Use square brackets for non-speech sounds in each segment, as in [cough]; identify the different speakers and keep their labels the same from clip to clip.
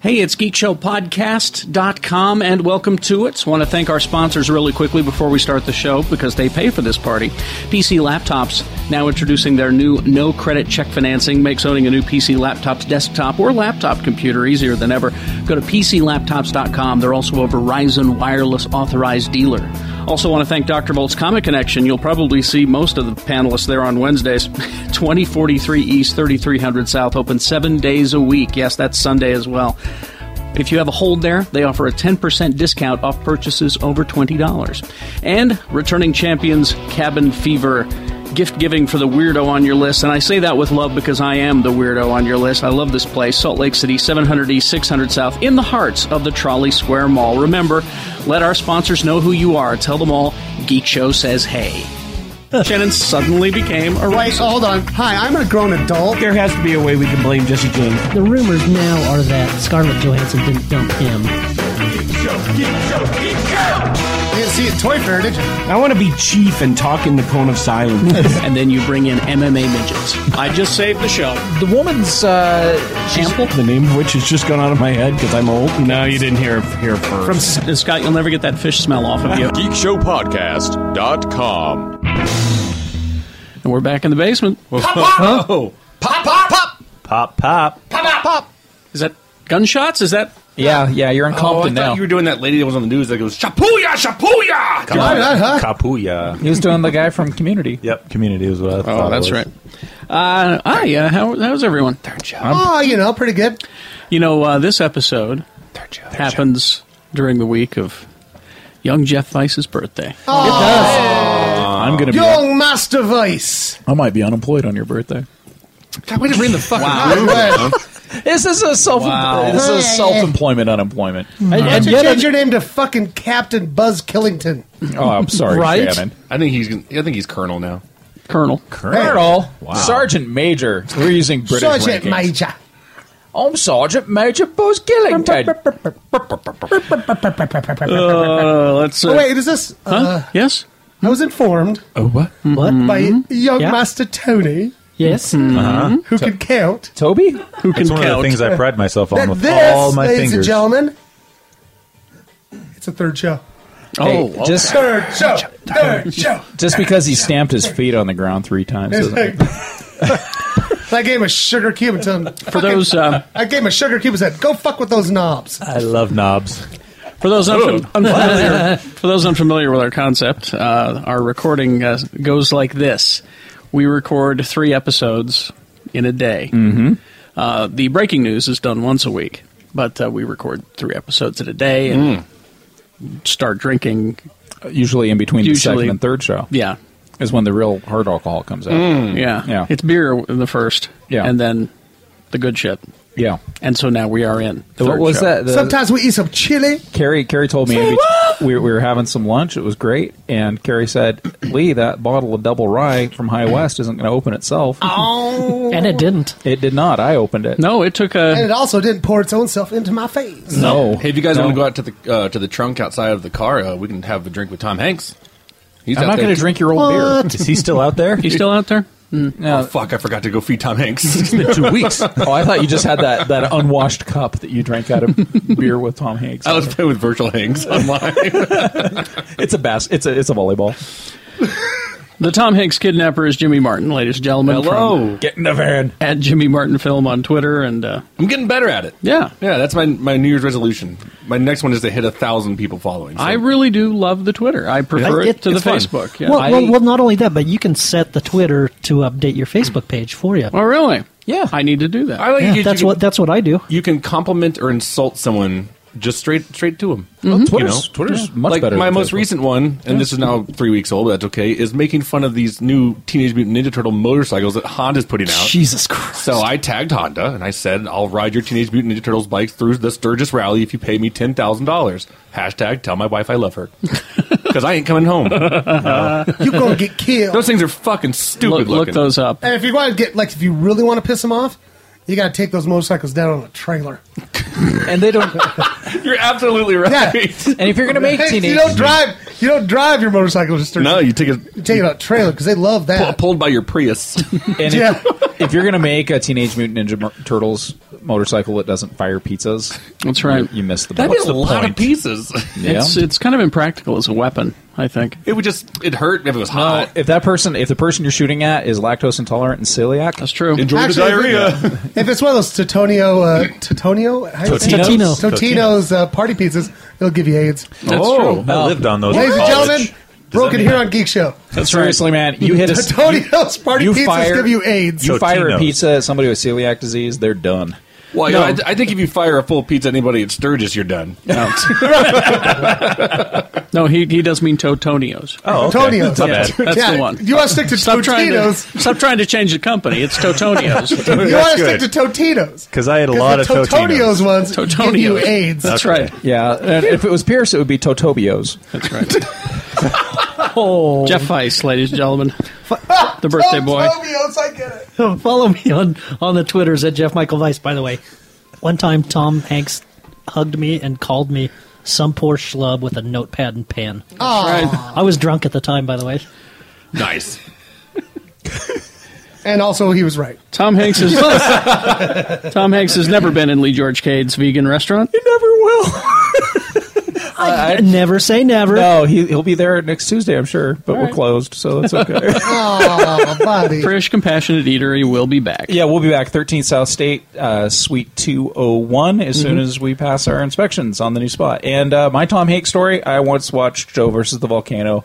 Speaker 1: Hey, it's geekshowpodcast.com and welcome to it. Want to thank our sponsors really quickly before we start the show because they pay for this party. PC Laptops now introducing their new no credit check financing makes owning a new PC laptop's desktop or laptop computer easier than ever. Go to PCLaptops.com. They're also a Verizon wireless authorized dealer. Also, want to thank Dr. Volt's Comic Connection. You'll probably see most of the panelists there on Wednesdays. [laughs] 2043 East, 3300 South, open seven days a week. Yes, that's Sunday as well. If you have a hold there, they offer a 10% discount off purchases over $20. And returning champions Cabin Fever. Gift giving for the weirdo on your list, and I say that with love because I am the weirdo on your list. I love this place, Salt Lake City, 700 East, 600 South, in the hearts of the Trolley Square Mall. Remember, let our sponsors know who you are. Tell them all Geek Show says hey. Shannon suddenly became a
Speaker 2: Wait,
Speaker 1: racist.
Speaker 2: oh, hold on. Hi, I'm a grown adult.
Speaker 3: There has to be a way we can blame Jesse James.
Speaker 4: The rumors now are that Scarlett Johansson didn't dump him.
Speaker 2: You can see his toy fair, did you?
Speaker 3: I want to be chief and talk in the cone of silence.
Speaker 1: [laughs] And then you bring in MMA midgets. I just saved the show.
Speaker 3: the woman's uh,
Speaker 1: Ample?
Speaker 3: the name of which has just gone out of my head because I'm old. No, you didn't hear here first.
Speaker 1: From uh, Scott, you'll never get that fish smell off of you.
Speaker 5: geekshowpodcast.com.
Speaker 1: And we're back in the basement.
Speaker 6: Pop, pop.
Speaker 1: Is that gunshots? Is that
Speaker 6: Yeah, yeah, you're in
Speaker 3: oh, I thought
Speaker 6: Compton now.
Speaker 3: you were doing that lady that was on the news that goes shapuya, shapuya.
Speaker 6: Come on.
Speaker 5: Kapuya.
Speaker 6: He was doing the guy from Community.
Speaker 5: Yep.
Speaker 6: Community is what I
Speaker 1: Oh, that's right. Uh, hi, uh, how, how's everyone? Third job.
Speaker 2: Oh, you know, pretty good.
Speaker 1: You know, uh, this episode happens during the week of young Jeff Weiss's birthday.
Speaker 6: I'm gonna be.
Speaker 2: Young Oh. Master Vice.
Speaker 6: I might be unemployed on your birthday.
Speaker 1: God, way to bring the fucking
Speaker 6: This is a self. This is a self-employment unemployment.
Speaker 4: Hmm.
Speaker 2: Why don't you change your name to fucking Captain Buzz Killington?
Speaker 6: oh, I'm sorry,
Speaker 1: Right?
Speaker 6: Shannon.
Speaker 3: I think he's I think he's colonel now.
Speaker 1: Colonel.
Speaker 6: Colonel, Sergeant Major. We're using British
Speaker 2: Sergeant
Speaker 6: rankings.
Speaker 2: Major.
Speaker 6: I'm Sergeant Major Buzz Gillington.
Speaker 1: Uh, let's. Uh,
Speaker 2: Oh, wait, is this?
Speaker 1: huh?
Speaker 2: Uh,
Speaker 1: yes?
Speaker 2: I was informed
Speaker 6: Oh what?
Speaker 1: Mm-hmm.
Speaker 2: by young
Speaker 4: Yeah.
Speaker 2: Master Tony,
Speaker 4: Yes.
Speaker 5: Mm-hmm. Uh-huh.
Speaker 2: who can count,
Speaker 6: Toby?
Speaker 1: Who can
Speaker 5: It's one of
Speaker 1: count?
Speaker 5: the things I pride myself on
Speaker 2: that
Speaker 5: with
Speaker 2: this,
Speaker 5: all my
Speaker 2: ladies and
Speaker 5: fingers.
Speaker 2: gentlemen, it's a third show.
Speaker 1: oh,
Speaker 6: Hey,
Speaker 1: well,
Speaker 6: just
Speaker 2: Third show. Third show.
Speaker 6: just because he stamped his feet on the ground three times. Doesn't it?
Speaker 2: I [laughs] gave him a sugar cube and told him,
Speaker 1: for those uh,
Speaker 2: [laughs] I gave him a sugar cube and said, go fuck with those knobs.
Speaker 5: I love knobs. Oh.
Speaker 1: For those unfam- [laughs] unfamiliar, for those unfamiliar with our concept, uh, our recording uh, goes like this: We record three episodes in a day. Mm-hmm. Uh, the breaking news is done once a week, but uh, we record three episodes in a day and
Speaker 6: Mm.
Speaker 1: start drinking.
Speaker 6: Usually in between the
Speaker 1: Usually.
Speaker 6: second and third show
Speaker 1: Yeah, Mm.
Speaker 6: is when the real hard alcohol comes out.
Speaker 1: yeah,
Speaker 6: Yeah.
Speaker 1: It's beer in the first,
Speaker 6: Yeah.
Speaker 1: and then the good shit.
Speaker 6: Yeah.
Speaker 1: And so now we are in.
Speaker 6: what
Speaker 1: third
Speaker 6: was
Speaker 1: show.
Speaker 6: that? The,
Speaker 2: Sometimes we eat some chili.
Speaker 6: Carrie Carrie told me in bet- we, we were having some lunch. It was great, and Carrie said, "Lee, that bottle of double rye from High West isn't going to open itself."
Speaker 7: Oh.
Speaker 4: And it didn't.
Speaker 6: It did not. I opened it.
Speaker 1: No, it
Speaker 6: [laughs]
Speaker 1: took a.
Speaker 2: And it also didn't pour its own self into my face.
Speaker 6: no.
Speaker 7: Hey, if you guys want to go out to the uh, to the trunk outside of the car, uh, we can have a drink with Tom Hanks. He's
Speaker 6: I'm
Speaker 7: out
Speaker 6: not
Speaker 7: there.
Speaker 6: going to drink your old beer.
Speaker 5: Is he still out there?
Speaker 1: You still out there?
Speaker 6: Mm.
Speaker 7: Oh, fuck! I forgot to go feed Tom Hanks. it's been two [laughs] weeks. I
Speaker 6: Oh, I thought you just had that, that unwashed cup that you drank
Speaker 7: [laughs]
Speaker 6: out of beer with Tom Hanks.
Speaker 7: was playing with virtual
Speaker 6: [laughs]
Speaker 7: Hanks online.
Speaker 6: [laughs] It's a bas- It's a it's a volleyball.
Speaker 1: The Tom Hanks kidnapper is Jimmy Martin, ladies and gentlemen. from-
Speaker 6: Get in the van.
Speaker 1: at Jimmy Martin Film on Twitter, and uh,
Speaker 7: I'm getting better at it.
Speaker 1: Yeah.
Speaker 7: yeah. That's my my New Year's resolution. My next one is to hit a thousand people following. So
Speaker 1: I really do love the Twitter. I prefer
Speaker 4: Yeah.
Speaker 1: it, to the
Speaker 7: It's fun.
Speaker 1: Facebook. Yeah.
Speaker 4: Well,
Speaker 6: I-
Speaker 4: well, well, not only that, but you can set the Twitter to update your Facebook page for you.
Speaker 1: oh, really?
Speaker 6: Yeah.
Speaker 1: I need to do that.
Speaker 7: I like
Speaker 4: Yeah,
Speaker 7: you,
Speaker 4: that's
Speaker 7: you
Speaker 4: what
Speaker 7: Can,
Speaker 4: that's what I do.
Speaker 7: you can compliment or insult someone just straight straight to him.
Speaker 1: Mm-hmm.
Speaker 6: Twitter's, Twitter's much
Speaker 7: like
Speaker 6: better.
Speaker 7: my
Speaker 6: than
Speaker 7: most
Speaker 6: Facebook.
Speaker 7: recent one, and this is now three weeks old, but that's okay. Is making fun of these new Teenage Mutant Ninja Turtle motorcycles that Honda's putting out.
Speaker 4: Jesus Christ!
Speaker 7: So I tagged Honda and I said, I'll ride your Teenage Mutant Ninja Turtles bike through the Sturgis rally if you pay me $10,000. Hashtag tell my wife I love her. because I ain't coming home.
Speaker 2: You gonna get killed.
Speaker 7: Those things are fucking stupid
Speaker 1: Look, look
Speaker 7: looking.
Speaker 1: those up.
Speaker 2: And if you want to get like, if you really want to piss them off, you got to take those motorcycles down on a trailer.
Speaker 6: and they don't.
Speaker 7: [laughs] You're absolutely right.
Speaker 6: And if you're gonna make
Speaker 2: Hey, [laughs] you
Speaker 6: teenage,
Speaker 2: don't drive. You don't drive your motorcycle just
Speaker 7: No, you take it
Speaker 2: You take it on a trailer because they love
Speaker 7: pu-
Speaker 2: that.
Speaker 7: pulled by your Prius.
Speaker 6: and if-
Speaker 2: Yeah.
Speaker 6: if, you're gonna make a Teenage Mutant Ninja Mur- Turtles motorcycle that doesn't fire pizzas,
Speaker 1: That's right.
Speaker 6: You, you missed the.
Speaker 7: That'd
Speaker 6: boat.
Speaker 7: be a lot of pieces. [laughs]
Speaker 6: Yeah.
Speaker 1: It's it's kind of impractical as a weapon, I think.
Speaker 7: It would just it hurt if it was
Speaker 6: Uh,
Speaker 7: hot.
Speaker 6: if that person, if the person you're shooting at is lactose intolerant and celiac,
Speaker 1: That's true.
Speaker 7: Enjoy
Speaker 2: Actually,
Speaker 7: the diarrhea.
Speaker 2: [laughs] If it's one of those Totonio, uh, Totonio, How do you say it?
Speaker 4: Totino.
Speaker 2: Totino's uh, party pizzas, it'll give you AIDS.
Speaker 1: That's
Speaker 5: oh,
Speaker 1: true.
Speaker 5: I lived on those. in
Speaker 2: Ladies and
Speaker 5: college.
Speaker 2: gentlemen,
Speaker 5: Does
Speaker 2: broken
Speaker 5: that
Speaker 2: here
Speaker 5: mean-
Speaker 2: on Geek Show.
Speaker 6: seriously, man, you hit a
Speaker 2: Totonio's party pizzas give you AIDS.
Speaker 6: You fire a
Speaker 5: Totinos.
Speaker 6: pizza at somebody with celiac disease, they're done.
Speaker 7: Well, you know, I, th- I think if you fire a full pizza at anybody at Sturgis, you're done. [laughs]
Speaker 1: No, he, he does mean Totonios.
Speaker 5: Oh, okay.
Speaker 2: Totonio's.
Speaker 5: Not
Speaker 1: Yeah.
Speaker 5: bad.
Speaker 1: That's
Speaker 2: yeah,
Speaker 1: the one.
Speaker 2: You want to stick to
Speaker 1: Stop trying, to,
Speaker 2: Totino's.
Speaker 1: stop trying to change the company. It's Totonios.
Speaker 2: [laughs] You
Speaker 5: That's
Speaker 2: want to stick to
Speaker 5: good.
Speaker 2: Totino's.
Speaker 5: 'Cause I had a lot
Speaker 2: the
Speaker 5: of Totino's.
Speaker 2: Totonios ones give you
Speaker 1: Totonios.
Speaker 2: AIDS.
Speaker 1: That's right.
Speaker 6: Yeah, and if it was Pierce, it would
Speaker 2: [laughs]
Speaker 6: be Totobios.
Speaker 7: [laughs]
Speaker 1: That's right.
Speaker 2: Oh.
Speaker 1: Jeff Feist, ladies and gentlemen. The birthday boy.
Speaker 2: Totonios, I get it.
Speaker 4: [laughs] Follow me on, on the Twitters at Jeff Michael Weiss, by the way. One time, Tom Hanks hugged me and called me some poor schlub with a notepad and pen.
Speaker 1: Right.
Speaker 4: I was drunk at the time, by the way.
Speaker 7: nice.
Speaker 2: And also, he was right.
Speaker 1: Tom Hanks is [laughs] Tom Hanks has never been in Lee George Cade's vegan restaurant.
Speaker 2: [laughs]
Speaker 6: Never will.
Speaker 4: never say never.
Speaker 6: No, he, he'll be there next Tuesday, I'm sure, but we're closed, so that's okay.
Speaker 1: [laughs]
Speaker 2: Oh, buddy.
Speaker 1: British Compassionate Eatery will be back.
Speaker 6: yeah, we'll be back 13 South State, uh, Suite 201, as
Speaker 1: Mm-hmm.
Speaker 6: soon as we pass our inspections on the new spot. And uh, my Tom Hanks story I once watched Joe versus the Volcano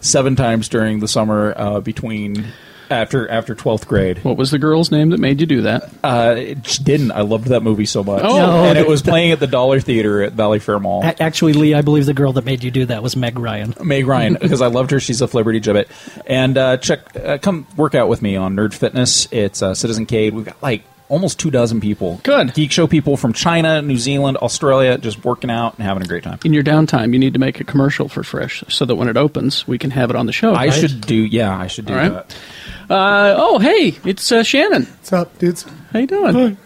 Speaker 6: seven times during the summer uh, between. After after twelfth grade,
Speaker 1: What was the girl's name that made you do that?
Speaker 6: uh, it just didn't. I loved that movie so much,
Speaker 1: Oh.
Speaker 4: No.
Speaker 6: and it was playing at the Dollar Theater at Valley Fair Mall.
Speaker 4: A- Actually, Lee, I believe the girl that made you do that was Meg Ryan.
Speaker 6: Meg Ryan because I loved her. She's a Liberty Gibbet. And uh, check, uh, come work out with me on Nerd Fitness. It's uh, Citizen Cade. We've got like almost two dozen people.
Speaker 1: Good.
Speaker 6: geek show people from China, New Zealand, Australia, just
Speaker 7: [laughs]
Speaker 6: working out and having a great time.
Speaker 1: In your downtime, you need to make a commercial for Fresh so that when it opens, we can have it on the show.
Speaker 6: I
Speaker 1: right?
Speaker 6: should do. Yeah, I should do
Speaker 1: All right.
Speaker 6: that.
Speaker 1: Uh, oh, hey, it's uh, Shannon.
Speaker 2: What's up, dudes?
Speaker 1: How you doing?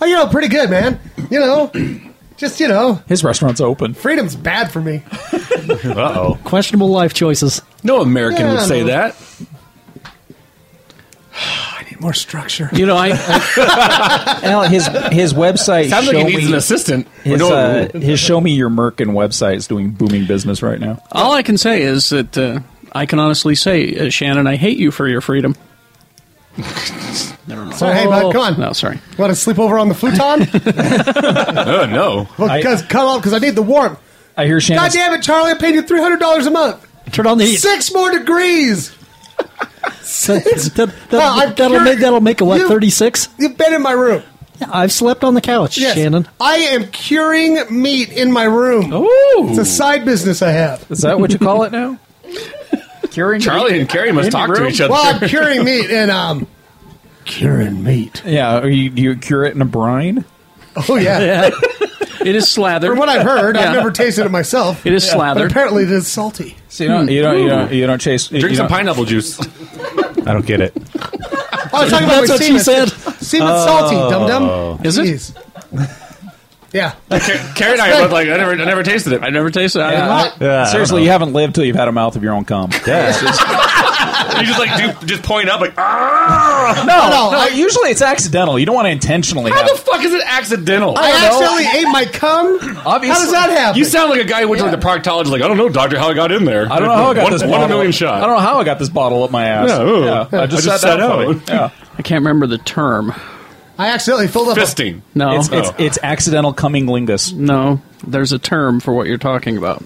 Speaker 2: Oh, you know, pretty good, man. You know, [clears throat] just, you know,
Speaker 6: His restaurant's open.
Speaker 2: freedom's bad for me.
Speaker 5: [laughs]
Speaker 4: Questionable life choices.
Speaker 7: No American would say that.
Speaker 2: More structure.
Speaker 1: You know, I, I
Speaker 6: Al, uh, his his website.
Speaker 7: Sounds
Speaker 6: show
Speaker 7: like he needs
Speaker 6: me,
Speaker 7: an assistant.
Speaker 6: His,
Speaker 7: No,
Speaker 6: uh, his show me your Merkin website is doing booming business right now.
Speaker 1: all I can say is that uh, I can honestly say, uh, Shannon, I hate you for your
Speaker 6: [laughs]
Speaker 1: freedom. Never mind.
Speaker 2: So, hey, bud, come on.
Speaker 1: No, sorry.
Speaker 2: Want to sleep over on the futon?
Speaker 7: uh, no.
Speaker 2: Because come on, because I need the warmth.
Speaker 6: I hear Shannon.
Speaker 2: God damn it, Charlie! I paid you three hundred dollars a month.
Speaker 4: Turn on the heat.
Speaker 2: Six more degrees. Six. [laughs]
Speaker 4: That,
Speaker 2: Oh, I'm
Speaker 4: will
Speaker 2: curi-
Speaker 4: make that'll make a what
Speaker 2: You-
Speaker 4: thirty six.
Speaker 2: You've been in my room,
Speaker 4: I've slept on the couch,
Speaker 2: Yes.
Speaker 4: Shannon.
Speaker 2: I am curing meat in my room.
Speaker 1: Ooh.
Speaker 2: It's a side business I have.
Speaker 6: is that what you call
Speaker 1: [laughs]
Speaker 6: it now? Curing
Speaker 7: Charlie and Carrie must talk to each other.
Speaker 2: Well, I'm curing
Speaker 7: [laughs]
Speaker 2: meat and
Speaker 4: [laughs]
Speaker 2: um, curing meat.
Speaker 6: Yeah, are you, do you cure it in a brine?
Speaker 2: Oh yeah.
Speaker 1: It is slathered.
Speaker 2: From what I've heard,
Speaker 1: Yeah.
Speaker 2: I've never tasted it myself.
Speaker 1: It is
Speaker 2: but
Speaker 1: slathered.
Speaker 2: apparently it is salty. Hmm.
Speaker 6: So you don't, you don't, you don't, you don't chase.
Speaker 7: Drink
Speaker 6: you
Speaker 7: some
Speaker 6: don't-
Speaker 7: pineapple juice.
Speaker 5: I don't get it.
Speaker 2: Oh, I was talking about
Speaker 4: That's
Speaker 2: my
Speaker 4: what she
Speaker 2: semen.
Speaker 4: said.
Speaker 2: Semen's salty, dum dum.
Speaker 1: Is it?
Speaker 2: Yeah.
Speaker 7: [laughs] Car- Carrie and I are both like I never, I never tasted it.
Speaker 1: I never tasted it. I didn't
Speaker 2: Uh,
Speaker 6: Yeah.
Speaker 1: like
Speaker 5: Yeah, I don't
Speaker 6: Seriously,
Speaker 5: know.
Speaker 6: you haven't lived till you've had a mouth of your own cum.
Speaker 5: Yeah, it's just-
Speaker 7: [laughs] You just like do, just point up like
Speaker 6: No, [laughs]
Speaker 7: ah.
Speaker 6: no.
Speaker 2: no, I-
Speaker 6: usually it's accidental. You don't want to intentionally.
Speaker 7: How
Speaker 6: have-
Speaker 7: the fuck is it accidental?
Speaker 2: I
Speaker 6: don't Oh. know.
Speaker 2: accidentally ate my cum.
Speaker 6: Obviously.
Speaker 2: How does that happen?
Speaker 7: you sound like a guy who went to the proctologist. Like I don't know, doctor, how I got in there.
Speaker 6: I don't know how I got
Speaker 7: one,
Speaker 6: this.
Speaker 7: One
Speaker 6: bottle.
Speaker 7: a million shot.
Speaker 6: I don't know how I got this bottle up my ass.
Speaker 7: Yeah, ooh.
Speaker 6: I just,
Speaker 7: I just
Speaker 6: sat
Speaker 7: sat
Speaker 6: down
Speaker 7: out.
Speaker 6: funny. Yeah.
Speaker 1: I can't remember the term.
Speaker 2: I accidentally filled up. a-
Speaker 7: Fisting.
Speaker 1: No, Oh.
Speaker 6: It's,
Speaker 7: Oh.
Speaker 6: it's it's accidental coming lingus.
Speaker 1: no. There's a term for what you're talking about,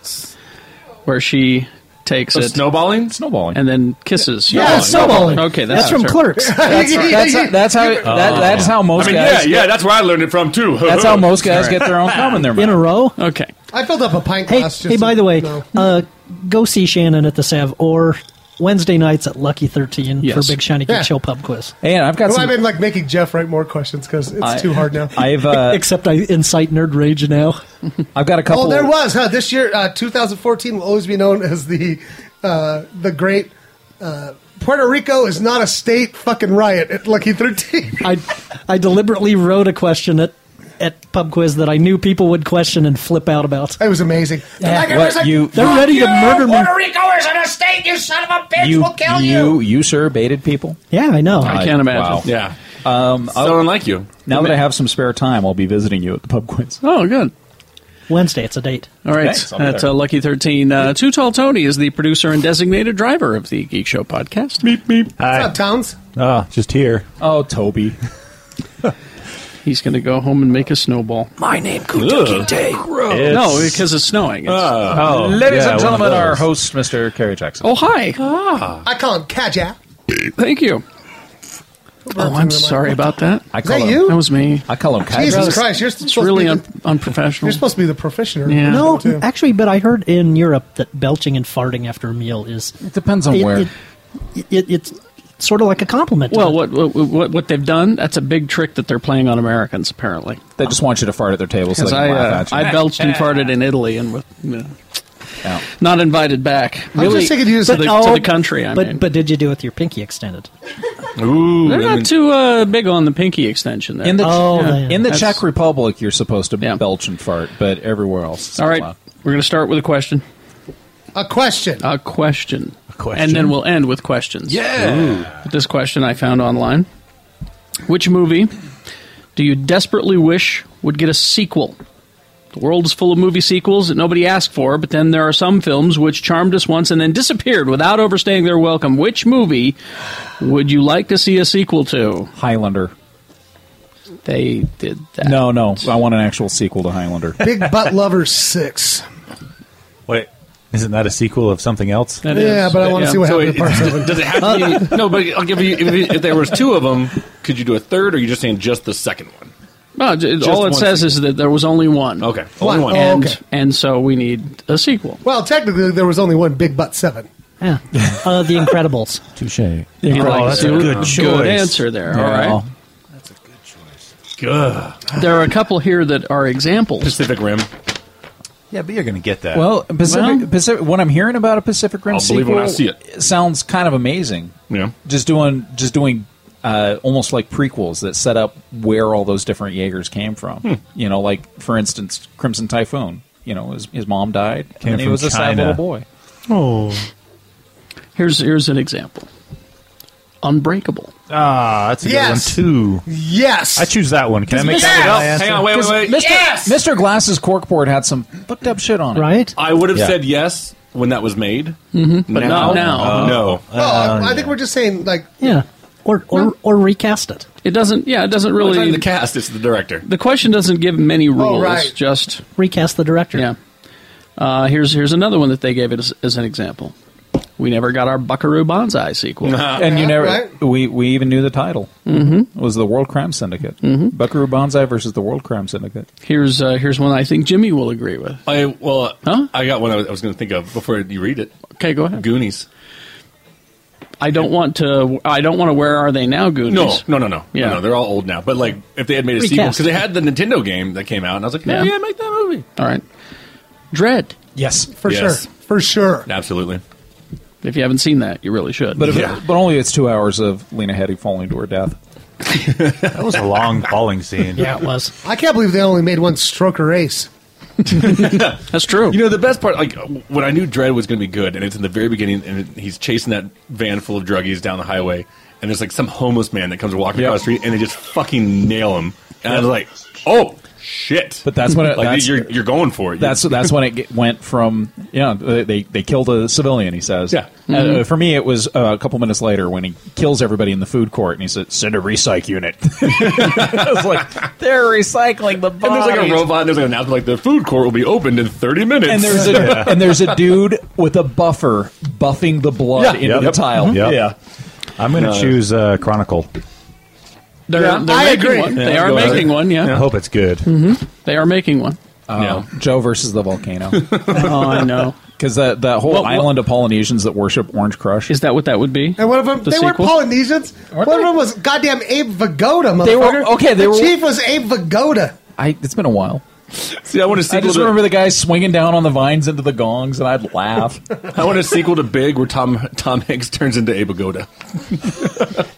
Speaker 1: where she takes it
Speaker 7: Snowballing.
Speaker 6: Snowballing.
Speaker 1: and then kisses. you.
Speaker 2: Yeah, snowballing.
Speaker 1: Okay,
Speaker 4: That's
Speaker 1: that's, Oh.
Speaker 4: from
Speaker 1: the term. [laughs]
Speaker 4: Clerks.
Speaker 6: that's, [laughs] that's, how- that's how that, that's how most
Speaker 7: I mean, yeah,
Speaker 6: guys.
Speaker 7: yeah. That's where I learned it from too.
Speaker 6: That's how
Speaker 7: [laughs]
Speaker 6: most guys get their own cum in their mouth.
Speaker 4: In a row.
Speaker 1: Okay,
Speaker 2: I filled up a pint
Speaker 4: Hey,
Speaker 2: glass.
Speaker 4: hey!
Speaker 2: just
Speaker 4: By
Speaker 2: to-
Speaker 4: the way,
Speaker 2: no.
Speaker 4: uh, go see Shannon at the Sav or Wednesday nights at Lucky 13
Speaker 6: Yes.
Speaker 4: for Big Shiny Kid
Speaker 2: Yeah.
Speaker 4: Chill Pub Quiz.
Speaker 6: And I've got
Speaker 2: Well,
Speaker 6: some.
Speaker 2: I've been like making Jeff write more questions because it's
Speaker 6: I-
Speaker 2: too hard
Speaker 4: [laughs]
Speaker 2: now. [laughs]
Speaker 6: I've uh,
Speaker 4: Except I incite nerd rage now.
Speaker 6: [laughs] I've got a couple.
Speaker 2: Oh, there was huh? This year, uh, 2014 will always be known as the uh, the great. Uh, Puerto Rico is not a state fucking riot at Lucky 13.
Speaker 4: I I deliberately wrote a question at at pub quiz that I knew people would question and flip out about.
Speaker 2: It was amazing.
Speaker 4: Yeah.
Speaker 2: Like, I
Speaker 6: What,
Speaker 2: was like,
Speaker 6: you-
Speaker 4: They're
Speaker 2: "Fuck
Speaker 4: ready to
Speaker 2: you,
Speaker 4: murder me."
Speaker 2: Puerto Rico isn't a state, you son of a bitch.
Speaker 6: you,
Speaker 2: we'll kill
Speaker 6: you
Speaker 2: you.
Speaker 6: you sir baited people.
Speaker 4: Yeah, I know.
Speaker 1: I can't imagine.
Speaker 6: Wow.
Speaker 7: Yeah. Um, so unlike you.
Speaker 6: Now that I have some spare time, I'll be visiting you at the pub quiz.
Speaker 1: Oh, good.
Speaker 4: Wednesday, it's a date.
Speaker 1: All right,
Speaker 6: Thanks, I'll be
Speaker 1: that's
Speaker 6: there.
Speaker 1: uh, Lucky 13. Uh, Too Tall Tony is the producer and designated driver of the Geek Show podcast. Meep, meep.
Speaker 2: What's up, Towns?
Speaker 5: Ah, just here.
Speaker 6: Oh, Toby.
Speaker 1: [laughs] He's going to go home and make a snowball. My name, Kutuki Day.
Speaker 5: It's-
Speaker 1: No, because it's snowing. It's-
Speaker 5: Oh,
Speaker 6: Ladies
Speaker 5: yeah,
Speaker 6: and
Speaker 5: one of
Speaker 6: gentlemen, our
Speaker 5: those.
Speaker 6: host, Mr. Kerry Jackson.
Speaker 1: oh, hi.
Speaker 2: I call him Kajak.
Speaker 1: Thank you. Oh, I'm sorry about that.
Speaker 6: I
Speaker 2: Is that
Speaker 6: him,
Speaker 2: you?
Speaker 1: That was me.
Speaker 6: I call him Kai
Speaker 2: Jesus
Speaker 6: Jackson.
Speaker 2: Christ, you're
Speaker 1: It's
Speaker 2: supposed,
Speaker 1: really
Speaker 2: to be
Speaker 1: un-
Speaker 2: the,
Speaker 1: unprofessional.
Speaker 2: you're supposed to be the professioner.
Speaker 1: Yeah.
Speaker 4: No,
Speaker 2: Too.
Speaker 4: actually, but I heard in Europe that belching and farting after a meal is
Speaker 6: It depends on
Speaker 4: it-
Speaker 6: where.
Speaker 4: it- it- it's sort of like a compliment.
Speaker 1: well, what, what what what they've done? That's a big trick that they're playing on Americans, apparently.
Speaker 6: they just want you to fart at their table so they
Speaker 1: Because
Speaker 6: can
Speaker 1: I uh,
Speaker 6: laugh at you.
Speaker 1: I belched and farted in Italy and with, you know,
Speaker 6: Yeah.
Speaker 1: not invited back. Really,
Speaker 2: just thinking you just
Speaker 1: to,
Speaker 2: said-
Speaker 1: the,
Speaker 4: Oh,
Speaker 1: to the country. I
Speaker 4: but
Speaker 1: mean,
Speaker 4: but did you do it with your pinky extended?
Speaker 7: Ooh,
Speaker 1: they're not too uh, big on the pinky extension. There.
Speaker 6: In the,
Speaker 4: Oh, yeah.
Speaker 6: in the
Speaker 1: That's-
Speaker 6: Czech Republic, you're supposed to
Speaker 1: Yeah.
Speaker 6: belch and fart, but everywhere else. it's
Speaker 1: all
Speaker 6: not
Speaker 1: right,
Speaker 6: allowed.
Speaker 1: we're going to start with a question.
Speaker 2: A question.
Speaker 1: A question. A
Speaker 5: question?
Speaker 1: And then we'll end with questions.
Speaker 7: Yeah.
Speaker 1: This question I found online. Which movie do you desperately wish would get a sequel? The world is full of movie sequels that nobody asked for, but then there are some films which charmed us once and then disappeared without overstaying their welcome. Which movie would you like to see a sequel to?
Speaker 6: Highlander.
Speaker 1: They did that.
Speaker 6: No, no. I want an actual sequel to Highlander.
Speaker 2: Big Butt Lovers 6.
Speaker 5: Wait, isn't that a sequel of something else?
Speaker 1: That is-
Speaker 2: Yeah, but I want to see what
Speaker 7: So
Speaker 2: happened
Speaker 7: it,
Speaker 2: in part 7.
Speaker 7: does it [laughs] have to
Speaker 2: [laughs]
Speaker 7: be? [laughs] No, but I'll give you. If, it- if there was two of them, could you do a third, or are you just saying just the second one?
Speaker 1: No, j- all it
Speaker 7: one
Speaker 1: says is that there was only one.
Speaker 7: Okay,
Speaker 2: One.
Speaker 7: only one.
Speaker 2: Oh.
Speaker 1: And,
Speaker 2: okay.
Speaker 1: and so we need a sequel.
Speaker 2: Well, technically, there was only one Big Butt 7.
Speaker 4: Yeah, uh, The Incredibles.
Speaker 6: Touche.
Speaker 1: You
Speaker 5: Oh,
Speaker 1: like
Speaker 5: that's
Speaker 1: to-
Speaker 5: a good choice.
Speaker 1: answer there. All right.
Speaker 6: Yeah.
Speaker 1: There are a couple here that are examples.
Speaker 7: Pacific Rim.
Speaker 5: [laughs] Yeah, but you're going to get that.
Speaker 6: Well, Pacific,
Speaker 1: Well-
Speaker 6: Pacific. What I'm hearing about a Pacific Rim
Speaker 7: I'll
Speaker 6: sequel
Speaker 7: believe it when I see it.
Speaker 6: sounds kind of amazing.
Speaker 7: Yeah.
Speaker 6: just doing just doing uh, almost like prequels that set up where all those different Jaegers came from. You know, like for instance, Crimson Typhoon. You know, his, his mom died,
Speaker 5: Came
Speaker 6: and he
Speaker 5: from
Speaker 6: was a sad
Speaker 5: China.
Speaker 6: little boy.
Speaker 1: Here's here's an example. Unbreakable.
Speaker 5: ah, that's a
Speaker 2: Yes.
Speaker 5: good one too.
Speaker 2: Yes.
Speaker 5: I choose that one. Can I
Speaker 2: Yes.
Speaker 5: make that my answer?
Speaker 7: Hang on, wait, wait, wait.
Speaker 6: Mr. Mr. Glass's corkboard had some fucked up shit on it.
Speaker 4: Right?
Speaker 7: I would have
Speaker 5: Yeah.
Speaker 7: said yes when that was made,
Speaker 6: Mm-hmm.
Speaker 7: uh,
Speaker 1: But not now.
Speaker 7: no.
Speaker 2: Well,
Speaker 7: Oh,
Speaker 2: I, I think we're just saying, like,
Speaker 4: Yeah. Or or, or recast it.
Speaker 1: It doesn't yeah, it doesn't
Speaker 7: It's not
Speaker 1: really
Speaker 7: the cast; it's the director.
Speaker 1: the question doesn't give many
Speaker 6: Oh,
Speaker 1: rules,
Speaker 2: right.
Speaker 1: just
Speaker 4: Recast the director.
Speaker 1: yeah. Uh, here's here's another one that they gave it as, as an example. We never got our Buckaroo Banzai
Speaker 7: [laughs]
Speaker 1: sequel.
Speaker 6: And you never,
Speaker 2: Right.
Speaker 6: we, we even knew the title. Mm-hmm. It was the World Crime Syndicate. Mm-hmm. Buckaroo Banzai versus the World Crime Syndicate.
Speaker 1: Here's uh, here's one I think Jimmy will agree with.
Speaker 7: I well,
Speaker 1: Huh?
Speaker 7: I got one I was, I was going to think of before you read it.
Speaker 1: Okay, go ahead.
Speaker 7: Goonies.
Speaker 1: I don't want to. I don't want to. Where are they now, Goonies?
Speaker 7: No, no, no, no.
Speaker 1: Yeah.
Speaker 7: no, no, they're all old now. But like, if they had made a
Speaker 4: Recast.
Speaker 7: sequel, because they had the Nintendo game that came out, and I was like, yeah,
Speaker 1: Yeah.
Speaker 7: yeah, make that
Speaker 6: [laughs]
Speaker 7: movie. [laughs]
Speaker 1: All right. Dread.
Speaker 6: Yes,
Speaker 2: for
Speaker 7: Yes.
Speaker 2: sure. For sure.
Speaker 7: Absolutely.
Speaker 1: If you haven't seen that, you really should.
Speaker 6: but if,
Speaker 7: Yeah.
Speaker 6: but only it's two hours of Lena Headey falling to
Speaker 7: [laughs]
Speaker 6: her death.
Speaker 5: That was a long falling scene.
Speaker 4: Yeah, it was.
Speaker 2: I can't believe they only made one stroker ace.
Speaker 1: that's true.
Speaker 7: You know, the best part, like when I knew Dread was going to be good, and it's in the very beginning, and it- he's chasing that van full of druggies down the highway, and there's like some homeless man that comes walking
Speaker 6: Yep.
Speaker 7: across the street, and they just fucking nail him. And I was like, oh shit!
Speaker 6: But that's what it-
Speaker 7: like
Speaker 6: that's-
Speaker 7: you're you're going for it.
Speaker 6: That's that's when it get- went from yeah they they killed a civilian. He says
Speaker 7: Yeah.
Speaker 6: And,
Speaker 1: Mm-hmm.
Speaker 6: uh, for me, it was uh, a couple minutes later when he kills everybody in the food court, and he said, "Send a recyc unit." [laughs] I was like, "They're recycling the
Speaker 7: and there's
Speaker 6: bodies."
Speaker 7: like a robot. And there's like an announcement like the food court will be opened in 30 minutes.
Speaker 6: And
Speaker 7: [laughs]
Speaker 6: there's
Speaker 5: [laughs]
Speaker 6: a and there's a dude with a buffer buffing the blood
Speaker 7: Yeah.
Speaker 6: into
Speaker 5: Yep.
Speaker 6: the tile.
Speaker 5: Yep.
Speaker 6: Yeah,
Speaker 5: I'm going to choose uh, Chronicle.
Speaker 1: They're,
Speaker 2: Yeah,
Speaker 1: they're
Speaker 2: I
Speaker 1: making
Speaker 2: agree.
Speaker 1: one.
Speaker 2: Yeah,
Speaker 1: they
Speaker 7: let's
Speaker 1: are
Speaker 7: go with
Speaker 1: making one. Yeah,
Speaker 5: I hope it's good.
Speaker 6: Mm-hmm.
Speaker 1: they are making one.
Speaker 6: Uh, Joe versus the volcano.
Speaker 1: [laughs]
Speaker 6: [laughs]
Speaker 1: Oh, I know.
Speaker 6: because that that whole
Speaker 1: Well, well-
Speaker 6: island of Polynesians that worship Orange Crush.
Speaker 1: Is that what that would be?
Speaker 2: And one of them,
Speaker 1: The
Speaker 2: they weren't
Speaker 1: sequel?
Speaker 2: Polynesians. One of
Speaker 6: they?
Speaker 2: them was goddamn Abe Vigoda, motherfucker.
Speaker 6: They were- okay, they
Speaker 2: the
Speaker 6: were-
Speaker 2: chief was Abe Vigoda.
Speaker 6: I, it's been a while.
Speaker 7: See, I want a sequel.
Speaker 6: I just
Speaker 7: to,
Speaker 6: remember the guy swinging down on the vines into the gongs, and I'd laugh.
Speaker 7: I want a sequel to Big, where Tom Tom Hanks turns into Abe Vigoda.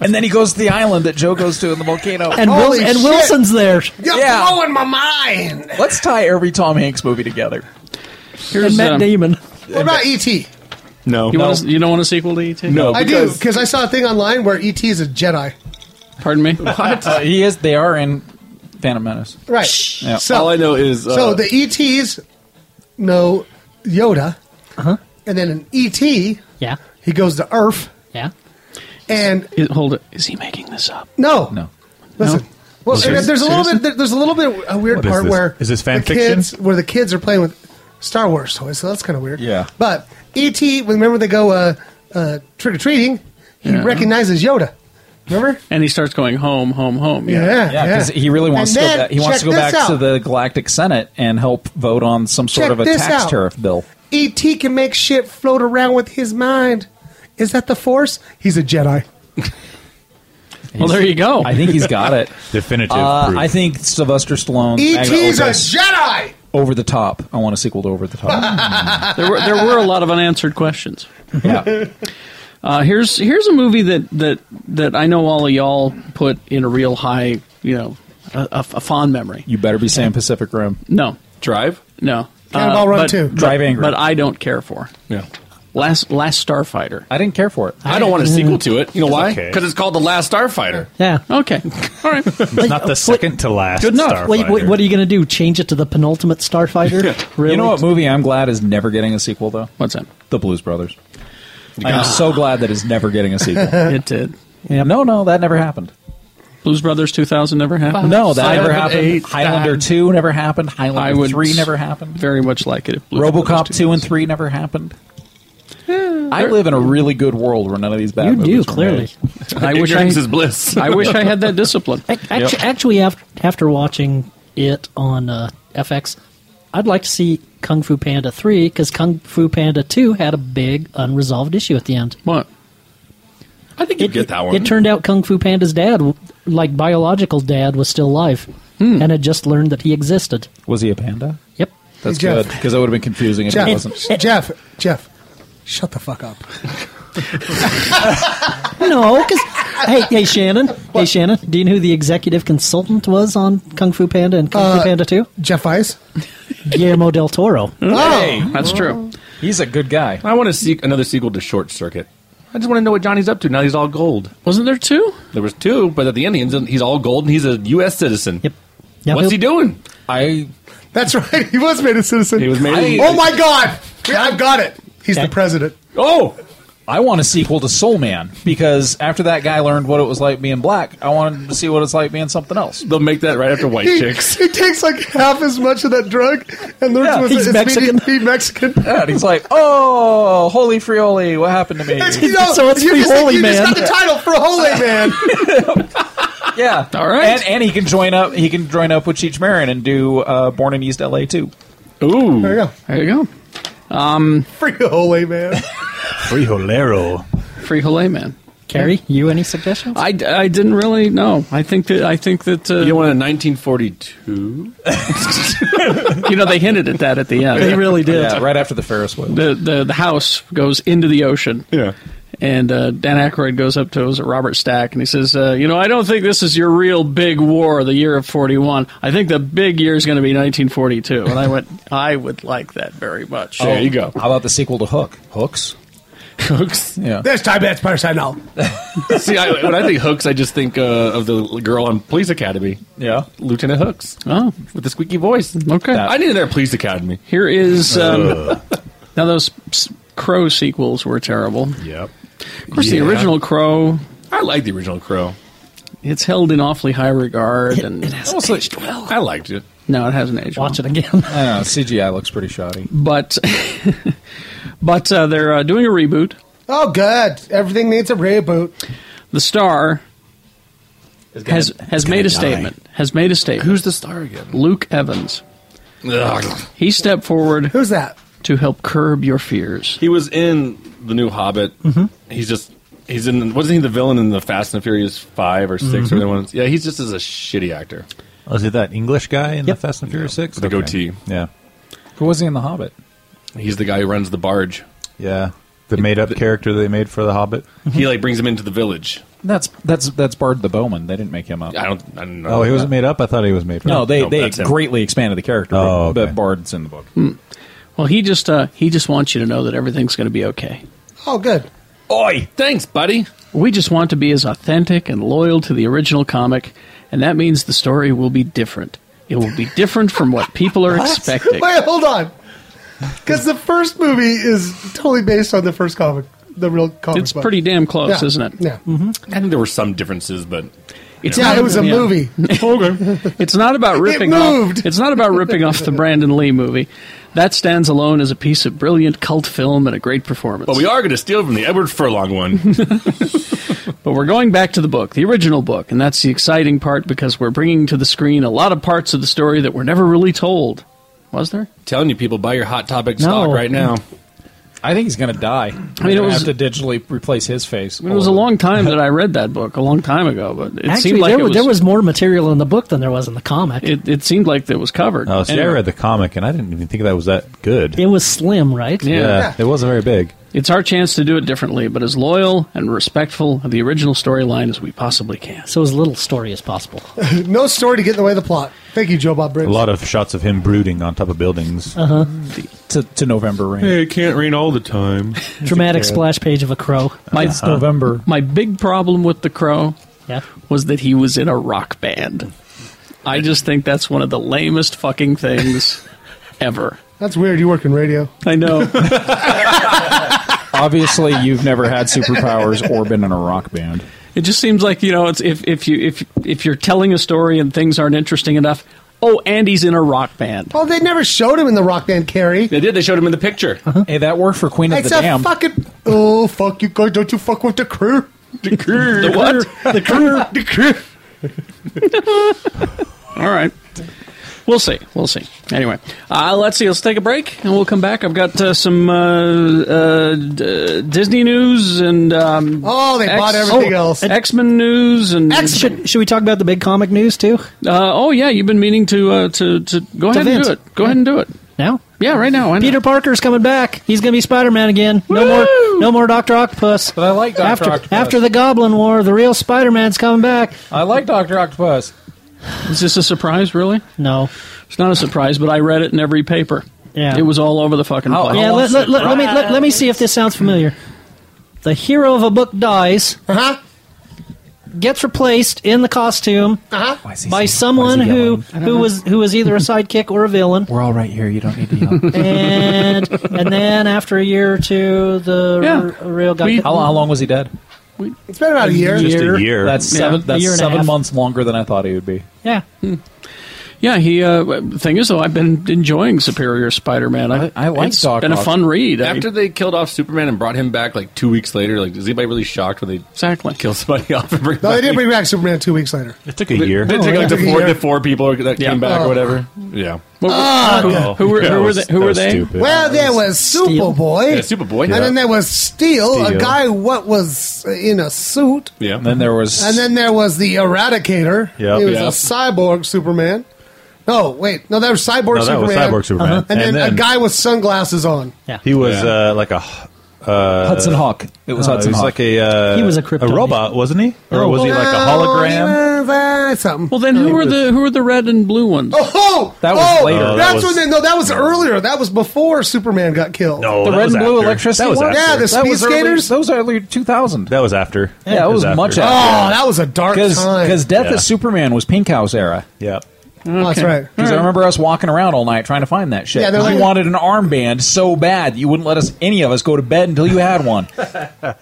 Speaker 6: and then he goes to the island that Joe goes to in the volcano.
Speaker 4: And, Wil-
Speaker 2: Holy
Speaker 4: and
Speaker 2: shit.
Speaker 4: Wilson's there.
Speaker 2: You're
Speaker 6: Yeah.
Speaker 2: blowing my mind.
Speaker 6: let's tie every Tom Hanks movie together.
Speaker 4: and
Speaker 1: Here's,
Speaker 4: Matt
Speaker 1: um,
Speaker 4: Damon.
Speaker 2: What about E E.T.?
Speaker 7: No,
Speaker 1: you, want a, you don't want a sequel to E E.T.?
Speaker 7: no.
Speaker 2: I do,
Speaker 7: because-
Speaker 2: because I saw a thing online where E.T. is a Jedi.
Speaker 1: Pardon me?
Speaker 6: Uh, he is. They are in Phantom Menace.
Speaker 2: Right.
Speaker 6: Yeah.
Speaker 2: So,
Speaker 7: all I know is uh,
Speaker 2: so the E.T.s know Yoda. And then an E.T.,
Speaker 4: Yeah.
Speaker 2: he goes to Earth.
Speaker 4: Yeah.
Speaker 2: And
Speaker 1: Is- hold it. Is he making this up?
Speaker 2: no.
Speaker 6: No.
Speaker 2: Listen.
Speaker 1: No?
Speaker 2: Well,
Speaker 1: Ser-
Speaker 2: and there's a little
Speaker 1: seriously?
Speaker 2: bit. there- There's a little bit a weird
Speaker 5: What is
Speaker 2: part
Speaker 5: this?
Speaker 2: where
Speaker 5: Is this fan
Speaker 2: the kids,
Speaker 5: fiction?
Speaker 2: Where the kids are playing with Star Wars toys, so that's kind of weird.
Speaker 6: Yeah.
Speaker 2: But E.T. Remember they go uh, uh, trick or treating. He
Speaker 1: Yeah.
Speaker 2: recognizes Yoda. Remember?
Speaker 1: And he starts going home, home, home.
Speaker 2: Yeah.
Speaker 6: Yeah, because he really wants
Speaker 2: And
Speaker 6: to
Speaker 2: then,
Speaker 6: go back, he wants to
Speaker 2: check
Speaker 6: go
Speaker 2: this
Speaker 6: back to
Speaker 2: out.
Speaker 6: the Galactic Senate and help vote on some sort
Speaker 2: Check
Speaker 6: of a
Speaker 2: this
Speaker 6: tax
Speaker 2: out.
Speaker 6: tariff bill.
Speaker 2: E.T. E can make shit float around with his mind. Is that the Force? He's a Jedi.
Speaker 1: Well, there you go.
Speaker 6: I think he's got it.
Speaker 5: [laughs] Definitive
Speaker 6: Uh,
Speaker 5: proof.
Speaker 6: I think Sylvester Stallone
Speaker 2: E.T.'s E a Jedi.
Speaker 6: over the top. I want a sequel to Over
Speaker 2: [laughs]
Speaker 6: the Top.
Speaker 1: Oh. [laughs] there, were, there were a lot of unanswered questions.
Speaker 6: yeah,
Speaker 1: Uh, here's here's a movie that, that that I know all of y'all put in a real high, you know, a, a f- a fond memory.
Speaker 6: you better be saying Pacific Rim.
Speaker 1: No,
Speaker 7: Drive.
Speaker 1: no. Uh,
Speaker 2: Cannonball Run
Speaker 1: but,
Speaker 2: 2.
Speaker 1: but-
Speaker 6: Drive Angry.
Speaker 1: But I don't care for
Speaker 7: Yeah.
Speaker 1: last last Starfighter.
Speaker 6: I didn't care for it.
Speaker 7: I don't want a sequel to it. You know why?
Speaker 5: okay.
Speaker 7: Because it's called The Last Starfighter.
Speaker 4: Yeah.
Speaker 1: Okay, all right.
Speaker 5: it's not the second to last.
Speaker 4: Good enough. Wait, wait,
Speaker 5: Starfighter.
Speaker 4: what are you going to do? Change it to the penultimate Starfighter? Really?
Speaker 6: You know what movie I'm glad is never getting a sequel though?
Speaker 1: What's that? Oh,
Speaker 6: The Blues Brothers. I'm so glad that it's never getting a sequel.
Speaker 1: [laughs] It did.
Speaker 6: No, no, that never happened.
Speaker 1: Blues Brothers 2000 never happened.
Speaker 6: No, that never
Speaker 7: Silent
Speaker 6: happened.
Speaker 7: eight,
Speaker 6: Highlander
Speaker 7: uh,
Speaker 6: two never happened.
Speaker 1: I
Speaker 6: Highlander
Speaker 1: would
Speaker 6: three never happened.
Speaker 1: Very much like it. If Blues
Speaker 6: RoboCop
Speaker 1: Brothers
Speaker 6: two and three never happened. I live in a really good world where none of these bad
Speaker 4: You
Speaker 6: movies
Speaker 4: do,
Speaker 6: were
Speaker 4: clearly.
Speaker 6: made.
Speaker 1: [laughs] I wish I,
Speaker 7: Ignorance is bliss.
Speaker 1: [laughs] I wish I had that discipline.
Speaker 4: Actually, actually after, after watching it on uh, FX, I'd like to see Kung Fu Panda 3 because Kung Fu Panda 2 had a big unresolved issue at the end.
Speaker 1: What?
Speaker 7: I think you get that one.
Speaker 4: It turned out Kung Fu Panda's dad, like biological dad, was still alive
Speaker 2: Hmm.
Speaker 4: and had just learned that he existed.
Speaker 6: Was he a panda?
Speaker 4: Yep.
Speaker 6: That's
Speaker 2: Jeff.
Speaker 6: good because that would have been confusing if
Speaker 2: Jeff,
Speaker 6: he wasn't.
Speaker 2: Jeff, [laughs] Jeff, shut the fuck up.
Speaker 4: [laughs] No,
Speaker 2: [laughs]
Speaker 4: because hey, hey, Shannon, hey, Shannon, do you know who the executive consultant was on Kung Fu Panda and Kung Fu Panda Two?
Speaker 2: Uh, Jeff Oh. Ice.
Speaker 4: [laughs] Guillermo del Toro.
Speaker 7: Hey,
Speaker 1: That's true.
Speaker 6: Oh. He's a good guy.
Speaker 7: I want to see another sequel to Short Circuit. I just want to know what Johnny's up to now. He's all gold.
Speaker 1: Wasn't there two?
Speaker 7: There was two, but at the end, he ends up- he's all gold and he's a U.S. citizen.
Speaker 4: Yep. Now
Speaker 7: What's
Speaker 4: he'll-
Speaker 7: he doing? [laughs]
Speaker 6: I
Speaker 2: That's right. He was made a citizen.
Speaker 7: He was [laughs] made.
Speaker 2: oh my god! I've got it. He's the president.
Speaker 7: Oh,
Speaker 6: I want a sequel to Soul Man because after that guy learned what it was like being black, I wanted to see what it's like being something else.
Speaker 7: they'll make that right after White
Speaker 2: He, [laughs]
Speaker 7: Chicks.
Speaker 2: he takes like half as much of that drug and learns
Speaker 6: Yeah,
Speaker 2: with
Speaker 6: he's
Speaker 2: it's
Speaker 6: Mexican.
Speaker 2: Being, being Mexican.
Speaker 6: And he's like, "Oh, holy frioli, what happened to me?"
Speaker 2: You know,
Speaker 4: So it's
Speaker 2: you
Speaker 4: free
Speaker 2: just,
Speaker 4: Holy
Speaker 2: you
Speaker 4: Man.
Speaker 2: just got the title for Holy Man.
Speaker 6: Yeah,
Speaker 1: All right.
Speaker 6: And, and he can join up. He can join up with Cheech Marin and do uh, Born in East L.A. too.
Speaker 7: Ooh,
Speaker 2: there you go.
Speaker 1: There you go.
Speaker 7: Um,
Speaker 2: Free Holy Man.
Speaker 5: Frijolero.
Speaker 1: Free Hole Man.
Speaker 4: Carrie, you any suggestions?
Speaker 1: I, I didn't really know. I think that I think that uh,
Speaker 7: You
Speaker 1: you,
Speaker 7: want a
Speaker 1: [laughs]
Speaker 7: 1942?
Speaker 1: know they hinted at that at the end.
Speaker 4: They really did.
Speaker 6: Yeah, right after the Ferris wheel.
Speaker 1: The, the the house goes into the ocean.
Speaker 7: Yeah.
Speaker 1: And uh, Dan Aykroyd goes up to was it Robert Stack and he says, uh, "You know, I don't think this is your real big war, the year of '41. I think the big year is going to be 1942." And I went, [laughs] "I would like that very much." Oh.
Speaker 7: There you go.
Speaker 6: How about the sequel to Hook? Hooks.
Speaker 7: Hooks.
Speaker 6: Yeah.
Speaker 2: There's time that's person now.
Speaker 7: See, I, when I think Hooks, I just think uh, of the girl on Police Academy,
Speaker 6: Yeah.
Speaker 7: Lieutenant Hooks,
Speaker 1: Oh,
Speaker 7: with the squeaky voice.
Speaker 1: okay.
Speaker 7: I need another Police Academy.
Speaker 1: Here is um, [laughs] now those s- Crow sequels were terrible.
Speaker 5: Yep.
Speaker 1: Of course,
Speaker 7: Yeah.
Speaker 1: the original Crow
Speaker 7: I like the original Crow.
Speaker 1: it's held in awfully high regard, and
Speaker 7: Also, I liked it.
Speaker 1: no, it hasn't aged. well.
Speaker 4: Watch
Speaker 7: [laughs]
Speaker 4: it again.
Speaker 6: I don't know. CGI looks pretty shoddy.
Speaker 1: but [laughs] but uh, they're uh, doing a reboot.
Speaker 2: Oh, good. Everything needs a reboot.
Speaker 1: The star has has made a
Speaker 5: die.
Speaker 1: statement. Has made a statement.
Speaker 7: the star again?
Speaker 1: Luke Evans? He stepped forward
Speaker 2: Who's that?
Speaker 1: to help curb your fears.
Speaker 7: He was in the new Hobbit.
Speaker 2: Mm-hmm.
Speaker 7: He's just he's in. Wasn't he the villain in the Fast and the Furious five or 6 or
Speaker 2: Mm-hmm.
Speaker 7: the ones? Yeah, he's just as a shitty actor.
Speaker 5: Oh, is it that English guy in
Speaker 4: Yep.
Speaker 5: the Fast and Furious Six?
Speaker 7: the goatee.
Speaker 5: Yeah. Who was he in the Hobbit?
Speaker 7: He's the guy who runs the barge.
Speaker 5: Yeah, the made-up character they made for the Hobbit.
Speaker 7: He like brings him into the village.
Speaker 6: That's that's that's Bard the Bowman. They didn't make him up.
Speaker 7: I don't. I don't know.
Speaker 5: Oh, he wasn't
Speaker 7: that.
Speaker 5: made up. I thought he was made. For
Speaker 6: No, they
Speaker 7: No,
Speaker 6: they
Speaker 7: that's him.
Speaker 6: greatly expanded the character.
Speaker 5: Oh,
Speaker 6: but-
Speaker 5: okay.
Speaker 6: but Bard's in the book.
Speaker 1: Hmm. Well, he just uh, he just wants you to know that everything's going to be okay.
Speaker 2: Oh, good.
Speaker 7: Oi, thanks, buddy.
Speaker 1: We just want to be as authentic and loyal to the original comic, and that means the story will be different. It will be different from what people
Speaker 2: [laughs]
Speaker 1: are expecting.
Speaker 2: Wait, hold on. Because the first movie is totally based on the first comic, the real comic.
Speaker 1: It's
Speaker 2: book.
Speaker 1: pretty damn close,
Speaker 2: Yeah,
Speaker 1: isn't it? Mm-hmm.
Speaker 2: Yeah.
Speaker 7: I think there were some differences, but
Speaker 1: It's
Speaker 2: Yeah,
Speaker 1: not-
Speaker 2: it was a
Speaker 1: yeah. [laughs]
Speaker 2: movie.
Speaker 7: okay.
Speaker 1: It's not about ripping off.
Speaker 2: moved.
Speaker 1: It's not about ripping off
Speaker 4: [laughs]
Speaker 1: the Brandon Lee movie. That stands alone as a piece of brilliant cult film and a great performance.
Speaker 7: But we are going to steal from the Edward Furlong one.
Speaker 1: [laughs] But we're going back to the book, the original book, and that's the exciting part because we're bringing to the screen a lot of parts of the story that were never really told. Was there?
Speaker 7: Telling you people, buy your Hot Topic
Speaker 4: No.
Speaker 7: stock right now.
Speaker 6: I think he's going to die. I
Speaker 1: it
Speaker 6: mean, it
Speaker 1: was-
Speaker 6: have to digitally replace his face.
Speaker 1: I mean, it
Speaker 7: Oh,
Speaker 1: was a long time that I read that book, a long time ago, but it
Speaker 4: Actually,
Speaker 1: seemed like
Speaker 4: there,
Speaker 1: it
Speaker 4: was,
Speaker 1: was,
Speaker 4: there was more material in the book than there was in the comic. It,
Speaker 1: it, it seemed like it was covered.
Speaker 5: Oh, see, I
Speaker 1: Anyway,
Speaker 5: read the comic and I didn't even think that was that good.
Speaker 4: was slim, right?
Speaker 1: Yeah.
Speaker 5: it wasn't very big.
Speaker 1: It's our chance to do it differently, but as loyal and respectful of the original storyline as we possibly can.
Speaker 4: So as little story as possible.
Speaker 2: [laughs] No story to get in the way of the plot. Thank you, Joe Bob Briggs.
Speaker 5: A lot of shots of him brooding on top of buildings.
Speaker 1: Uh-huh.
Speaker 6: to, to November rain.
Speaker 7: it can't rain all the time.
Speaker 4: Dramatic splash page of a crow.
Speaker 5: Uh-huh.
Speaker 1: My,
Speaker 6: November.
Speaker 1: my big problem with the crow
Speaker 4: Yeah.
Speaker 1: was that he was in a rock band. I just think that's one of the lamest fucking
Speaker 4: [laughs]
Speaker 1: things ever.
Speaker 2: That's weird. You work in radio. [laughs]
Speaker 1: I know.
Speaker 6: Obviously, you've never had superpowers or been in a rock band.
Speaker 1: It just seems like you know, it's if if you if if you're telling a story and things aren't interesting enough. Oh, and he's in a rock band.
Speaker 2: Oh, they never showed him in the rock band Carrie.
Speaker 7: They did. They showed him in the picture.
Speaker 4: Uh-huh.
Speaker 6: Hey, that worked for Queen of
Speaker 2: It's
Speaker 6: the
Speaker 2: a
Speaker 6: Damned.
Speaker 2: fucking. Oh, fuck you guys. Don't you fuck with the crew.
Speaker 7: the crew.
Speaker 1: The what?
Speaker 2: The crew. [laughs] the crew.
Speaker 1: All right. We'll see. We'll see. Anyway, uh, let's see. Let's take a break and we'll come back. I've got uh, some uh, uh, d- Disney news and um,
Speaker 2: Oh, they bought everything else.
Speaker 1: X Men news and
Speaker 4: Should, should we talk about the big comic news too?
Speaker 1: Uh, oh yeah, you've been meaning to uh, to to go ahead and
Speaker 4: vent.
Speaker 1: do it. Go ahead and do it.
Speaker 4: Now,
Speaker 1: Yeah, right now. why not?
Speaker 4: Peter Parker's coming back. He's going to be Spider-Man again. No
Speaker 1: Woo!
Speaker 4: more, no more Doctor Octopus.
Speaker 6: But I like Dr.
Speaker 4: After
Speaker 6: Octopus.
Speaker 4: after the Goblin War, the real Spider-Man's coming back.
Speaker 6: I like Doctor Octopus.
Speaker 1: is this a surprise? Really?
Speaker 4: No,
Speaker 1: It's not a surprise, but I read it in every paper.
Speaker 4: Yeah.
Speaker 1: it was all over the fucking
Speaker 6: Oh,
Speaker 1: place.
Speaker 4: yeah. Let, let, let, let me let, let me see if this sounds familiar. The hero of a book dies,
Speaker 6: Uh-huh.
Speaker 2: Uh huh.
Speaker 4: gets replaced in the costume
Speaker 2: Uh huh.
Speaker 6: Why is he- why
Speaker 4: by
Speaker 6: is he
Speaker 4: someone who
Speaker 6: yelling?
Speaker 4: who was who was either a sidekick or a villain,
Speaker 6: [laughs] We're all right here. You don't need
Speaker 4: [laughs]
Speaker 6: to yell.
Speaker 4: and and then after a year or two, the r-
Speaker 1: Yeah.
Speaker 4: real guy.
Speaker 1: We-
Speaker 6: how, how long was he dead?
Speaker 2: It's been about a year.
Speaker 5: Just
Speaker 4: year.
Speaker 5: a year.
Speaker 6: That's seven.
Speaker 4: A year
Speaker 6: That's
Speaker 4: and a
Speaker 6: seven
Speaker 4: half.
Speaker 6: months longer than I thought he would be.
Speaker 4: yeah,
Speaker 1: Yeah, he. Uh, the thing is, though, I've been enjoying Superior Spider-Man. I,
Speaker 6: I like
Speaker 1: It's
Speaker 6: Doc
Speaker 1: been a
Speaker 6: Ock.
Speaker 1: fun read. I-
Speaker 7: After they killed off Superman and brought him back like two weeks later, like is anybody really shocked when they
Speaker 1: exactly.
Speaker 7: kill somebody [laughs] off and bring?
Speaker 2: No, they
Speaker 7: back?
Speaker 2: didn't bring back Superman two weeks later.
Speaker 5: it took a year.
Speaker 7: They took like
Speaker 2: yeah.
Speaker 7: the four the four people that
Speaker 1: Yeah.
Speaker 7: came back
Speaker 2: Oh.
Speaker 7: or whatever. Yeah.
Speaker 1: What- who, who were who were they? Who were they?
Speaker 2: Ah, Well, there was Superboy.
Speaker 7: Yeah, Superboy.
Speaker 2: And then there was Steel, a
Speaker 5: Steel.
Speaker 2: guy what was uh, in a suit.
Speaker 7: Yeah.
Speaker 6: And then there was.
Speaker 2: And then there was the Eradicator.
Speaker 5: Yeah.
Speaker 2: He was
Speaker 7: Yeah.
Speaker 2: a cyborg Superman. No, wait. No, that was cyborg
Speaker 5: No, that was
Speaker 2: Superman.
Speaker 5: Cyborg Superman.
Speaker 4: Uh-huh.
Speaker 2: And, then,
Speaker 5: And then-
Speaker 2: a guy with sunglasses on.
Speaker 4: yeah.
Speaker 5: He was
Speaker 7: Yeah.
Speaker 5: uh, like a
Speaker 6: Hudson Hawk. It was
Speaker 5: no, he
Speaker 6: Hudson
Speaker 5: was
Speaker 6: Hawk.
Speaker 5: like a uh,
Speaker 4: He was a
Speaker 5: a
Speaker 4: Kryptonian.
Speaker 5: robot, wasn't he? Or was he like a hologram?
Speaker 2: Oh, he was, uh, something.
Speaker 1: Well, then who were the who were the red and blue ones?
Speaker 2: Oh,
Speaker 6: That was
Speaker 2: oh,
Speaker 6: later.
Speaker 5: Oh, that
Speaker 2: that's
Speaker 5: was-
Speaker 2: when they, no, that was earlier. That was before Superman got killed.
Speaker 5: No,
Speaker 6: the
Speaker 5: that
Speaker 6: red
Speaker 5: was
Speaker 6: and blue
Speaker 5: after.
Speaker 6: electricity.
Speaker 5: That was
Speaker 6: one?
Speaker 5: after.
Speaker 2: Yeah, the
Speaker 6: That was
Speaker 2: speed
Speaker 6: early-
Speaker 2: skaters?
Speaker 6: That was early 2000.
Speaker 5: That was after.
Speaker 6: Yeah, it was much after.
Speaker 2: Oh, that was a dark time.
Speaker 6: Because Death
Speaker 5: Yeah.
Speaker 6: of Superman was Pink House era.
Speaker 5: Yeah.
Speaker 2: Oh, that's right.
Speaker 6: Because I remember us walking around all night trying to find that shit.
Speaker 2: Yeah,
Speaker 6: Yeah,
Speaker 2: they're like-
Speaker 6: you wanted an armband so bad that you wouldn't let us any of us go to bed until you had one.
Speaker 2: [laughs]
Speaker 6: [laughs]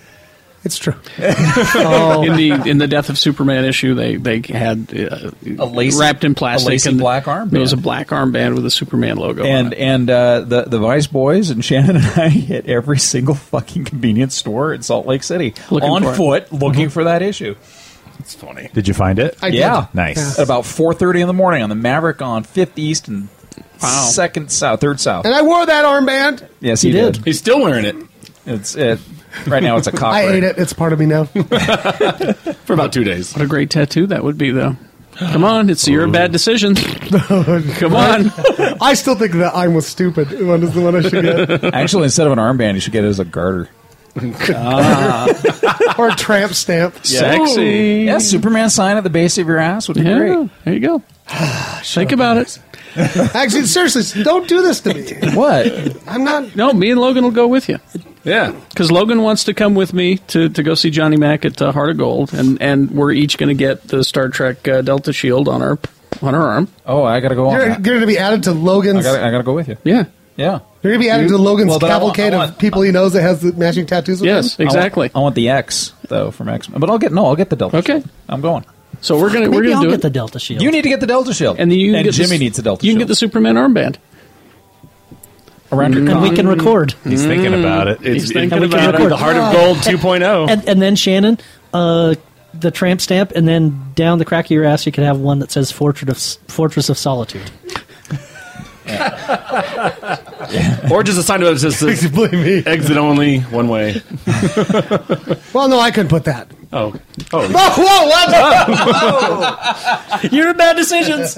Speaker 2: It's true. Oh.
Speaker 7: Oh.
Speaker 1: in the in the death of Superman issue, they they had uh,
Speaker 6: A lacy-
Speaker 1: wrapped in
Speaker 6: a
Speaker 1: plastic
Speaker 6: lacy
Speaker 1: and
Speaker 6: black armband.
Speaker 1: It was a black armband with a Superman logo. on
Speaker 6: and
Speaker 1: it.
Speaker 6: and uh, the the Vice Boys and Shannon and I [laughs] hit every single fucking convenience store in Salt Lake City
Speaker 1: Looking
Speaker 6: on
Speaker 1: for it.
Speaker 6: foot,
Speaker 2: Mm-hmm.
Speaker 6: looking for that issue.
Speaker 7: It's funny.
Speaker 5: Did you find it?
Speaker 2: I
Speaker 6: yeah,
Speaker 5: Nice.
Speaker 6: At about four thirty in the morning on the Maverick on Fifth East and second south, third south.
Speaker 2: And I wore that armband.
Speaker 6: Yes, he,
Speaker 4: You
Speaker 6: did.
Speaker 4: did.
Speaker 7: He's still wearing it
Speaker 6: It's it. Right now, it's a copper.
Speaker 2: I ate it. It's part of me now.
Speaker 7: for about two days.
Speaker 1: What a great tattoo that would be, though. Come on, it's your bad decision. [laughs] Come on.
Speaker 2: [laughs] I still think that I'm was stupid. One is the one I should get,
Speaker 6: [laughs] Actually, instead of an armband, you should get it as a garter.
Speaker 2: [laughs]
Speaker 6: [laughs]
Speaker 2: or a tramp stamp.
Speaker 1: Ah, Sexy.
Speaker 6: Yeah, Superman sign at the base of your ass would be
Speaker 1: Yeah,
Speaker 6: great.
Speaker 1: there
Speaker 2: [sighs]
Speaker 1: you go. Think about it.
Speaker 2: Actually, seriously, don't do this to me.
Speaker 6: What?
Speaker 2: I'm not.
Speaker 1: No, me and Logan will go with you
Speaker 7: Yeah.
Speaker 1: because Logan wants to come with me to, to go see Johnny Mac at uh, Heart of Gold, and, and we're each going to get the Star Trek uh, Delta Shield on our on our arm.
Speaker 6: Oh, I gotta go on.
Speaker 2: You're,
Speaker 6: that.
Speaker 2: going to be added to
Speaker 6: I
Speaker 2: Logan's.
Speaker 6: gotta, I gotta go with you.
Speaker 1: Yeah.
Speaker 6: Yeah.
Speaker 2: You're going to be added to Logan's
Speaker 6: Well, but I want-
Speaker 2: cavalcade
Speaker 6: I want-
Speaker 2: of people he knows that has the matching tattoos. With
Speaker 1: Yes,
Speaker 2: him?
Speaker 6: I want-
Speaker 1: exactly.
Speaker 6: I want, the X though from X Men, but I'll get no. I'll get the Delta.
Speaker 1: Okay.
Speaker 6: Shield. I'm going.
Speaker 1: So we're gonna we're
Speaker 4: Maybe
Speaker 1: gonna
Speaker 4: I'll
Speaker 1: do
Speaker 4: get
Speaker 1: it.
Speaker 4: the Delta Shield.
Speaker 6: You need to get the Delta Shield,
Speaker 1: and then you
Speaker 6: and
Speaker 1: get
Speaker 6: Jimmy
Speaker 1: the,
Speaker 6: needs the Delta.
Speaker 1: You
Speaker 6: Shield.
Speaker 1: can get the Superman armband.
Speaker 6: around your
Speaker 4: and
Speaker 6: cock.
Speaker 4: we can record.
Speaker 5: He's thinking about it.
Speaker 7: It's,
Speaker 1: Mm-hmm. He's
Speaker 7: it
Speaker 1: thinking
Speaker 7: could
Speaker 1: about
Speaker 7: be
Speaker 1: it.
Speaker 7: the Heart of Gold oh. 2.0.
Speaker 4: [laughs] And, and then Shannon, uh, the tramp stamp, and then down the crack of your ass, you could have one that says Fortress of Fortress of Solitude.
Speaker 7: or just a sign of
Speaker 2: [laughs]
Speaker 7: it that says
Speaker 2: Blame me.
Speaker 7: exit only, one way.
Speaker 2: Well, no, I couldn't put that.
Speaker 7: Oh. Oh.
Speaker 2: Oh, whoa, what?
Speaker 4: [laughs]
Speaker 1: Your bad decisions.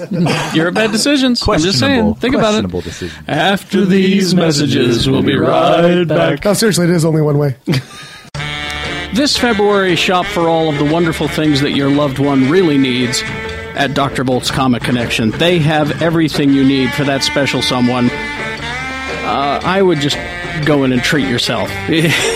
Speaker 5: [laughs]
Speaker 1: Your bad decisions. I'm just saying. Think about
Speaker 5: questionable
Speaker 1: it.
Speaker 5: decision.
Speaker 1: After these messages, we'll be right back.
Speaker 2: no, seriously, it is only one way.
Speaker 1: This February, shop for all of the wonderful things that your loved one really needs at Dr. Bolt's Comic Connection. They have everything you need for that special someone. Uh, I would just go in and treat yourself. [laughs]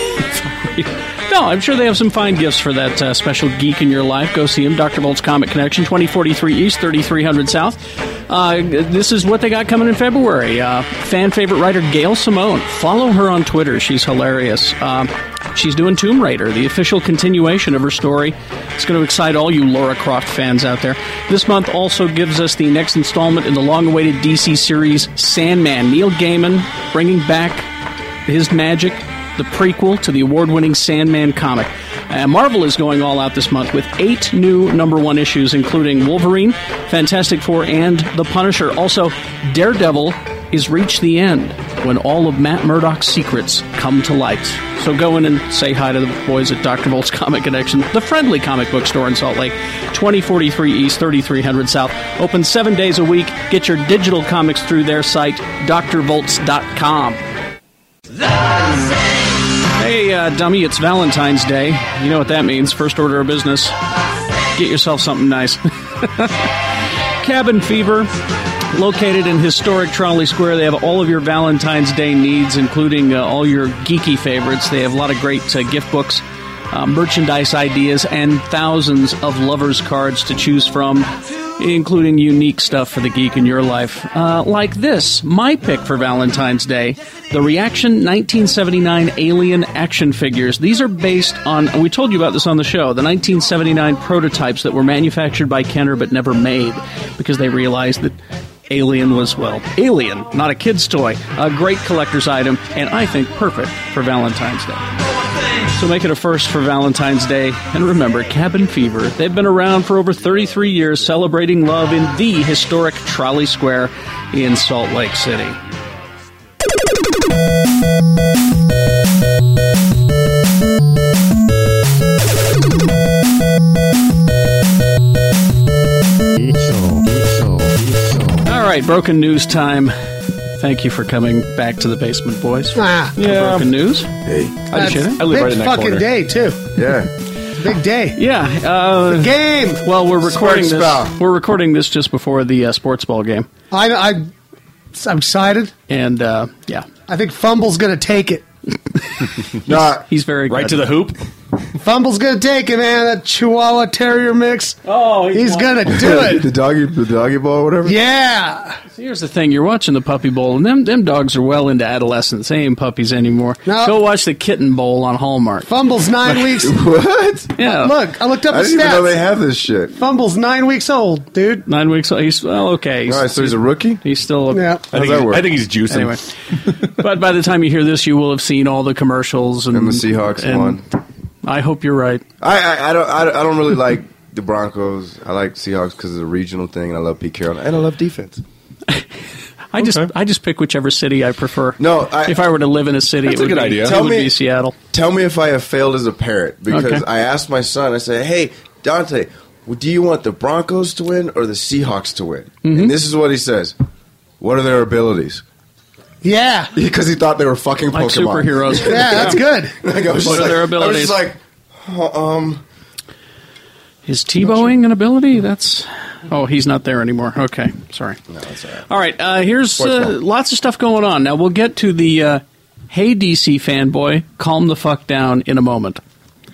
Speaker 1: no, I'm sure they have some fine gifts for that uh, special geek in your life. Go see them. Dr. Bolt's Comic Connection, 2043 East, 3300 South. Uh, this is what they got coming in February. Uh, fan favorite writer Gail Simone. Follow her on Twitter. She's hilarious. Um, She's doing Tomb Raider, the official continuation of her story. It's going to excite all you Laura Croft fans out there. This month also gives us the next installment in the long awaited DC series Sandman. Neil Gaiman bringing back his magic, the prequel to the award winning Sandman comic. Uh, Marvel is going all out this month with eight new number one issues, including Wolverine, Fantastic Four, and The Punisher. Also, Daredevil is reached the end when all of Matt Murdock's secrets come to light. So go in and say hi to the boys at Dr. Volt's [laughs] Comic Connection, the friendly comic book store in Salt Lake, 2043 East, 3300 South. Open seven days a week. Get your digital comics through their site, drvolts.com. Hey, uh, dummy, it's Valentine's Day. You know what that means. First order of business. Get yourself something nice. [laughs] Cabin Fever, located in historic Trolley Square. They have all of your Valentine's Day needs, including uh, all your geeky favorites. They have a lot of great uh, gift books, uh, merchandise ideas, and thousands of lovers' cards to choose from, including unique stuff for the geek in your life. Uh, like this, my pick for Valentine's Day the Reaction 1979 Alien action figures. These are based on, we told you about this on the show, the 1979 prototypes that were manufactured by Kenner but never made because they realized that Alien was, well, Alien, not a kid's toy. A great collector's item, and I think perfect for Valentine's Day. So make it a first for Valentine's Day. And remember, Cabin Fever, they've been around for over 33 years celebrating love in the historic Trolley Square in Salt Lake City. All right, broken news time. Thank you for coming back to the basement, boys.
Speaker 2: Ah,
Speaker 1: Yeah. Broken news.
Speaker 8: Hey,
Speaker 1: I appreciate it.
Speaker 7: I live
Speaker 2: big
Speaker 7: right in that
Speaker 2: fucking
Speaker 7: corner.
Speaker 2: day too.
Speaker 8: yeah.
Speaker 2: [laughs] Big day.
Speaker 1: Yeah. Uh,
Speaker 2: Game.
Speaker 1: well, we're recording
Speaker 8: Sports
Speaker 1: this.
Speaker 8: ball.
Speaker 1: We're recording this just before the uh, sports ball game,
Speaker 2: I, I, I'm excited.
Speaker 1: and uh, yeah,
Speaker 2: I think Fumble's going to take
Speaker 7: [laughs]
Speaker 2: it.
Speaker 8: Nah,
Speaker 1: he's very
Speaker 7: Right
Speaker 1: good.
Speaker 7: to the hoop.
Speaker 2: Fumble's going to take it, man. That Chihuahua Terrier mix.
Speaker 1: Oh, he's
Speaker 2: he's
Speaker 1: wa-
Speaker 2: going to do
Speaker 7: [laughs]
Speaker 2: it.
Speaker 8: the doggy, the doggy ball, whatever.
Speaker 2: Yeah.
Speaker 1: Here's the thing: you're watching the puppy bowl, and them them dogs are well into adolescence. They ain't puppies anymore.
Speaker 2: No.
Speaker 1: Go watch the kitten bowl on Hallmark.
Speaker 2: Fumble's nine
Speaker 1: [laughs]
Speaker 2: weeks.
Speaker 8: What?
Speaker 1: Yeah,
Speaker 2: Look, I looked up
Speaker 8: I
Speaker 2: the
Speaker 8: didn't even know they
Speaker 2: stats.
Speaker 8: had this shit.
Speaker 2: Fumble's nine weeks old, dude.
Speaker 1: nine weeks. old. He's well, okay. He's,
Speaker 8: All right, so he's a rookie.
Speaker 1: he's still a,
Speaker 2: Yeah.
Speaker 8: How
Speaker 7: I
Speaker 8: does
Speaker 7: think,
Speaker 8: that
Speaker 7: he's-
Speaker 8: work?
Speaker 7: I think he's juicing. [laughs]
Speaker 1: anyway. but by the time you hear this, you will have seen all the commercials and,
Speaker 8: And the Seahawks
Speaker 1: and
Speaker 8: won.
Speaker 1: I hope you're right.
Speaker 8: I, I, I don't I, don't- I don't really like the Broncos. I like Seahawks because it's a regional thing, and I love Pete Carroll, and I love defense.
Speaker 1: I just I just pick whichever city I prefer.
Speaker 8: No, I-
Speaker 1: if I were to live in a city,
Speaker 8: That's
Speaker 1: it
Speaker 8: a
Speaker 1: would
Speaker 8: good
Speaker 1: be,
Speaker 8: idea.
Speaker 1: it
Speaker 8: Tell
Speaker 1: would
Speaker 8: me-
Speaker 1: be Seattle.
Speaker 8: Tell me if I have failed as a parent because
Speaker 1: Okay.
Speaker 8: I asked my son. I said, "Hey, Dante, do you want the Broncos to win or the Seahawks to win?"
Speaker 1: Mm-hmm.
Speaker 8: And this is what he says: "What are their abilities?" [laughs]
Speaker 2: Yeah,
Speaker 8: because he thought they were fucking
Speaker 1: Like
Speaker 8: Pokemon. [laughs]
Speaker 1: superheroes.
Speaker 2: Yeah, that's good.
Speaker 8: Like, I was
Speaker 1: What
Speaker 8: just
Speaker 1: are
Speaker 8: like-
Speaker 1: their
Speaker 8: I was
Speaker 1: abilities?
Speaker 8: just like, "Huh, um,
Speaker 1: Is T-bowing an ability? That's oh, he's not there anymore. Okay, sorry. No, that's all right. All right, uh, here's
Speaker 8: Sports
Speaker 1: uh,
Speaker 8: ball.
Speaker 1: lots of stuff going on. Now we'll get to the uh, hey DC fanboy, calm the fuck down in a moment.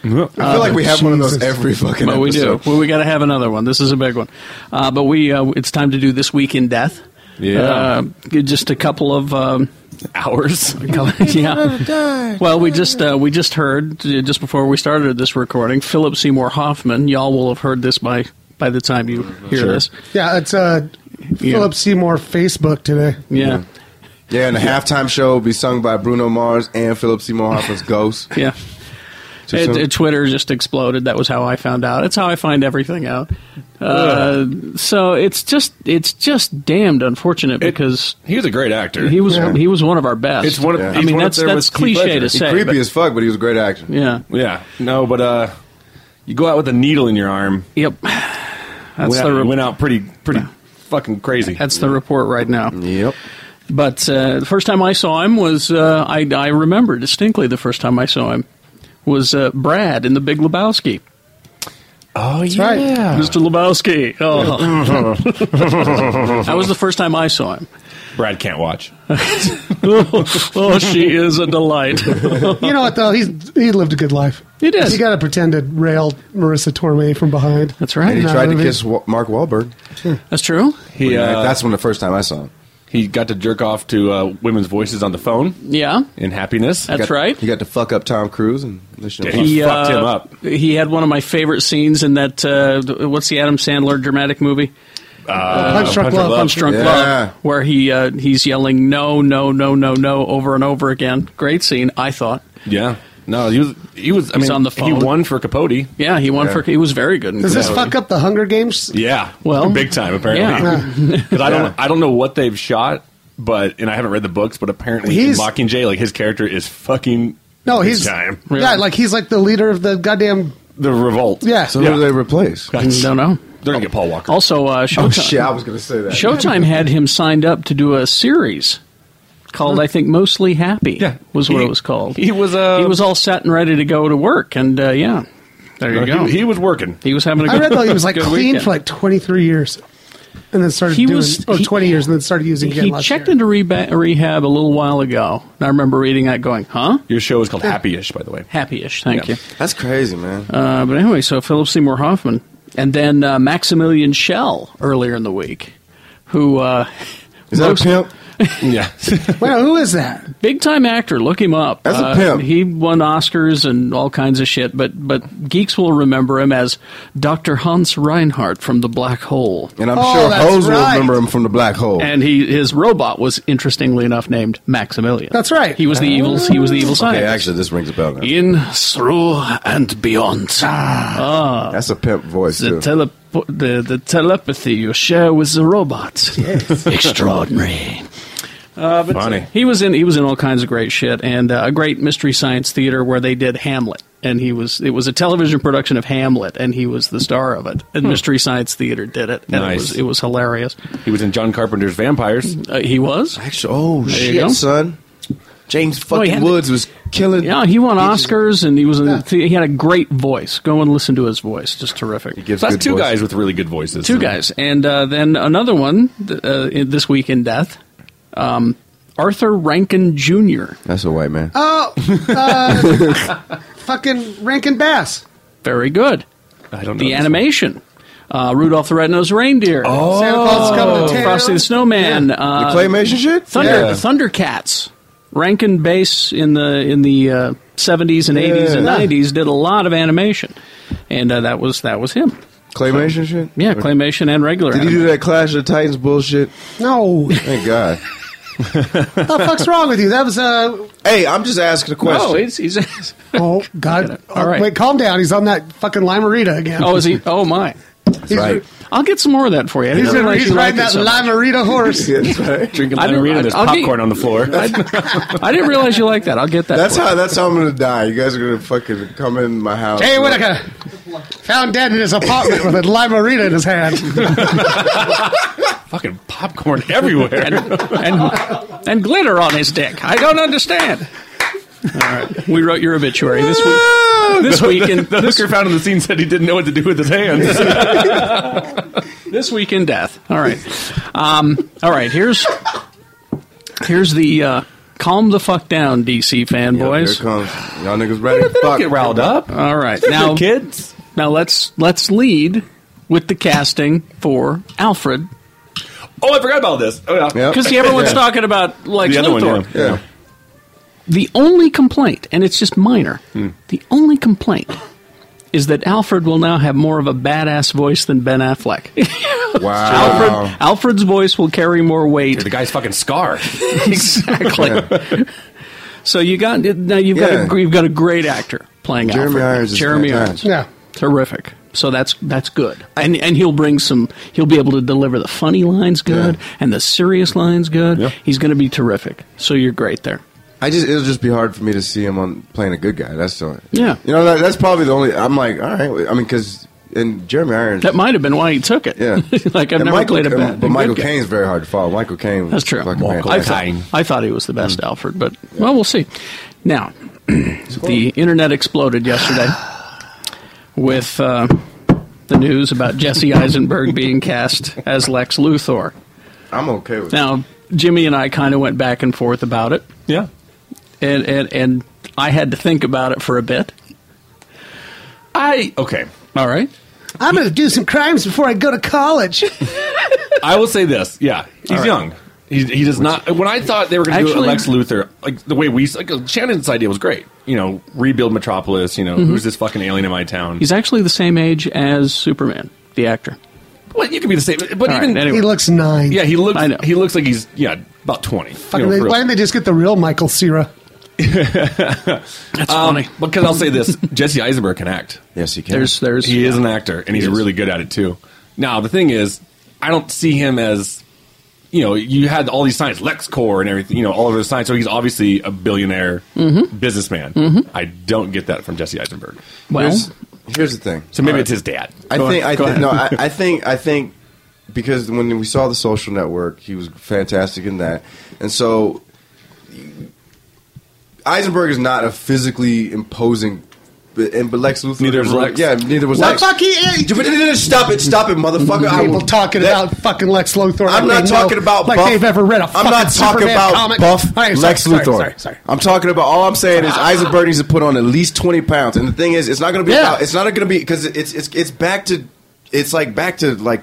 Speaker 8: I feel like we have one of those every fucking
Speaker 1: But we do.
Speaker 8: episode.
Speaker 1: Well, we got to have another one. This is a big one. Uh, but we uh, it's time to do this week in death.
Speaker 7: Yeah.
Speaker 1: Uh, just a couple of um,
Speaker 8: [laughs]
Speaker 7: Hours.
Speaker 1: [laughs] yeah. Well, we just uh, we just heard uh, just before we started this recording, Philip Seymour Hoffman. Y'all will have heard this by by the time you hear
Speaker 7: Sure.
Speaker 1: this.
Speaker 2: Yeah, it's uh, Philip Seymour Facebook today.
Speaker 1: Yeah.
Speaker 8: Yeah, and the halftime show will be sung by Bruno Mars and Philip Seymour Hoffman's Ghost.
Speaker 1: [laughs] Yeah.
Speaker 8: Too
Speaker 1: It,
Speaker 8: soon?
Speaker 1: it- Uh, Twitter just exploded. That was how I found out. It's how I find everything out. Uh, so it's just it's just damned unfortunate because
Speaker 7: He was a great actor.
Speaker 1: he was
Speaker 8: Yeah.
Speaker 1: he was one of our best.
Speaker 7: It's one of-
Speaker 1: I
Speaker 7: he's
Speaker 1: mean
Speaker 7: one up
Speaker 1: that's
Speaker 7: there
Speaker 1: that's
Speaker 7: with Heath
Speaker 1: cliche
Speaker 7: Ledger.
Speaker 1: to
Speaker 7: He's
Speaker 8: He's
Speaker 1: say.
Speaker 8: creepy
Speaker 1: but-
Speaker 8: as fuck, but he was a great actor.
Speaker 1: yeah.
Speaker 7: yeah. No, but uh, you go out with a needle in your arm.
Speaker 1: Yep. That's
Speaker 7: went,
Speaker 1: the
Speaker 7: out,
Speaker 1: re-
Speaker 7: went out Oh, pretty, pretty fucking crazy.
Speaker 1: that's the report right now.
Speaker 8: Yep.
Speaker 1: But uh, the first time I saw him was uh, I, I remember distinctly the first time I saw him was uh, Brad in The Big Lebowski.
Speaker 7: oh, yeah.
Speaker 2: right.
Speaker 1: Mr. Lebowski. Oh. [laughs] that was the first time I saw him.
Speaker 7: Brad can't watch.
Speaker 1: [laughs] oh, she is a delight.
Speaker 2: [laughs] You know what though? He's he lived a good life.
Speaker 1: He did.
Speaker 2: You got to pretend to rail Marissa Torme from behind.
Speaker 1: That's right.
Speaker 8: And he
Speaker 2: In that
Speaker 8: tried to
Speaker 2: movie.
Speaker 8: kiss Wa- Mark Wahlberg.
Speaker 1: That's true.
Speaker 7: He, uh,
Speaker 8: that's when the first time I saw him.
Speaker 7: he got to jerk off to uh, women's voices on the phone
Speaker 1: Yeah.
Speaker 7: in happiness.
Speaker 1: That's
Speaker 8: Got-
Speaker 1: right.
Speaker 8: He got to fuck up Tom Cruise and listen to
Speaker 7: Yeah, he
Speaker 1: uh,
Speaker 7: fucked him up.
Speaker 1: He had one of my favorite scenes in that. Uh, what's the Adam Sandler dramatic movie? Uh,
Speaker 2: Punch Drunk
Speaker 7: Uh, Punch Drunk
Speaker 2: Love.
Speaker 7: Love.
Speaker 1: Punch Drunk
Speaker 8: Yeah.
Speaker 1: Love, where he uh, he's yelling no, no, no, no, no over and over again. Great scene, I thought.
Speaker 7: Yeah. No, he was. He was. I
Speaker 1: He's
Speaker 7: mean,
Speaker 1: on the
Speaker 7: he
Speaker 1: phone.
Speaker 7: won for Capote.
Speaker 1: Yeah, he won
Speaker 8: Yeah.
Speaker 1: for. He was very good. In
Speaker 2: Does this
Speaker 1: Capote.
Speaker 2: fuck up the Hunger Games?
Speaker 7: Yeah.
Speaker 1: Well,
Speaker 7: big time
Speaker 1: yeah.
Speaker 7: apparently. [laughs] Because I
Speaker 8: Yeah.
Speaker 7: don't. I don't know what they've shot, but and I haven't read the books, but apparently
Speaker 2: He's-
Speaker 7: in Mockingjay, like his character is fucking.
Speaker 2: No,
Speaker 7: big
Speaker 2: he's
Speaker 7: time.
Speaker 2: yeah, like he's like the leader of the goddamn
Speaker 7: The revolt.
Speaker 2: yeah.
Speaker 8: So who do they replace?
Speaker 1: No, no.
Speaker 7: They're gonna get Paul Walker.
Speaker 1: Also, uh,
Speaker 8: Oh
Speaker 1: Showtime,
Speaker 8: shit! I was gonna say that. [laughs]
Speaker 1: Showtime had him signed up to do a series called, I think, Mostly Happy.
Speaker 7: Yeah.
Speaker 1: was what
Speaker 7: He-
Speaker 1: it was called.
Speaker 7: he was, uh,
Speaker 1: he was all set and ready to go to work, and uh, yeah, there you go.
Speaker 7: Uh, He, he was working.
Speaker 1: He was having a good.
Speaker 2: I read though
Speaker 1: [laughs]
Speaker 2: he was like
Speaker 1: good
Speaker 2: clean
Speaker 1: weekend.
Speaker 2: for like twenty three years, and then started
Speaker 1: He
Speaker 2: doing
Speaker 1: was-
Speaker 2: or
Speaker 1: he-
Speaker 2: twenty years and then started using again
Speaker 1: He
Speaker 2: last
Speaker 1: checked
Speaker 2: year.
Speaker 1: into reba- rehab a little while ago. And I remember reading that, going, "Huh?
Speaker 7: Your show is called Happy-ish, by the way.
Speaker 1: Happy-ish, thank
Speaker 7: Yeah.
Speaker 1: you."
Speaker 8: That's crazy, man.
Speaker 1: Uh, but anyway, so Philip Seymour Hoffman, and then uh, Maximilian Schell earlier in the week, who uh,
Speaker 8: Is that a
Speaker 1: most- [laughs]
Speaker 8: pimp?
Speaker 7: Yeah.
Speaker 2: Wow, who is that?
Speaker 1: Big time actor. Look him up.
Speaker 8: That's a
Speaker 1: Uh,
Speaker 8: pimp.
Speaker 1: he won Oscars and all kinds of shit. But but geeks will remember him as Dr. Hans Reinhardt from The Black Hole.
Speaker 8: And I'm
Speaker 2: Oh,
Speaker 8: sure
Speaker 2: that's
Speaker 8: Hose will
Speaker 2: right.
Speaker 8: remember him from the black hole.
Speaker 1: And he his robot was interestingly enough named Maximilian.
Speaker 2: That's right.
Speaker 1: He was the evil. He was the evil side.
Speaker 8: okay, actually, this rings a bell. Now.
Speaker 1: in through and beyond.
Speaker 2: Ah.
Speaker 8: That's a pimp voice
Speaker 1: the,
Speaker 8: too.
Speaker 1: Ah. tele- the, the telepathy you share with the robot. Extraordinary. Uh, but
Speaker 7: Funny.
Speaker 1: He was in he was in all kinds of great shit and uh, a great mystery science theater where they did Hamlet and he was it was a television production of Hamlet and he was the star of it and mystery science theater did it and it
Speaker 7: Hmm. Nice.
Speaker 1: was it was hilarious.
Speaker 7: he was in John Carpenter's Vampires.
Speaker 1: Uh, he was
Speaker 8: Actually, oh
Speaker 1: you go.
Speaker 8: shit, son. James
Speaker 1: Oh, he
Speaker 8: fucking
Speaker 1: had the-
Speaker 8: Woods was killing.
Speaker 1: yeah he won
Speaker 8: just-
Speaker 1: Oscars and he was in he had a great voice. Go and listen to his voice, just terrific.
Speaker 8: gives
Speaker 7: So that's
Speaker 8: good
Speaker 7: two
Speaker 8: voice.
Speaker 7: guys with really good voices.
Speaker 1: Two guys, and uh, then another one th- uh, in- this week in death. Um, Arthur Rankin Jr.
Speaker 8: That's a white man.
Speaker 2: Oh, uh, fucking Rankin Bass.
Speaker 1: Very good.
Speaker 7: I don't know.
Speaker 1: The
Speaker 7: this
Speaker 1: animation. Uh, Rudolph the Red-Nosed Reindeer. Oh,
Speaker 2: Santa Claus is coming to town.
Speaker 1: Frosty the Snowman. Uh,
Speaker 8: the claymation shit.
Speaker 1: Thunder,
Speaker 8: Yeah.
Speaker 1: Thundercats. Rankin Bass in the in the uh, 70s and 80s and
Speaker 8: Yeah.
Speaker 1: 90s did a lot of animation, and uh, that was that was him.
Speaker 8: Claymation shit.
Speaker 1: Yeah,
Speaker 8: Or-
Speaker 1: claymation and regular.
Speaker 8: Did he
Speaker 1: animation.
Speaker 8: do that Clash of the Titans bullshit?
Speaker 2: No,
Speaker 8: Thank
Speaker 2: [laughs]
Speaker 8: God.
Speaker 2: what the fuck's wrong with you? That was uh,
Speaker 8: hey, I'm just
Speaker 1: [laughs]
Speaker 8: asking a question.
Speaker 1: Oh, he's, he's
Speaker 2: oh god.
Speaker 1: All right.
Speaker 2: wait, calm down. He's on that fucking Limerita again.
Speaker 1: oh, is he? Oh my!
Speaker 5: That's right.
Speaker 1: I'll get some more of that for you. I
Speaker 2: He's,
Speaker 1: didn't
Speaker 2: gonna-
Speaker 1: realize
Speaker 2: he's
Speaker 1: you
Speaker 2: riding
Speaker 1: liked
Speaker 2: that
Speaker 1: it so much.
Speaker 2: Lamarita
Speaker 7: [laughs]
Speaker 1: [laughs]
Speaker 2: horse.
Speaker 7: Drinking
Speaker 1: I didn't-
Speaker 7: Lamarita, there's
Speaker 1: I'll get-
Speaker 7: popcorn on the floor.
Speaker 1: I didn't realize you liked that. I'll get that.
Speaker 8: That's
Speaker 1: for you.
Speaker 8: how. That's how I'm gonna die. You guys are gonna fucking come in my house.
Speaker 2: Jay Whitaker found dead in his apartment with a Lamarita in his hand.
Speaker 7: Fucking [laughs] popcorn everywhere.
Speaker 1: and, and glitter on his dick. I don't understand. All right, we wrote your obituary this week. This
Speaker 7: Ah! The-
Speaker 1: week
Speaker 7: the,
Speaker 1: in
Speaker 7: the
Speaker 1: this,
Speaker 7: hooker found on the scene said he didn't know what to do with his hands.
Speaker 1: [laughs] this week in death. All right, um, all right. Here's here's the uh, calm the fuck down, DC
Speaker 8: Yep,
Speaker 1: fanboys.
Speaker 8: Here it comes y'all niggas ready. Fuck.
Speaker 6: Get riled up.
Speaker 1: all right, now
Speaker 6: kids.
Speaker 1: now let's let's lead with the casting for Alfred
Speaker 7: oh, I forgot about this. Oh, yeah.
Speaker 8: Yep.
Speaker 1: because everyone's talking about Lex
Speaker 7: The other one,
Speaker 1: Luthor.
Speaker 7: yeah.
Speaker 8: Yeah.
Speaker 1: The only complaint, and it's just minor, the only complaint is that Alfred will now have more of a badass voice than Ben Affleck. [laughs]
Speaker 8: Wow.
Speaker 1: Alfred, Alfred's voice will carry more weight.
Speaker 7: The guy's fucking [laughs] scar.
Speaker 1: [laughs] exactly. So you got now you've got a,
Speaker 8: Yeah.
Speaker 1: gr- you've got a great actor
Speaker 8: [laughs]
Speaker 1: playing
Speaker 8: Jeremy
Speaker 1: Alfred.
Speaker 8: Irons is
Speaker 1: Jeremy Irons,
Speaker 8: fantastic.
Speaker 2: Yeah.
Speaker 1: terrific. So that's that's good, and and he'll bring some. He'll be able to deliver the funny lines good
Speaker 8: Yeah.
Speaker 1: and the serious lines good.
Speaker 7: Yeah.
Speaker 1: He's going to be terrific. So you're great there.
Speaker 8: I just it'll just be hard for me to see him on playing a good guy. That's the only.
Speaker 1: Yeah.
Speaker 8: You know that, that's probably the only. I'm like, all right. I mean, because and Jeremy Irons.
Speaker 1: That might have been why he took it.
Speaker 8: Yeah.
Speaker 1: [laughs] like I've
Speaker 8: And
Speaker 1: never
Speaker 8: Michael,
Speaker 1: played a bad.
Speaker 8: and- But Michael
Speaker 1: good guy.
Speaker 8: Caine's very hard to follow. Michael Caine. was
Speaker 1: That's true.
Speaker 8: fucking
Speaker 7: Michael
Speaker 1: I
Speaker 8: fantastic.
Speaker 1: thought,
Speaker 7: Caine.
Speaker 1: I thought he was the best
Speaker 8: Hmm.
Speaker 1: Alfred, but well, we'll see. Now, [clears throat] the internet exploded
Speaker 7: [sighs]
Speaker 1: yesterday with uh, the news about Jesse Eisenberg being cast as Lex Luthor.
Speaker 8: I'm okay with.
Speaker 1: Now, Jimmy and I kind of went back and forth about it,
Speaker 7: yeah.
Speaker 1: and, and and I had to think about it for a bit.
Speaker 7: I okay.
Speaker 1: All right.
Speaker 2: I'm going to do some crimes before I go to college.
Speaker 7: I will say this. Yeah, he's
Speaker 1: right.
Speaker 7: young. He, he does not. When I thought they were going to do a
Speaker 1: Actually-
Speaker 7: Lex Luthor, like the way we like Shannon's idea was great. You know, rebuild Metropolis. You know, who's this fucking alien in my town?
Speaker 1: Mm-hmm. He's actually the same age as Superman, the actor.
Speaker 7: well, you could be the same. But
Speaker 1: All right,
Speaker 7: even
Speaker 1: anyway.
Speaker 2: He looks nine.
Speaker 7: yeah, he looks.
Speaker 1: I know.
Speaker 7: He looks like he's yeah about twenty.
Speaker 2: Fucking,
Speaker 7: you know,
Speaker 2: they-
Speaker 7: for-
Speaker 2: why didn't they just get the real Michael Cera?
Speaker 1: That's funny.
Speaker 7: Um, because I'll say this: [laughs] Jesse Eisenberg can act.
Speaker 8: Yes, he can.
Speaker 1: There's there's
Speaker 7: He is an actor, and he's really good at it too. Now the thing is, I don't see him as you know. You had all these signs, LexCorp and everything. You know, all of those signs. So he's obviously a billionaire
Speaker 2: Mm-hmm.
Speaker 7: businessman. I don't get that from Jesse Eisenberg.
Speaker 1: well.
Speaker 8: Here's the thing.
Speaker 7: So maybe it's his dad.
Speaker 8: I
Speaker 7: Go
Speaker 8: think.
Speaker 7: ahead.
Speaker 8: I
Speaker 7: Go
Speaker 8: think.
Speaker 7: ahead.
Speaker 8: No. I, I think. I think because when we saw the Social Network, he was fantastic in that, and so Eisenberg is not a physically imposing. But, and but Lex Luthor.
Speaker 7: Neither is Lex.
Speaker 8: Yeah, neither was
Speaker 2: Well,
Speaker 8: Lex.
Speaker 2: fuck he is.
Speaker 8: But- but- but- Stop it! Stop it, motherfucker! I
Speaker 2: People
Speaker 8: will-
Speaker 2: talking
Speaker 8: that-
Speaker 2: about fucking Lex Luthor.
Speaker 8: I'm
Speaker 2: like
Speaker 8: not
Speaker 2: they
Speaker 8: talking
Speaker 2: know-
Speaker 8: about
Speaker 2: like
Speaker 8: buff.
Speaker 2: they've ever read a
Speaker 8: I'm
Speaker 2: fucking
Speaker 8: not talking
Speaker 2: Superman
Speaker 8: about
Speaker 2: comic.
Speaker 8: buff
Speaker 2: All right,
Speaker 8: Lex
Speaker 2: sorry,
Speaker 8: Luthor.
Speaker 2: Sorry, sorry, sorry. Uh,
Speaker 8: I'm talking about all I'm saying is Isaac Burton needs to put on at least 20 pounds, and the thing is, it's not going to be.
Speaker 2: Yeah.
Speaker 8: About, it's not going to be because it's it's it's back to it's like back to like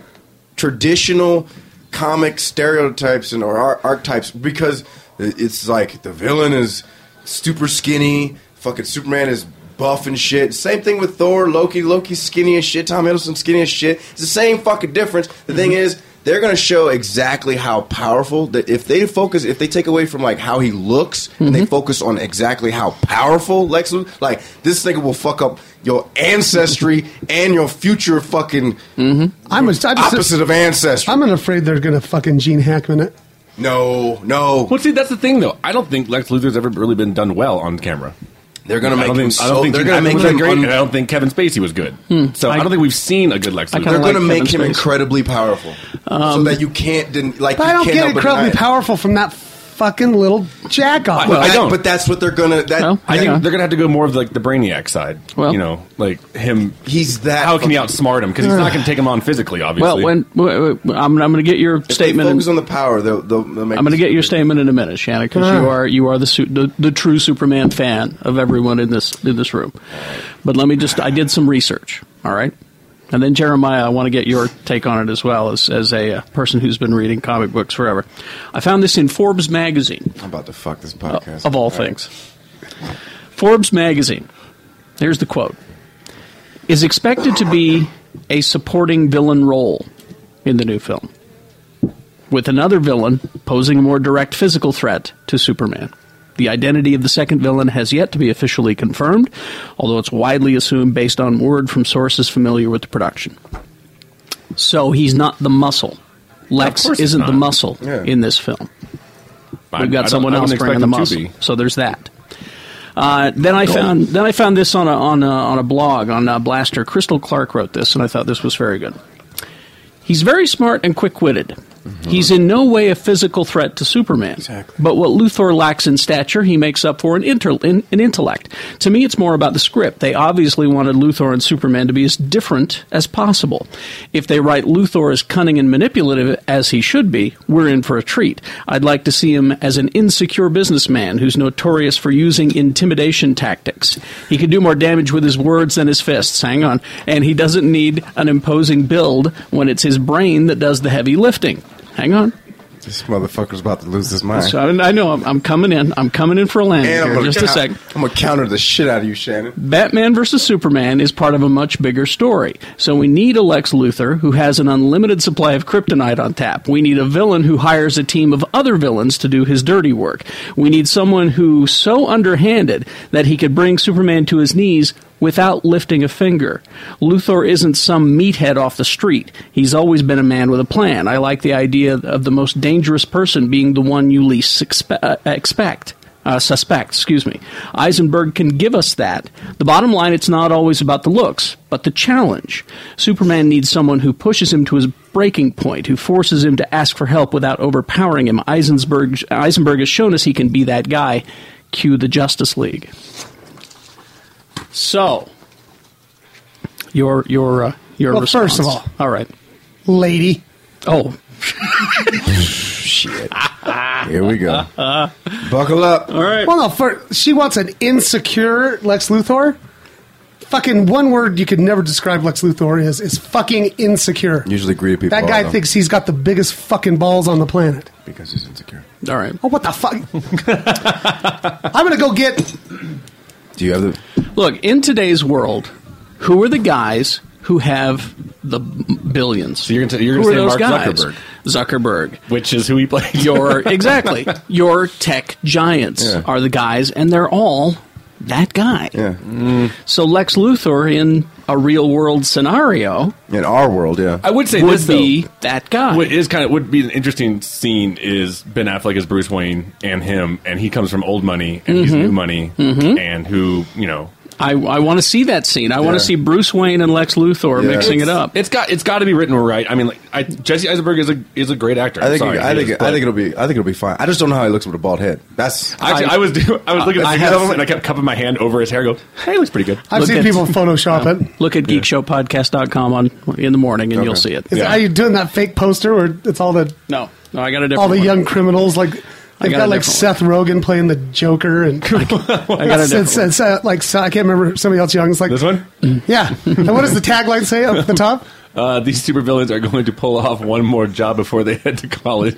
Speaker 8: traditional comic stereotypes and or ar- archetypes because it's like the villain is super skinny, fucking Superman is. Buff and shit. Same thing with Thor, Loki. Loki's skinny as shit. Tom Hiddleston skinny as shit. It's the same fucking difference. The thing is, they're going to show exactly how powerful that if they focus if they take away from like how he looks and they focus on exactly how powerful Lex Luthor like this nigga will fuck up your ancestry and your future fucking
Speaker 2: I'm, a, I'm, just,
Speaker 8: opposite of ancestry.
Speaker 2: I'm not afraid they're going to fucking Gene Hackman it.
Speaker 8: no, no.
Speaker 7: Well, see, that's the thing, though. I don't think Lex Luthor's ever really been done well on camera.
Speaker 8: They're going to
Speaker 7: I
Speaker 8: make
Speaker 7: don't
Speaker 8: him
Speaker 7: think. I don't
Speaker 8: so
Speaker 7: think.
Speaker 8: they're
Speaker 7: Gene
Speaker 8: going to
Speaker 7: Hackman
Speaker 8: make
Speaker 7: was
Speaker 8: him
Speaker 7: that great,
Speaker 8: un-
Speaker 7: and I don't think Kevin Spacey was good. So I, don't think we've seen a good Lex Luthor.
Speaker 8: they're
Speaker 1: Hmm. kinda
Speaker 8: going
Speaker 1: like
Speaker 8: to make
Speaker 1: Kevin
Speaker 8: him
Speaker 1: Spacey.
Speaker 8: incredibly powerful, so that you can't den- like.
Speaker 2: But
Speaker 8: you
Speaker 2: I don't
Speaker 8: can't help
Speaker 2: get
Speaker 8: but deny
Speaker 2: incredibly
Speaker 8: it.
Speaker 2: powerful from that fucking little jack off.
Speaker 7: Well,
Speaker 8: But
Speaker 7: I
Speaker 8: that-
Speaker 7: don't.
Speaker 8: But that's what they're going to. That
Speaker 1: Well,
Speaker 7: I
Speaker 1: Yeah.
Speaker 7: think they're gonna have to go more of like the brainiac side.
Speaker 1: Well-
Speaker 7: you know, like him.
Speaker 8: he's that.
Speaker 7: How can you
Speaker 8: fucking-
Speaker 7: outsmart him? Because he's not gonna take him on physically.
Speaker 1: Well,
Speaker 7: Obviously.
Speaker 1: when w- w- I'm, I'm going to get your
Speaker 8: If they
Speaker 1: statement.
Speaker 8: Focus
Speaker 1: in-
Speaker 8: on the power. They'll, they'll, they'll make
Speaker 1: I'm going to
Speaker 8: this
Speaker 1: get
Speaker 8: bigger.
Speaker 1: your statement in a minute, Shannon, because you are you are the, su- the the true Superman fan of everyone in this in this room. But let me just I did some research, all right. And then Jeremiah, I want to get your take on it as well as as a uh, person who's been reading comic books forever. I found this in Forbes magazine
Speaker 8: I'm about to fuck this podcast.
Speaker 1: of all things. Forbes magazine, here's the quote, is expected to be a supporting villain role in the new film, with another villain posing a more direct physical threat to Superman. The identity of the second villain has yet to be officially confirmed, although it's widely assumed based on word from sources familiar with the production. So he's not the muscle. Lex
Speaker 7: course he's
Speaker 1: isn't the
Speaker 7: not.
Speaker 1: muscle
Speaker 7: Yeah.
Speaker 1: in this film.
Speaker 7: I-
Speaker 1: We've
Speaker 7: I
Speaker 1: got
Speaker 7: don't-
Speaker 1: someone
Speaker 7: I
Speaker 1: else
Speaker 7: wouldn't
Speaker 1: bringing the
Speaker 7: expect him
Speaker 1: muscle.
Speaker 7: to
Speaker 1: So there's that. Uh, then I
Speaker 7: No.
Speaker 1: found then I found this on a on a, on a blog on uh, Blaster. Crystal Clark wrote this, and I thought this was very good. He's very smart and quick witted.
Speaker 7: Mm-hmm.
Speaker 1: He's in no way a physical threat to Superman. Exactly. But what Luthor lacks in stature, he makes up for in, inter- in, in intellect. To me, it's more about the script. They obviously wanted Luthor and Superman to be as different as possible. If they write Luthor as cunning and manipulative as he should be, we're in for a treat. I'd like to see him as an insecure businessman who's notorious for using intimidation tactics. He can do more damage with his words than his fists. Hang on. And he doesn't need an imposing build when it's his brain that does the heavy lifting. Hang on.
Speaker 8: This motherfucker's about to lose his mind.
Speaker 1: So I, I know I'm, I'm coming in. I'm coming in for a landing
Speaker 8: and I'm
Speaker 1: here.
Speaker 8: gonna
Speaker 1: Just a
Speaker 8: count-
Speaker 1: sec.
Speaker 8: I'm gonna counter the shit out of you, Shannon.
Speaker 1: Batman versus Superman is part of a much bigger story. So we need a Lex Luthor who has an unlimited supply of kryptonite on tap. We need a villain who hires a team of other villains to do his dirty work. We need someone who's so underhanded that he could bring Superman to his knees without lifting a finger. Luthor isn't some meathead off the street. He's always been a man with a plan. I like the idea of the most dangerous person being the one you least expe- uh, expect uh, suspect, excuse me. Eisenberg can give us that. The bottom line, it's not always about the looks, but the challenge. Superman needs someone who pushes him to his breaking point, who forces him to ask for help without overpowering him. Eisenberg, Eisenberg has shown us he can be that guy. Cue the Justice League. So, your your uh, your
Speaker 2: Well,
Speaker 1: response.
Speaker 2: first of all-
Speaker 1: all right.
Speaker 2: lady.
Speaker 1: Oh,
Speaker 8: Shit. [laughs] Here we go. Buckle up.
Speaker 1: all right.
Speaker 2: Well, no, for, she wants an insecure Lex Luthor. Fucking one word you could never describe Lex Luthor is is fucking insecure.
Speaker 8: Usually greedy people.
Speaker 2: That guy
Speaker 8: are, though,
Speaker 2: thinks he's got the biggest fucking balls on the planet.
Speaker 8: because he's insecure.
Speaker 1: All right.
Speaker 2: Oh, what the fuck? I'm gonna go get.
Speaker 8: Do you have the?
Speaker 1: Look, in today's world, who are the guys who have the billions? So
Speaker 7: you're gonna- you're gonna say Mark Zuckerberg.
Speaker 1: Zuckerberg.
Speaker 7: which is who he played. [laughs]
Speaker 1: Your exactly. Your tech giants
Speaker 8: Yeah.
Speaker 1: are the guys, and they're all that guy. Mm.
Speaker 8: Yeah.
Speaker 1: So Lex Luthor in a real world scenario
Speaker 8: In our world, yeah.
Speaker 7: I would say
Speaker 1: would
Speaker 7: this
Speaker 1: be
Speaker 7: though.
Speaker 1: that guy.
Speaker 7: What is kind of would be an interesting scene is Ben Affleck as Bruce Wayne and him, and he comes from old money and he's new money, and who you know
Speaker 1: Mm-hmm. I, I want to see that scene. I want
Speaker 8: Yeah.
Speaker 1: to see Bruce Wayne and Lex Luthor
Speaker 8: Yeah.
Speaker 1: mixing it up.
Speaker 7: It's got it's got to be written right. I mean, like I, Jesse Eisenberg is a is a great actor.
Speaker 8: I think.
Speaker 7: Sorry,
Speaker 8: I
Speaker 7: he
Speaker 8: think.
Speaker 7: is,
Speaker 8: I
Speaker 7: but-
Speaker 8: think it'll be. I think it'll be fine. I just don't know how he looks with a bald head. That's. Uh,
Speaker 7: Actually, I, was do- I was looking at
Speaker 1: I
Speaker 7: the
Speaker 1: have-
Speaker 7: and I kept cupping my hand over his hair. and Go, hey, he looks pretty good.
Speaker 2: I've
Speaker 1: Look
Speaker 2: seen
Speaker 1: at-
Speaker 2: people Photoshop it.
Speaker 1: Look at geekshowpodcast.com on in the morning, and you'll see it.
Speaker 2: Is, Are you doing that fake poster where it's all the
Speaker 1: No, no, I got a different.
Speaker 2: all the
Speaker 1: one.
Speaker 2: young criminals like
Speaker 1: I
Speaker 2: they've
Speaker 1: got
Speaker 2: got,
Speaker 1: a
Speaker 2: like
Speaker 1: different
Speaker 2: Seth Rogen playing the Joker
Speaker 1: [laughs]
Speaker 2: and I [laughs]
Speaker 1: got a different one.
Speaker 2: like so- I can't remember somebody else young. It's like
Speaker 7: This one,
Speaker 2: [clears throat] Yeah. and what does the tagline say up at the
Speaker 1: [laughs]
Speaker 2: top? [laughs]
Speaker 7: uh, these supervillains are going to pull off one more job before they head to college.
Speaker 1: [laughs]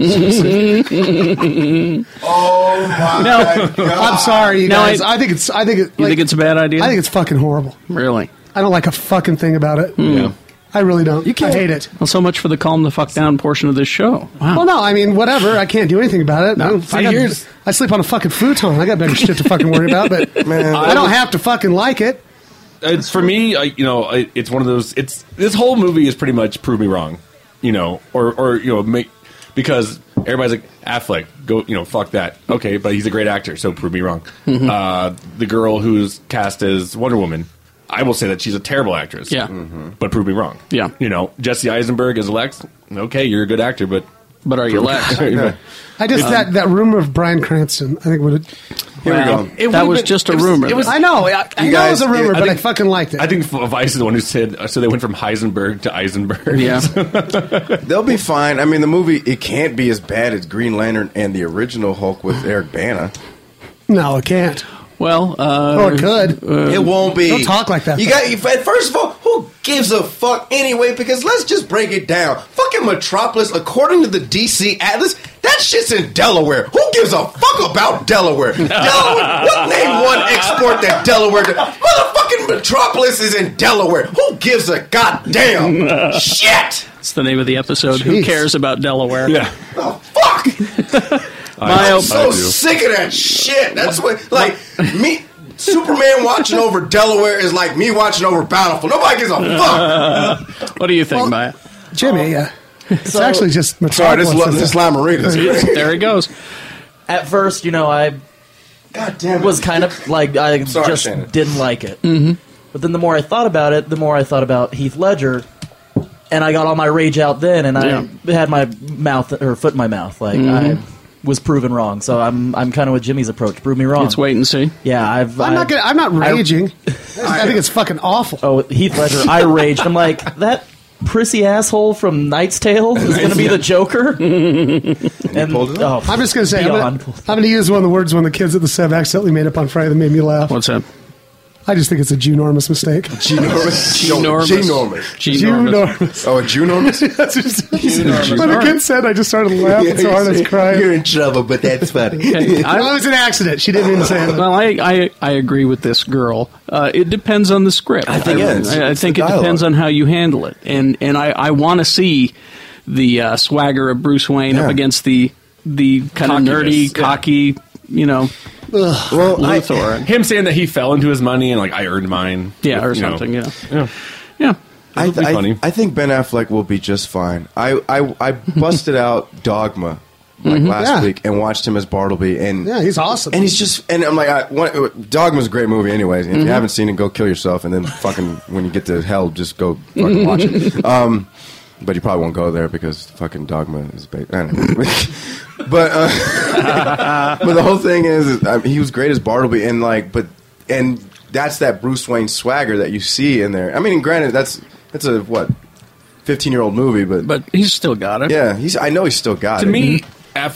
Speaker 8: Oh my
Speaker 1: No.
Speaker 2: I'm sorry, you
Speaker 1: No,
Speaker 2: guys.
Speaker 1: I-
Speaker 2: I, think it's I think it,
Speaker 1: You
Speaker 2: like,
Speaker 1: think it's a bad idea?
Speaker 2: I think it's fucking horrible.
Speaker 1: really.
Speaker 2: I don't like a fucking thing about
Speaker 1: Hmm.
Speaker 2: it.
Speaker 7: Yeah.
Speaker 2: I really don't. You can't I hate it.
Speaker 1: Well, so much for the calm the fuck down portion of this show. Wow.
Speaker 2: Well, no, I mean, whatever. I can't do anything about it. I, don't-
Speaker 7: See,
Speaker 2: I, got-
Speaker 7: here's-
Speaker 2: I sleep on a fucking futon. I got better shit to fucking worry about.
Speaker 7: [laughs]
Speaker 2: But I don't have to fucking like it.
Speaker 7: it's for me. I, you know, I, it's one of those. It's this whole movie is pretty much prove me wrong. You know, or or you know, make because everybody's like Affleck. Go, you know, fuck that. Okay, but he's a great actor, so prove me wrong.
Speaker 1: Mm-hmm.
Speaker 7: Uh, the girl who's cast as Wonder Woman. I will say that she's a terrible actress.
Speaker 1: Yeah.
Speaker 2: Mm-hmm.
Speaker 1: Mhm.
Speaker 7: but prove me wrong.
Speaker 1: Yeah.
Speaker 7: you know, Jesse Eisenberg as Lex. Okay, you're a good actor, but
Speaker 1: But are
Speaker 7: [laughs]
Speaker 1: you lax? Here
Speaker 2: I
Speaker 7: Um,
Speaker 2: just that that rumor of Brian Cranston. I think would. It,
Speaker 1: we go. That was just a rumor. It was,
Speaker 2: I know. I, I
Speaker 8: You
Speaker 2: know it
Speaker 8: guys-
Speaker 2: was a rumor,
Speaker 7: I
Speaker 2: but I
Speaker 7: think-
Speaker 2: fucking liked it.
Speaker 7: I think Vice is the one who said uh, so. They went from Heisenberg to Eisenberg. [laughs]
Speaker 1: yeah.
Speaker 8: They'll be fine. I mean, the movie it can't be as bad as Green Lantern and the original Hulk with Eric Bana.
Speaker 2: no, it can't.
Speaker 1: Well, uh,
Speaker 2: Oh, it could.
Speaker 8: it won't be.
Speaker 2: Don't talk like that.
Speaker 8: You got. you- First of all, who gives a fuck anyway? Because let's just break it down. Fucking Metropolis, according to the DC Atlas, that shit's in Delaware. Who gives a fuck about
Speaker 7: [laughs]
Speaker 8: Delaware? Delaware. What name one export that Delaware? To? Motherfucking Metropolis is in Delaware. Who gives a goddamn
Speaker 7: [laughs]
Speaker 8: shit?
Speaker 1: that's the name of the episode. Who
Speaker 2: Jeez.
Speaker 1: cares about Delaware?
Speaker 7: yeah.
Speaker 8: Oh fuck.
Speaker 1: My,
Speaker 8: I'm so
Speaker 7: do.
Speaker 8: sick of that shit. That's what, like, me, Superman watching over Delaware is like me watching over Bountiful. Nobody gives a fuck.
Speaker 2: [laughs]
Speaker 1: [laughs] what do you think,
Speaker 2: Well,
Speaker 1: Maya?
Speaker 2: Jimmy, yeah. It's
Speaker 9: So-
Speaker 2: actually just
Speaker 8: [laughs] Sorry, this is
Speaker 2: Metropolis,
Speaker 8: lo- this is La Marita's.
Speaker 2: [laughs]
Speaker 1: [laughs] there he goes.
Speaker 9: At first, you know, I was kind of like I
Speaker 8: Sorry,
Speaker 9: just
Speaker 8: Shannon.
Speaker 9: didn't like it.
Speaker 2: mm-hmm.
Speaker 1: Mhm.
Speaker 9: But then the more I thought about it, the more I thought about Heath Ledger, and I got all my rage out then, and I had my mouth or foot in my mouth, like
Speaker 1: Mhm.
Speaker 9: I was proven wrong. So I'm I'm kind of with Jimmy's approach: prove me wrong.
Speaker 1: Let's wait and see.
Speaker 9: Yeah, I've.
Speaker 2: I'm not
Speaker 9: I've-
Speaker 2: gonna, I'm not
Speaker 9: I- [laughs]
Speaker 2: raging. I, think it's fucking awful.
Speaker 9: Oh, Heath Ledger, I raged. I'm like that prissy asshole from Knight's Tale is going
Speaker 1: [laughs]
Speaker 9: to be the Joker. and
Speaker 8: pulled it
Speaker 9: oh,
Speaker 2: I'm just gonna say I'm gonna,
Speaker 9: beyond.
Speaker 2: I'm gonna use one of the words one of the kids at the Sev accidentally made up on Friday that made me laugh.
Speaker 1: What's up?
Speaker 2: I just think it's a Junormous mistake.
Speaker 8: Genormous.
Speaker 1: Genormous.
Speaker 8: Genormous.
Speaker 2: Junormous.
Speaker 8: Oh, a Junormous?
Speaker 2: [laughs] That's just- when the
Speaker 8: [laughs]
Speaker 2: kid said, I just started laughing so hard I was
Speaker 8: You're
Speaker 2: crying.
Speaker 8: in trouble, but that's funny.
Speaker 2: [laughs]
Speaker 1: Okay, I-
Speaker 2: Well, it was an accident. She didn't mean to say that.
Speaker 1: Well, I, I, I agree with this girl. Uh, it depends on the script.
Speaker 8: I think,
Speaker 1: I,
Speaker 8: yeah, it's-
Speaker 1: I, I
Speaker 8: it's
Speaker 1: think
Speaker 8: the
Speaker 1: it
Speaker 8: dialogue.
Speaker 1: depends on how you handle it, and and I, I want to see the uh, swagger of Bruce Wayne up
Speaker 8: Yeah.
Speaker 1: against the the kind of nerdy,
Speaker 7: Cockiness, yeah.
Speaker 1: cocky, you know,
Speaker 8: Well, I-
Speaker 1: Luthor.
Speaker 7: Him saying that he fell into his money and like I earned mine.
Speaker 1: yeah, or
Speaker 7: You know.
Speaker 1: something. Yeah, yeah, yeah.
Speaker 8: I,
Speaker 7: It'll be
Speaker 8: I-
Speaker 7: funny.
Speaker 8: I think Ben Affleck will be just fine. I, I, I busted out Dogma like last
Speaker 2: Mm-hmm. Yeah.
Speaker 8: week and watched him as Bartleby, and
Speaker 2: Yeah, he's awesome.
Speaker 8: and he's just and I'm like, I, what, Dogma's a great movie, anyways.
Speaker 2: Mm-hmm.
Speaker 8: If you haven't seen it, go kill yourself, and then fucking when you get to hell, just go fucking watch
Speaker 2: [laughs]
Speaker 8: it. Um, but you probably won't go there because fucking Dogma is. Ba- I don't [laughs] know. but uh, [laughs] but the whole thing is, is I mean, he was great as Bartleby, and like, but and that's that Bruce Wayne swagger that you see in there. I mean, and granted, that's that's a what. 15 year old movie, but,
Speaker 1: But he's still got it.
Speaker 8: yeah, he's. I know he's still got
Speaker 7: To
Speaker 8: it.
Speaker 7: me,
Speaker 1: Mm-hmm.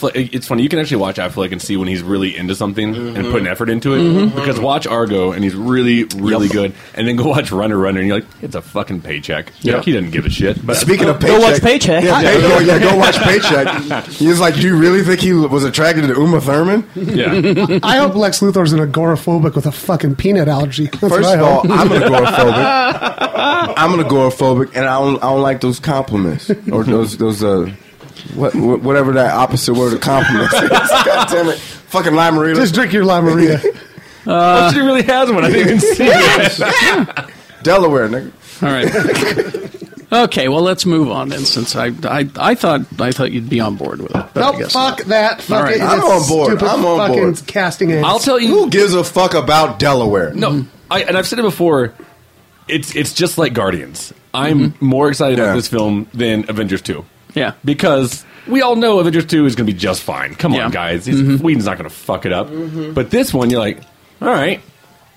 Speaker 7: Affleck. It's funny. You can actually watch Affleck and see when he's really into something and
Speaker 2: Mm-hmm.
Speaker 7: putting effort into it. Because watch Argo and he's really, really good, and then go watch Runner Runner and you're like, it's a fucking paycheck. You know,
Speaker 1: Yeah.
Speaker 7: he doesn't give a shit. But
Speaker 8: Speaking of paycheck,
Speaker 9: Go watch Paycheck.
Speaker 8: Yeah, hey, go, yeah, go watch Paycheck. He's like, do you really think he was attracted to Uma Thurman?
Speaker 7: yeah,
Speaker 2: I hope Lex Luthor's an agoraphobic with a fucking peanut allergy. That's what
Speaker 8: First
Speaker 2: I
Speaker 8: of
Speaker 2: hope.
Speaker 8: all,
Speaker 2: [laughs]
Speaker 8: I'm an agoraphobic. I'm an agoraphobic, and I don't, I don't like those compliments or those those uh, what, what whatever that opposite word of compliments. is. God damn it, fucking lime Marita.
Speaker 2: just drink your La
Speaker 7: [laughs]
Speaker 2: Maria.
Speaker 7: oh, she really has one. I didn't even see it.
Speaker 8: Delaware, nigga.
Speaker 1: All
Speaker 8: [laughs]
Speaker 1: right. okay. Well, let's move on then, since I, I I thought I thought you'd be on board with it. but
Speaker 2: [laughs]
Speaker 1: I
Speaker 2: Nope,
Speaker 1: guess
Speaker 2: fuck
Speaker 1: not.
Speaker 2: that. Fuck
Speaker 1: All right.
Speaker 2: it.
Speaker 8: I'm
Speaker 2: It's
Speaker 8: on board.
Speaker 2: stupid
Speaker 8: I'm on
Speaker 2: fucking
Speaker 8: board.
Speaker 2: casting aids.
Speaker 7: I'll tell you.
Speaker 8: Who gives a fuck about Delaware?
Speaker 7: No, I and I've said it before. It's it's just like Guardians. I'm more excited
Speaker 8: Mm-hmm. Yeah.
Speaker 7: about this film than Avengers Two.
Speaker 1: Yeah.
Speaker 7: because we all know Avengers Two is going to be just fine. Come
Speaker 1: Yeah.
Speaker 7: on, guys, He's,
Speaker 8: Mm-hmm.
Speaker 7: Whedon's not going to fuck it up. But this one, you're like, all right,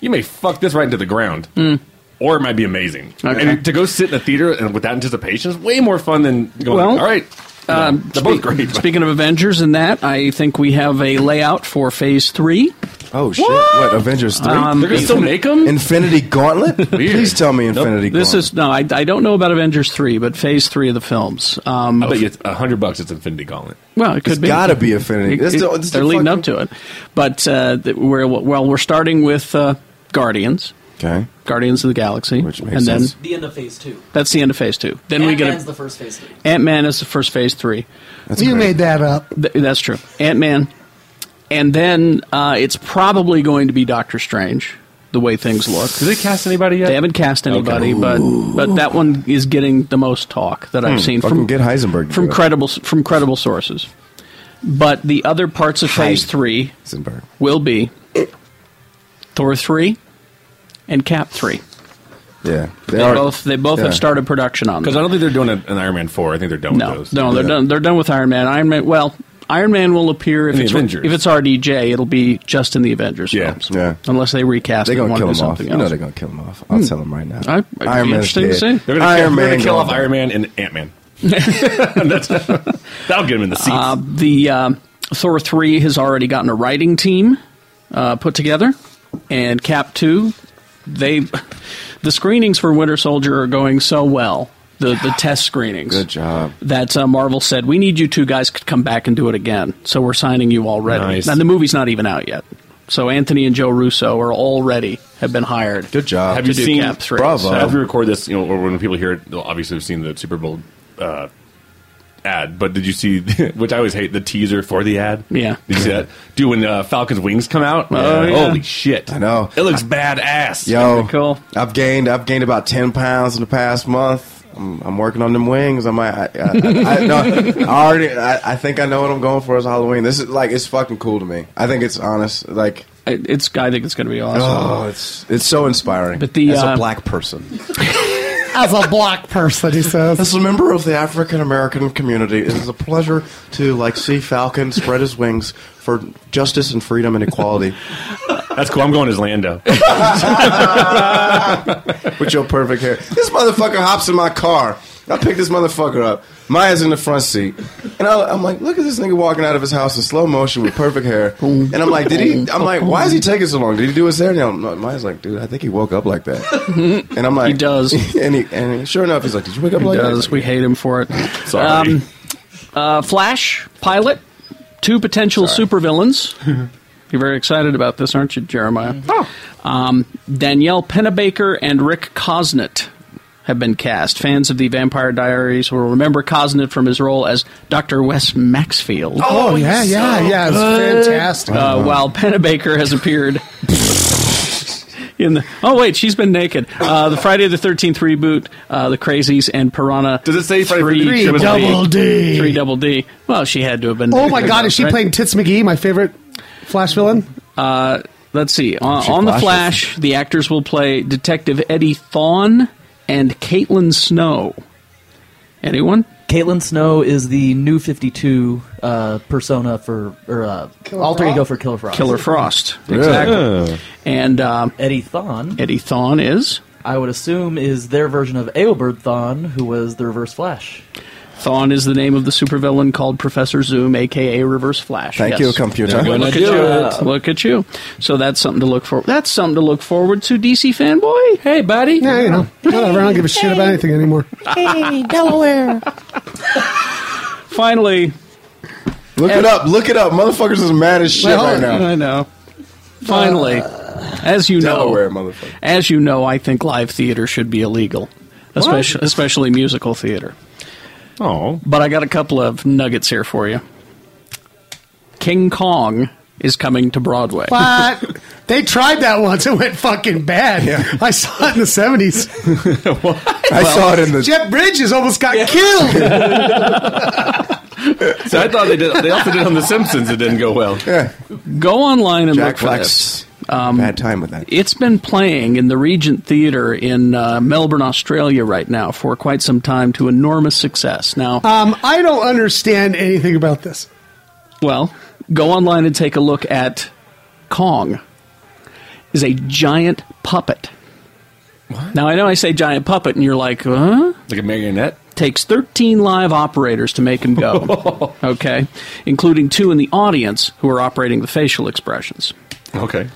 Speaker 7: you may fuck this right into the ground,
Speaker 8: Mm.
Speaker 7: or it might be amazing.
Speaker 1: Okay.
Speaker 7: And to go sit in a theater and with that anticipation is way more fun than going.
Speaker 1: Well,
Speaker 7: all right, um, they're both great. but-
Speaker 1: Speaking of Avengers and that, I think we have a layout for Phase Three.
Speaker 8: Oh shit! What, Avengers three?
Speaker 1: Um,
Speaker 7: they're going to still make them.
Speaker 8: Infinity Gauntlet? Please tell me
Speaker 7: Nope.
Speaker 8: Infinity Gauntlet.
Speaker 1: This is no, I, I don't know about Avengers three, but Phase three of the films. Um,
Speaker 7: I bet you it's a hundred bucks. It's Infinity Gauntlet.
Speaker 1: well, it could
Speaker 8: It's
Speaker 1: be.
Speaker 8: gotta be Infinity.
Speaker 1: It-
Speaker 8: That's
Speaker 1: it-
Speaker 8: the- that's the
Speaker 1: they're leading up
Speaker 8: fucking-
Speaker 1: to it, but uh, th- we're well, we're starting with uh, Guardians,
Speaker 8: okay.
Speaker 1: Guardians of the Galaxy,
Speaker 8: Which makes
Speaker 1: and then
Speaker 8: sense.
Speaker 9: the end of phase two.
Speaker 1: that's the end of Phase two. Then we get
Speaker 9: Ant-Man's the first phase three.
Speaker 1: Ant Man is the first Phase three.
Speaker 2: you made that up.
Speaker 1: Th- that's true. Ant Man, and then uh, it's probably going to be Doctor Strange. The way things look,
Speaker 7: Did they cast anybody yet?
Speaker 1: They haven't cast anybody, but but that one is getting the most talk that I've seen
Speaker 8: Hmm. Fucking
Speaker 1: from
Speaker 8: get Heisenberg to
Speaker 1: from
Speaker 8: do it.
Speaker 1: credible from credible sources. But the other parts of Phase Three
Speaker 8: Heisenberg.
Speaker 1: will be Thor three and Cap three.
Speaker 8: Yeah,
Speaker 1: They, both they both have
Speaker 8: yeah.
Speaker 1: started production on
Speaker 7: Because
Speaker 1: them.
Speaker 7: I don't think they're doing a- an Iron Man four. I think they're done
Speaker 1: No,
Speaker 7: with those.
Speaker 1: no, they're
Speaker 8: Yeah.
Speaker 1: done. They're done with Iron Man. Iron Man. Well, Iron Man will appear if
Speaker 7: In the
Speaker 1: it's
Speaker 7: Avengers.
Speaker 1: if it's RDJ, it'll be just in the Avengers
Speaker 7: Yeah,
Speaker 1: films.
Speaker 8: yeah.
Speaker 1: Unless they recast,
Speaker 8: They're gonna
Speaker 1: and want
Speaker 8: kill
Speaker 1: to
Speaker 8: him
Speaker 1: do
Speaker 8: off.
Speaker 1: something
Speaker 8: You know
Speaker 1: else.
Speaker 8: they're gonna kill him off. I'll tell him right now.
Speaker 1: I- it'd be interesting to see.
Speaker 7: They're going to kill, they're gonna kill off
Speaker 8: gone.
Speaker 7: Iron Man and Ant [laughs] Man. That'll get him in the seats.
Speaker 1: The um Thor 3 has already gotten a writing team uh, put together, and Cap 2, they the screenings for Winter Soldier are going so well. The, the test screenings.
Speaker 8: Good job.
Speaker 1: That uh, Marvel said, we need you two guys to come back and do it again. So we're signing you already.
Speaker 7: Nice.
Speaker 1: And the movie's not even out yet. So Anthony and Joe Russo are already have been hired.
Speaker 8: Good job.
Speaker 7: Have
Speaker 1: Uh, to
Speaker 7: you
Speaker 1: do
Speaker 7: seen
Speaker 1: Cap 3.
Speaker 8: Bravo.
Speaker 7: So as we record this, you know, or when people hear it, they'll obviously have seen the Super Bowl uh, ad. But did you see? [laughs] Which I always hate the teaser for the ad.
Speaker 1: Yeah.
Speaker 7: Did you see that? Dude, when uh, Falcon's wings come out, Uh,
Speaker 1: Oh, yeah.
Speaker 7: holy shit!
Speaker 8: I know.
Speaker 7: it looks badass.
Speaker 8: Yo,
Speaker 1: Cool.
Speaker 8: I've gained I've gained about ten pounds in the past month. I'm, I'm working on them wings. I'm I, I, I, I, no,
Speaker 7: [laughs]
Speaker 8: I already. I, I think I know what I'm going for as Halloween. This is like it's fucking cool to me. I think it's honest. Like
Speaker 1: it's. I think it's going to be awesome.
Speaker 8: Oh, it's it's so inspiring. But
Speaker 1: the,
Speaker 8: as
Speaker 1: uh,
Speaker 8: a black person,
Speaker 2: [laughs] As a black person, he says.
Speaker 8: as a member of the African American community, it is a pleasure to like see Falcon spread his wings for justice and freedom and equality.
Speaker 7: That's cool. I'm going as Lando.
Speaker 8: [laughs] with your perfect hair. This motherfucker hops in my car. I pick this motherfucker up. Maya's in the front seat, and I, I'm like, "Look at this nigga walking out of his house in slow motion with perfect hair." And I'm like, "Did he?" I'm like, "Why is he taking so long? Did he do his hair?" And I'm like, Maya's like, "Dude, I think he woke up like that." And I'm like, "He does." [laughs] And he, and sure enough, he's like, "Did you wake up
Speaker 1: He
Speaker 8: like
Speaker 1: does.
Speaker 8: that?"
Speaker 1: We hate him for it.
Speaker 8: Sorry.
Speaker 1: Um, uh, Flash pilot, two potential supervillains. You're very excited about this, aren't you, Jeremiah? Um, Danielle Pennebaker and Rick Cosnett have been cast. Fans of the Vampire Diaries will remember Cosnett from his role as Dr. Wes Maxfield.
Speaker 2: Oh, yeah, yeah, yeah. It's fantastic.
Speaker 1: Uh, while Pennebaker has appeared in the. Oh, wait, she's been naked. Uh, the Friday the 13th reboot, uh, The Crazies, and Piranha. Does
Speaker 7: it say
Speaker 2: Friday the 13th? Double D.
Speaker 1: Three double D. Well, she had to have been
Speaker 2: [laughs] Oh
Speaker 1: naked
Speaker 2: my God, is she
Speaker 1: right?
Speaker 2: playing Tits McGee, my favorite Flash villain?
Speaker 1: Uh, let's see. On,
Speaker 2: She
Speaker 1: on the
Speaker 2: flashes.
Speaker 1: Flash, the actors will play Detective Eddie Thawne and Caitlin Snow. Anyone?
Speaker 9: Caitlin Snow is the new 52 uh, persona for, or uh, alter ego for Killer Frost.
Speaker 1: Killer Frost. Exactly. And um,
Speaker 9: Eddie Thawne.
Speaker 1: Eddie Thawne is?
Speaker 9: I would assume is their version of Aelbert Thawne, who was the Reverse Flash.
Speaker 1: Thawne is the name of the supervillain called Professor Zoom, aka Reverse Flash.
Speaker 8: Thank
Speaker 1: Yes.
Speaker 8: you, computer. They're gonna
Speaker 1: Look at
Speaker 8: do
Speaker 1: you.
Speaker 8: it.
Speaker 1: Look at you. So that's something to look for. That's something to look forward to, DC fanboy. Hey, buddy.
Speaker 2: Yeah, you know, whatever. I don't give a shit about anything anymore.
Speaker 1: [laughs]
Speaker 2: [laughs]
Speaker 1: Hey, Delaware. Finally,
Speaker 8: Look it up. Look it up. Motherfuckers is mad as shit
Speaker 1: Well,
Speaker 8: right now. Uh,
Speaker 1: I know. Finally, as you
Speaker 8: Delaware,
Speaker 1: know,
Speaker 8: motherfucker.
Speaker 1: as you know, I think live theater should be illegal, especially especially musical theater.
Speaker 7: Oh,
Speaker 1: but I got a couple of nuggets here for you. King Kong is coming to Broadway.
Speaker 2: But they tried that once. It went fucking bad. I saw it in the
Speaker 1: [laughs]
Speaker 2: 70s.
Speaker 8: I saw it in the-
Speaker 2: Jeff Bridges almost got
Speaker 1: [laughs]
Speaker 2: killed.
Speaker 7: So I thought they did. They also did on The Simpsons. It didn't go well.
Speaker 8: Yeah.
Speaker 1: Go online and
Speaker 8: Jack
Speaker 1: look for
Speaker 8: Flex.
Speaker 1: this. Um,
Speaker 8: Bad time with that.
Speaker 1: It's been playing in the Regent Theatre in uh, Melbourne, Australia, right now for quite some time to enormous success. Now,
Speaker 2: um, I don't understand anything about this.
Speaker 1: Well, go online and take a look at Kong. Is a giant puppet. Now I know I say giant puppet, and you're like, huh?
Speaker 7: Like a marionette.
Speaker 1: Takes 13 live operators to make
Speaker 7: [laughs]
Speaker 1: him go. okay, including two in the audience who are operating the facial expressions.
Speaker 7: Okay.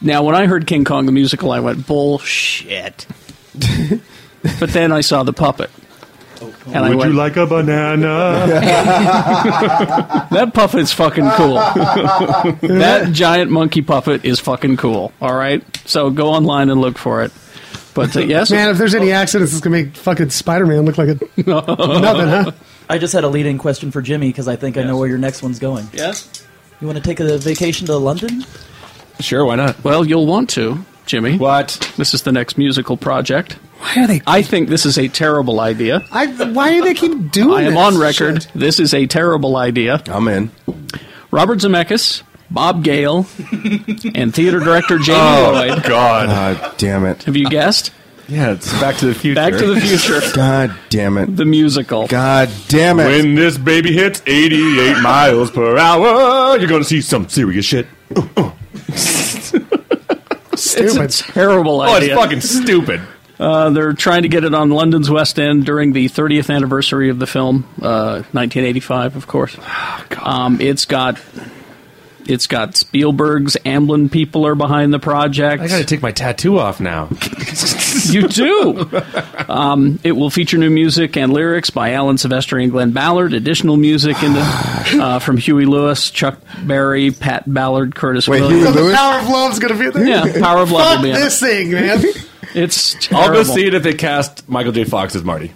Speaker 1: Now, when I heard King Kong the musical, I
Speaker 7: [laughs]
Speaker 1: went bullshit. but then I saw the puppet, and I
Speaker 10: Would
Speaker 1: went,
Speaker 10: you like a banana?
Speaker 1: [laughs] that puppet's fucking cool. that giant monkey puppet is fucking cool. All right, so go online and look for it. But uh, yes,
Speaker 2: Man, if there's any accidents, it's going to make fucking Spider Man look like
Speaker 1: [laughs]
Speaker 2: a. Nothing, huh?
Speaker 9: I just had a leading question for Jimmy because I think I know where your next one's going.
Speaker 1: Yes?
Speaker 9: You want to take a vacation to London?
Speaker 1: sure, why not? Well, you'll want to, Jimmy. What? This is the next musical project. Why are they? I think this is a terrible idea.
Speaker 2: I, why do they keep doing
Speaker 1: I am
Speaker 2: this
Speaker 1: on record. This is a terrible idea. I'm in. Robert Zemeckis, Bob [laughs] Gale, and theater director Jamie
Speaker 8: Oh,
Speaker 1: Lloyd.
Speaker 8: God. God Uh, damn it.
Speaker 1: Have you guessed?
Speaker 8: Yeah, it's Back to the Future.
Speaker 1: Back [laughs] to the Future.
Speaker 8: [laughs] God damn it.
Speaker 1: The musical.
Speaker 8: God damn it.
Speaker 10: When this baby hits 88 miles per hour, you're going to see some serious shit.
Speaker 1: Stupid. It's a terrible
Speaker 7: Oh, it's
Speaker 1: idea.
Speaker 7: fucking stupid.
Speaker 1: Uh, they're trying to get it on London's West End during the 30th anniversary of the film, uh, 1985, of course.
Speaker 7: Ah,
Speaker 1: Um, it's got it's got Spielberg's Amblin people are behind the project.
Speaker 7: I got to take my tattoo off now.
Speaker 1: [laughs] you do. Um, it will feature new music and lyrics by Alan Silvestri and Glenn Ballard. Additional
Speaker 7: [sighs]
Speaker 1: music in the, uh, from Huey Lewis, Chuck Berry, Pat Ballard, Curtis
Speaker 8: Wait,
Speaker 1: Williams.
Speaker 8: Huey
Speaker 2: The Power of Love's going to be there.
Speaker 1: Yeah, Power of Love
Speaker 2: Fuck
Speaker 1: will be in it.
Speaker 2: this thing, man.
Speaker 1: It's
Speaker 7: I'll
Speaker 1: terrible.
Speaker 7: go see it if they cast Michael J. Fox as Marty.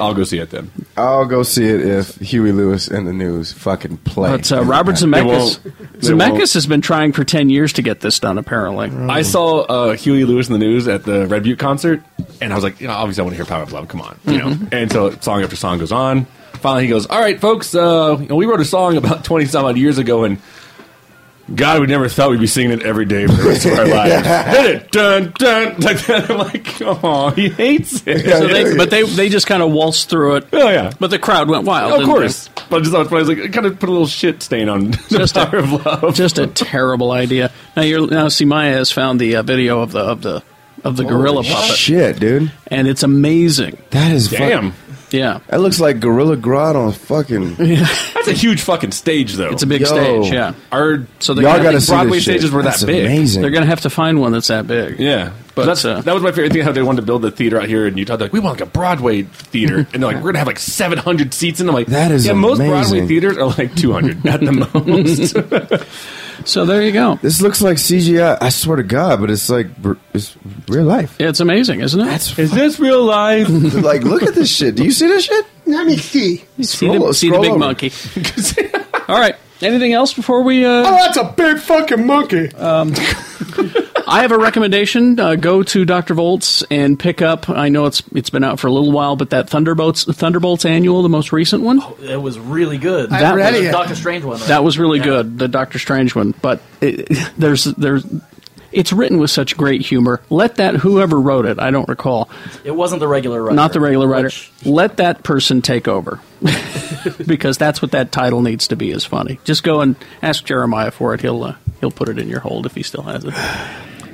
Speaker 7: I'll go see it then.
Speaker 8: I'll go see it if Huey Lewis and the News fucking play.
Speaker 1: But uh, Robert Zemeckis,
Speaker 7: They won't.
Speaker 1: Zemeckis has been trying for ten years to get this done. Apparently,
Speaker 7: I saw uh, Huey Lewis in the news at the Red Butte concert, and I was like, you know, obviously I want to hear Power of Love. Come on, you know.
Speaker 1: Mm-hmm.
Speaker 7: And so song after song goes on. Finally, he goes, "All right, folks, uh, you know, we wrote a song about [laughs] twenty some odd years ago, and God, we never thought we'd be singing it every day for the rest
Speaker 1: [laughs]
Speaker 7: of our lives." Did it? Dun dun. [laughs] Like that. I'm like, oh, he hates it.
Speaker 1: So they, but they they just kind of waltzed through it.
Speaker 7: Oh yeah,
Speaker 1: but the crowd went wild.
Speaker 7: of
Speaker 1: didn't
Speaker 7: course. But I just thought it was funny. I was like, it kind of put a little shit stain on [laughs]
Speaker 1: they?
Speaker 7: the
Speaker 1: just
Speaker 7: Power
Speaker 1: a,
Speaker 7: of Love.
Speaker 1: just a terrible idea. Now you're now see Maya has found the uh, video of the of the of the gorilla puppet,
Speaker 8: Shit, dude.
Speaker 1: and it's amazing.
Speaker 8: That is
Speaker 7: Damn.
Speaker 1: yeah.
Speaker 8: That looks like Gorilla Grodd on
Speaker 1: [laughs]
Speaker 8: fucking.
Speaker 7: That's a huge fucking stage, though. It's
Speaker 1: a big
Speaker 8: Yo.
Speaker 1: stage, yeah.
Speaker 7: Our so
Speaker 8: Y'all gotta see
Speaker 7: Broadway
Speaker 8: this shit.
Speaker 7: stages were
Speaker 8: That's
Speaker 7: that big.
Speaker 8: amazing.
Speaker 1: They're going to have to find one that's that big.
Speaker 7: Yeah,
Speaker 1: But,
Speaker 7: but that's,
Speaker 1: uh,
Speaker 7: that was my favorite thing. How they wanted to build the theater out here in Utah. They're like, we want like a Broadway
Speaker 1: [laughs]
Speaker 7: theater, and they're like, we're gonna have like seven hundred seats. And I'm like,
Speaker 8: That is
Speaker 7: yeah. Most Broadway
Speaker 8: amazing.
Speaker 7: theaters are like two hundred at
Speaker 1: [laughs]
Speaker 7: the most.
Speaker 1: So there you go.
Speaker 8: This looks like CGI. I swear to God, but it's like br- it's real life.
Speaker 1: Yeah, it's amazing, isn't it?
Speaker 7: is this real life?
Speaker 8: [laughs] like, look at this shit. Do you see this shit?
Speaker 2: Let me see.
Speaker 1: [laughs] see the,
Speaker 8: Scroll-
Speaker 1: see the
Speaker 8: scroll
Speaker 1: big
Speaker 8: over.
Speaker 1: monkey. [laughs] All right. Anything else before we? Uh,
Speaker 2: Oh, that's a big fucking monkey.
Speaker 1: Um, [laughs] I have a recommendation. Uh, go to Dr. Volts and pick up. I know it's it's been out for a little while, but that Thunderbolts Thunderbolts annual, the most recent one,
Speaker 9: It was really good.
Speaker 1: That read
Speaker 2: was- it.
Speaker 9: Oh, The Doctor Strange one. Right?
Speaker 1: that was really good. The Doctor Strange one, but it, [laughs] there's there's it's written with such great humor. Let that whoever wrote it, I don't recall,
Speaker 9: It wasn't the regular writer.
Speaker 1: not the regular writer.
Speaker 9: which-
Speaker 1: Let that person take over, [laughs] because that's what that title needs to be. Is funny. Just go and ask Jeremiah for it. He'll uh, he'll put it in your hold if he still has it.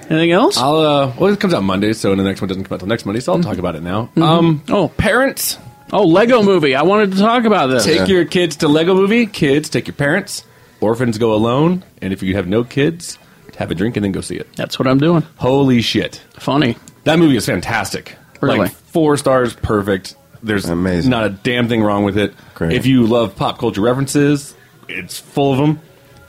Speaker 1: Anything else?
Speaker 7: I'll uh, well, it comes out Monday, so the next one doesn't come out till next Monday. So I'll talk about it now. Um,
Speaker 1: oh,
Speaker 7: parents,
Speaker 1: oh, Lego Movie. I wanted to talk about this.
Speaker 7: take your kids to Lego Movie. Kids, take your parents. Orphans go alone, and if you have no kids, have a drink and then go see it.
Speaker 1: That's what I'm doing.
Speaker 7: Holy shit!
Speaker 1: Funny.
Speaker 7: That movie is fantastic.
Speaker 1: Really?
Speaker 7: Like four stars, perfect. There's
Speaker 8: Amazing.
Speaker 7: not a damn thing wrong with it.
Speaker 8: Great.
Speaker 7: If you love pop culture references, it's full of them.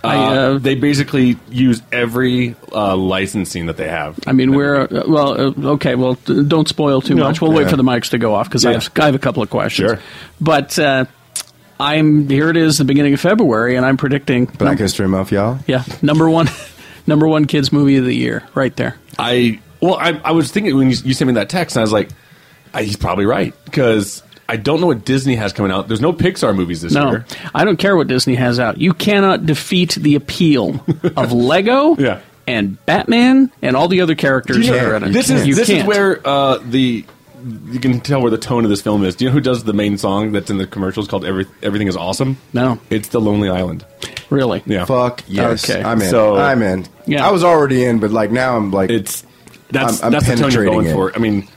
Speaker 7: Uh,
Speaker 1: I, uh,
Speaker 7: they basically use every uh, licensing that they have.
Speaker 1: I mean, we're uh, well. Uh, okay, well, d- don't spoil too much. We'll wait
Speaker 8: Yeah.
Speaker 1: for the mics to go off because I,
Speaker 7: Yeah.
Speaker 1: have, I have a couple of questions.
Speaker 7: Sure.
Speaker 1: But uh, I'm here. It is the beginning of February, and I'm predicting.
Speaker 8: Black History Month, y'all.
Speaker 1: yeah, number one, [laughs] number one kids movie of the year, right there.
Speaker 7: I well, I, I was thinking when you, you sent me that text, and I was like, I, he's probably right because I don't know what Disney has coming out. There's no Pixar movies this
Speaker 1: No,
Speaker 7: year.
Speaker 1: I don't care what Disney has out. You cannot defeat
Speaker 7: [laughs]
Speaker 1: the appeal of Lego.
Speaker 7: Yeah.
Speaker 1: And Batman and all the other characters
Speaker 7: Do you
Speaker 1: that
Speaker 7: know-
Speaker 1: are in it.
Speaker 7: This
Speaker 1: You
Speaker 7: is this
Speaker 1: can't.
Speaker 7: is where uh, the you can tell where the tone of this film is. Do you know who does the main song that's in the commercials called Every, "Everything Is Awesome"?
Speaker 1: No.
Speaker 7: it's the Lonely Island.
Speaker 1: really.
Speaker 7: Yeah,
Speaker 8: Fuck yes,
Speaker 1: Okay,
Speaker 8: I'm in.
Speaker 7: so-
Speaker 8: I'm in.
Speaker 1: Yeah.
Speaker 8: I was already in, but like now I'm like
Speaker 7: it's that's
Speaker 8: I'm- I'm
Speaker 7: that's the tone you're going
Speaker 8: penetrating it.
Speaker 7: for. I mean,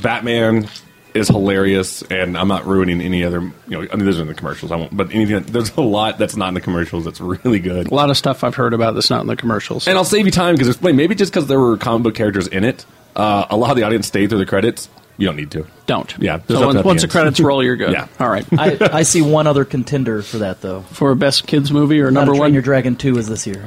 Speaker 7: Batman is hilarious, and I'm not ruining any other. You know, I mean, those are in the commercials. I won't, but anything there's a lot that's not in the commercials that's really good.
Speaker 1: A lot of stuff I've heard about that's not in the commercials.
Speaker 7: And I'll save you time because there's maybe just because there were comic book characters in it. Uh, a lot of the audience stayed through the credits. You don't need to.
Speaker 1: don't.
Speaker 7: Yeah, there's nothing
Speaker 1: So once,
Speaker 7: at the
Speaker 1: once the
Speaker 7: end.
Speaker 1: credits roll, you're good.
Speaker 7: [laughs] Yeah.
Speaker 1: All right.
Speaker 9: I, I see one other contender for that though.
Speaker 1: for best kids movie or number
Speaker 9: How to Train
Speaker 1: one.
Speaker 9: Your Dragon Two is this year.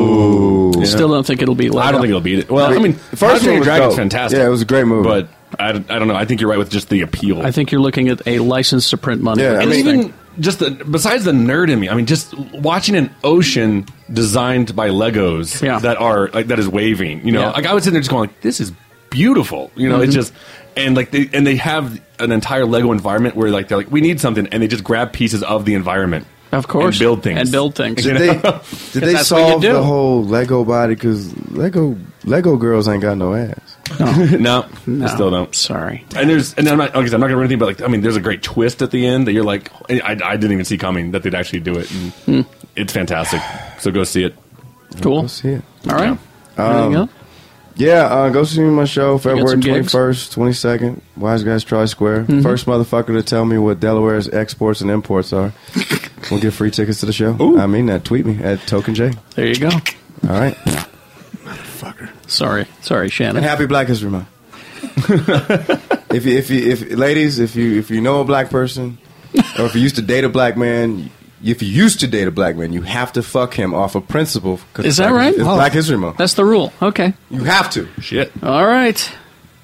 Speaker 8: ooh.
Speaker 1: Still don't think it'll be. Lego.
Speaker 7: I don't think it'll beat it. Well, I mean,
Speaker 8: the first
Speaker 7: How to
Speaker 8: one
Speaker 7: Train Your
Speaker 8: was
Speaker 7: Dragon's
Speaker 8: dope.
Speaker 7: fantastic.
Speaker 8: Yeah, it was a great movie.
Speaker 7: But I, don't- I don't know. I think you're right with just the appeal.
Speaker 1: I think you're looking at a license to print money.
Speaker 8: Yeah, I
Speaker 7: and
Speaker 8: mean-
Speaker 7: even just the besides the nerd in me, I mean, just watching an ocean designed by Legos
Speaker 1: Yeah.
Speaker 7: that are like that is waving. You know,
Speaker 1: Yeah. Mm-hmm.
Speaker 7: like I was sitting there just going, like, "This is beautiful." You know, it's just and like they and they have an entire Lego environment where like they're like, "We need something," and they just grab pieces of the environment,
Speaker 1: of course,
Speaker 7: and build things
Speaker 1: and build things. [laughs]
Speaker 8: Did they, did they
Speaker 1: that's what you
Speaker 8: solve
Speaker 1: do.
Speaker 8: the whole Lego body? Because Lego Lego girls ain't got no ass.
Speaker 1: [laughs]
Speaker 7: no,
Speaker 1: No,
Speaker 7: I still don't.
Speaker 1: Sorry.
Speaker 7: And there's and I'm not like I said, I'm not gonna ruin anything, but like I mean, there's a great twist at the end that you're like, I, I didn't even see coming that they'd actually do it. And
Speaker 1: Hmm.
Speaker 7: It's fantastic. So go see it.
Speaker 1: Cool.
Speaker 8: Go see it. Um,
Speaker 1: All right. Anything else?
Speaker 8: Yeah, uh, go see my show February
Speaker 1: some gigs? Mm-hmm.
Speaker 8: 21st, 22nd, Wise Guys Tri Square. First motherfucker to tell me what Delaware's exports and imports
Speaker 1: [laughs]
Speaker 8: are. we'll get free tickets to the show. I mean that. Tweet me at Token J.
Speaker 1: There you go.
Speaker 8: All right.
Speaker 1: Sorry. Sorry,
Speaker 8: And
Speaker 1: Shannon.
Speaker 8: happy Black History
Speaker 1: [laughs]
Speaker 8: Month. if you, if you, if ladies, if you if you know a black person, or if you used to date a black man, if you used to date a black man, you have to fuck him off of principle. 'cause
Speaker 1: Is that
Speaker 8: black-
Speaker 1: right?
Speaker 8: It's
Speaker 1: Oh.
Speaker 8: Black History Month.
Speaker 1: That's the rule. Okay.
Speaker 8: You have to.
Speaker 7: Shit.
Speaker 1: All right.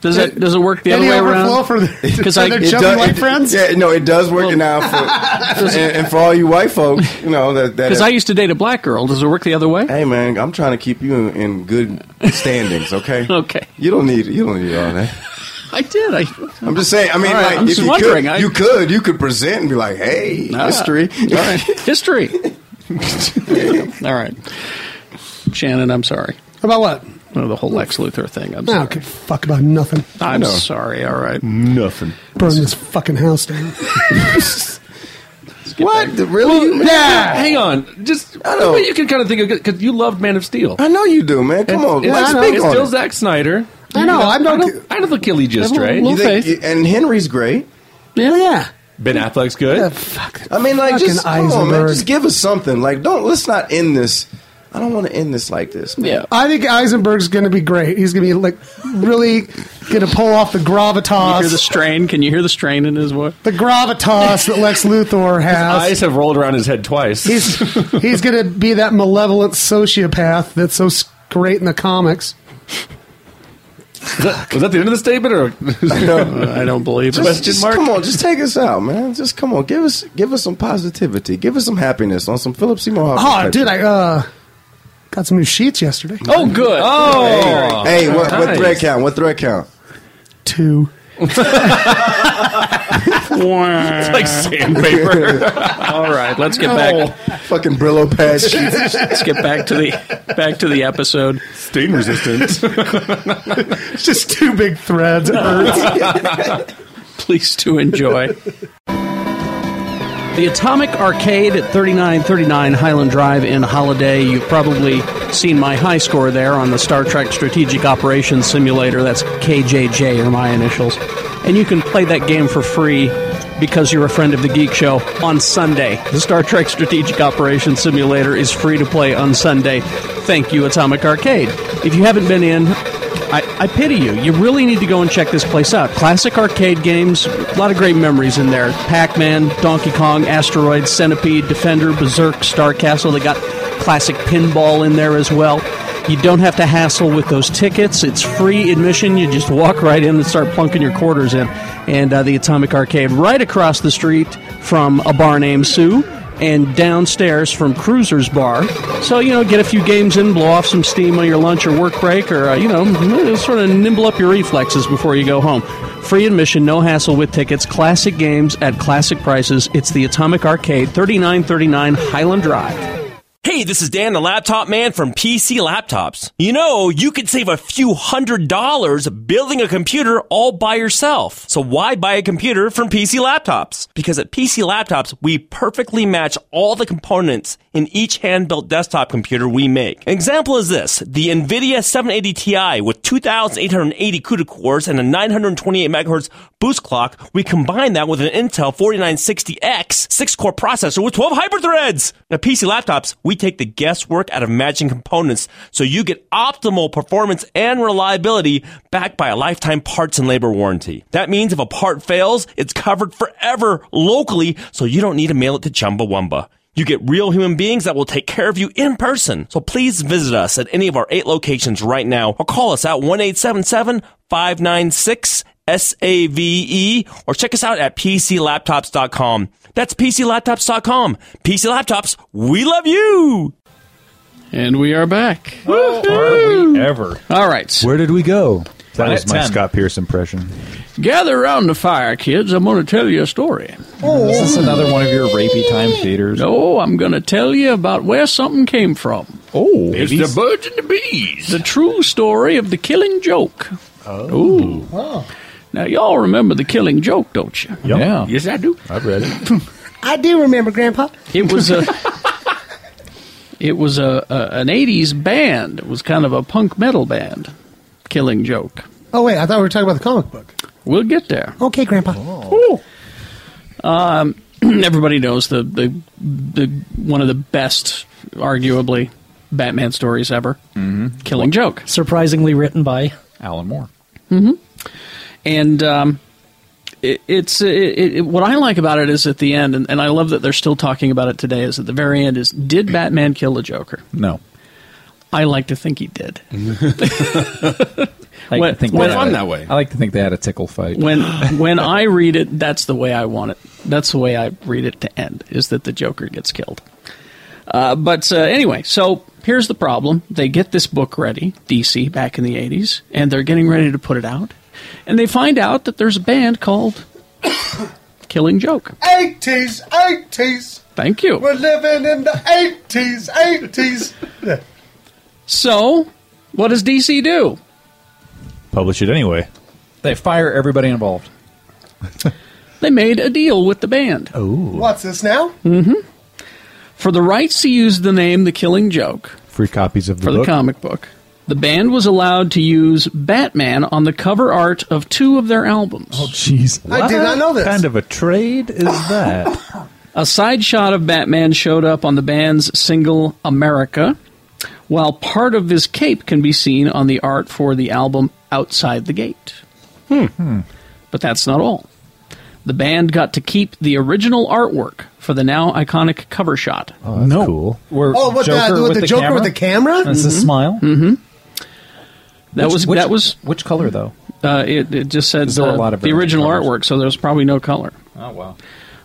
Speaker 1: Does it does it work the
Speaker 2: Any
Speaker 1: other way
Speaker 2: overflow
Speaker 1: around?
Speaker 2: for the-
Speaker 1: [laughs]
Speaker 8: [laughs]
Speaker 1: Because
Speaker 2: for
Speaker 1: I
Speaker 2: their
Speaker 8: It
Speaker 2: chubby
Speaker 8: does-
Speaker 2: white
Speaker 8: it-
Speaker 2: friends?
Speaker 8: Yeah, no, it does work now
Speaker 1: [laughs]
Speaker 8: for and, and for all you white folk, you know that. that
Speaker 1: because I used to date a black girl. Does it work the other way?
Speaker 8: Hey man, I'm trying to keep you in, in good standings. Okay.
Speaker 1: [laughs] okay.
Speaker 8: You don't need you don't need all that.
Speaker 1: I did. I,
Speaker 8: I'm just saying. I mean,
Speaker 1: All right,
Speaker 8: like,
Speaker 1: I'm
Speaker 8: if
Speaker 1: just
Speaker 8: you
Speaker 1: wondering.
Speaker 8: could,
Speaker 1: I-
Speaker 8: you could, you could present and be like, "Hey,
Speaker 1: Ah,
Speaker 8: history."
Speaker 1: All
Speaker 8: [laughs]
Speaker 1: right, history. [laughs] all right, Shannon. I'm sorry.
Speaker 2: About what?
Speaker 1: No, the whole Lex Luthor thing. I'm
Speaker 2: I
Speaker 1: sorry.
Speaker 2: don't give a fuck about nothing.
Speaker 1: I'm sorry. All right.
Speaker 10: Nothing.
Speaker 2: Burn this fucking house down.
Speaker 7: What?
Speaker 8: Really?
Speaker 7: yeah. Hang on. Just I know. you can kind of think of because you loved Man of Steel.
Speaker 8: I know you do, man. Come on,
Speaker 7: it's,
Speaker 8: let's
Speaker 7: it's-
Speaker 8: speak
Speaker 7: it's
Speaker 8: on
Speaker 7: still
Speaker 8: it.
Speaker 7: Zack Snyder.
Speaker 2: I know, I'm not-
Speaker 7: I don't, I don't think he'll just right.
Speaker 8: You think- and Henry's great.
Speaker 1: Yeah,
Speaker 2: yeah.
Speaker 7: Ben Affleck's good.
Speaker 8: I mean, like,
Speaker 2: Fucking
Speaker 8: just come on, man.
Speaker 2: Eisenberg.
Speaker 8: Just give us something. Like, don't let's not end this. I don't want to end this like this. Man. Yeah.
Speaker 2: I think Eisenberg's going to be great. He's going to be like really going to pull off the
Speaker 1: Can you hear
Speaker 2: gravitas,
Speaker 1: the
Speaker 2: the,
Speaker 1: strain? Can you hear the strain in his voice?
Speaker 2: gravitas that Lex Luthor
Speaker 7: Eyes
Speaker 2: has.
Speaker 7: have rolled around his head twice.
Speaker 2: He's
Speaker 1: [laughs]
Speaker 2: he's going to be that malevolent sociopath that's so s- great in the comics.
Speaker 7: Is that- [laughs] was that the end of the statement,
Speaker 8: [laughs]
Speaker 7: or
Speaker 1: I don't believe it.
Speaker 8: Just, just come on, just take us out, man. Just come on, give us give us some positivity, give us some happiness on some Philip Seymour Hoffman.
Speaker 2: Oh,
Speaker 8: type shit.
Speaker 2: dude, I uh, got some new sheets yesterday.
Speaker 1: Oh, good.
Speaker 8: Oh, hey, hey, what, what
Speaker 1: Nice.
Speaker 8: thread count? What thread count?
Speaker 2: Two.
Speaker 1: it's
Speaker 7: like sandpaper.
Speaker 1: [laughs] All right, let's get back.
Speaker 8: Fucking Brillo pad sheets.
Speaker 1: [laughs] Let's get back to the back to the episode.
Speaker 7: Stain resistant.
Speaker 2: It's [laughs] just two big threads. It hurts.
Speaker 1: [laughs] Please to enjoy. The Atomic Arcade at 3939 Highland Drive in Holiday. You've probably seen my high score there on the Star Trek Strategic Operations Simulator. That's KJJ, are my initials. And you can play that game for free because you're a friend of the Geek Show on Sunday. The Star Trek Strategic Operations Simulator is free to play on Sunday. Thank you, Atomic Arcade. If you haven't been in, I, I pity you. You really need to go and check this place out. Classic arcade games, a lot of great memories in there. Pac Man, Donkey Kong, Asteroid, Centipede, Defender, Berserk, Star Castle. They got classic pinball in there as well. You don't have to hassle with those tickets. It's free admission. You just [laughs] walk right in and start plunking your quarters in. And uh, the Atomic Arcade, right across the street from a bar named Sue and downstairs from Cruiser's Bar. So, you know, get a few games in, blow off some steam on your lunch or work break, or, uh, you know, sort of nimble up your reflexes before you go home. Free admission, no hassle with tickets, classic games at classic prices. It's the Atomic Arcade, 3939 Highland Drive.
Speaker 11: Hey, this is Dan the Laptop Man from PC Laptops. You know, you could save a few hundred dollars building a computer all by yourself. So why buy a computer from PC Laptops? Because at PC Laptops, we perfectly match all the components in each hand-built desktop computer we make. An example is this, the NVIDIA 780 Ti with 2,880 CUDA cores and a 928 megahertz boost clock. We combine that with an Intel 4960X 6-core processor with 12 hyperthreads. Now, PC laptops, we take the guesswork out of matching components so you get optimal performance and reliability backed by a lifetime parts and labor warranty. That means if a part fails, it's covered forever locally so you don't need to mail it to Chumbawamba. You get real human beings that will take care of you in person. So please visit us at any of our eight locations right now or call us at 1 877 596 SAVE E or check us out at PCLaptops.com. That's PCLaptops.com. PC Laptops, we love you!
Speaker 1: And we are back.
Speaker 6: Are we ever?
Speaker 1: All right.
Speaker 5: Where did we go? That
Speaker 6: Planet
Speaker 5: was my
Speaker 6: 10.
Speaker 5: Scott Pierce impression.
Speaker 1: Gather around the fire, kids. I'm going to tell you a story.
Speaker 6: Is this another one of your rapey time theaters?
Speaker 1: No, I'm going to tell you about where something came from.
Speaker 6: Oh,
Speaker 10: It's the birds and the bees.
Speaker 1: The true story of the killing joke. Oh. Now, y'all remember the killing joke, don't you?
Speaker 6: yeah.
Speaker 10: Yes, I do.
Speaker 5: I've read it.
Speaker 2: I do remember Grandpa.
Speaker 1: [laughs] It was a. it was a, a an '80s band. It was kind of a punk metal band. Killing joke.
Speaker 2: Oh wait, I thought we were talking about the comic book.
Speaker 1: We'll get there.
Speaker 2: Okay, Grandpa.
Speaker 1: Um, [clears throat] Everybody knows the, the the one of the best, arguably, Batman stories ever. Mm-hmm. Killing joke.
Speaker 4: Surprisingly written by
Speaker 6: Alan Moore.
Speaker 1: Mm-hmm. and um, it, it's uh, it, it, what I like about it is at the end, and, and I love that they're still talking about it today. Is at the very end is did Batman kill the Joker?
Speaker 6: No. [laughs]
Speaker 1: I like to think he did.
Speaker 6: Like
Speaker 1: When-
Speaker 6: to think
Speaker 1: when-
Speaker 6: they had
Speaker 1: fun
Speaker 6: a-
Speaker 1: that way.
Speaker 6: I like to think they had a tickle fight.
Speaker 1: when when I read it, that's the way I want it. That's the way I read it to end is that the Joker gets killed. Uh, but uh, anyway, so here's the problem: they get this book ready, DC, back in the '80s, and they're getting ready to put it out, and they find out that there's a band called [coughs] Killing Joke.
Speaker 2: 80s, 80s.
Speaker 1: Thank you.
Speaker 2: We're living in the 80s,
Speaker 1: [laughs]
Speaker 2: 80s.
Speaker 1: So, what does DC do?
Speaker 6: [gasps] Publish it anyway. They fire everybody involved.
Speaker 1: They made a deal with the band.
Speaker 6: Oh.
Speaker 2: What's this now?
Speaker 1: Mm-hmm. For the rights to use the name The Killing Joke,
Speaker 6: Free copies of the
Speaker 1: for the
Speaker 6: book.
Speaker 1: comic book. The band was allowed to use Batman on the cover art of two of their albums. Oh,
Speaker 6: jeez.
Speaker 2: I did not know this.
Speaker 6: Kind of a trade is that?
Speaker 1: [coughs] A side shot of Batman showed up on the band's single America, while part of his cape can be seen on the art for the album Outside the Gate. Hmm.
Speaker 6: Hmm.
Speaker 1: But that's not all. The band got to keep the original artwork for the now iconic cover shot.
Speaker 6: Oh, that's cool. We're
Speaker 2: Oh, what the, with, the, Joker with the camera?
Speaker 6: That's a smile.
Speaker 1: Mm-hmm. That
Speaker 6: Which-
Speaker 1: was
Speaker 6: which-
Speaker 1: that was
Speaker 6: which color though?
Speaker 1: Uh, it, it just said
Speaker 6: there were a
Speaker 1: uh,
Speaker 6: lot of
Speaker 1: the original artwork, so there's probably no color.
Speaker 6: Oh wow.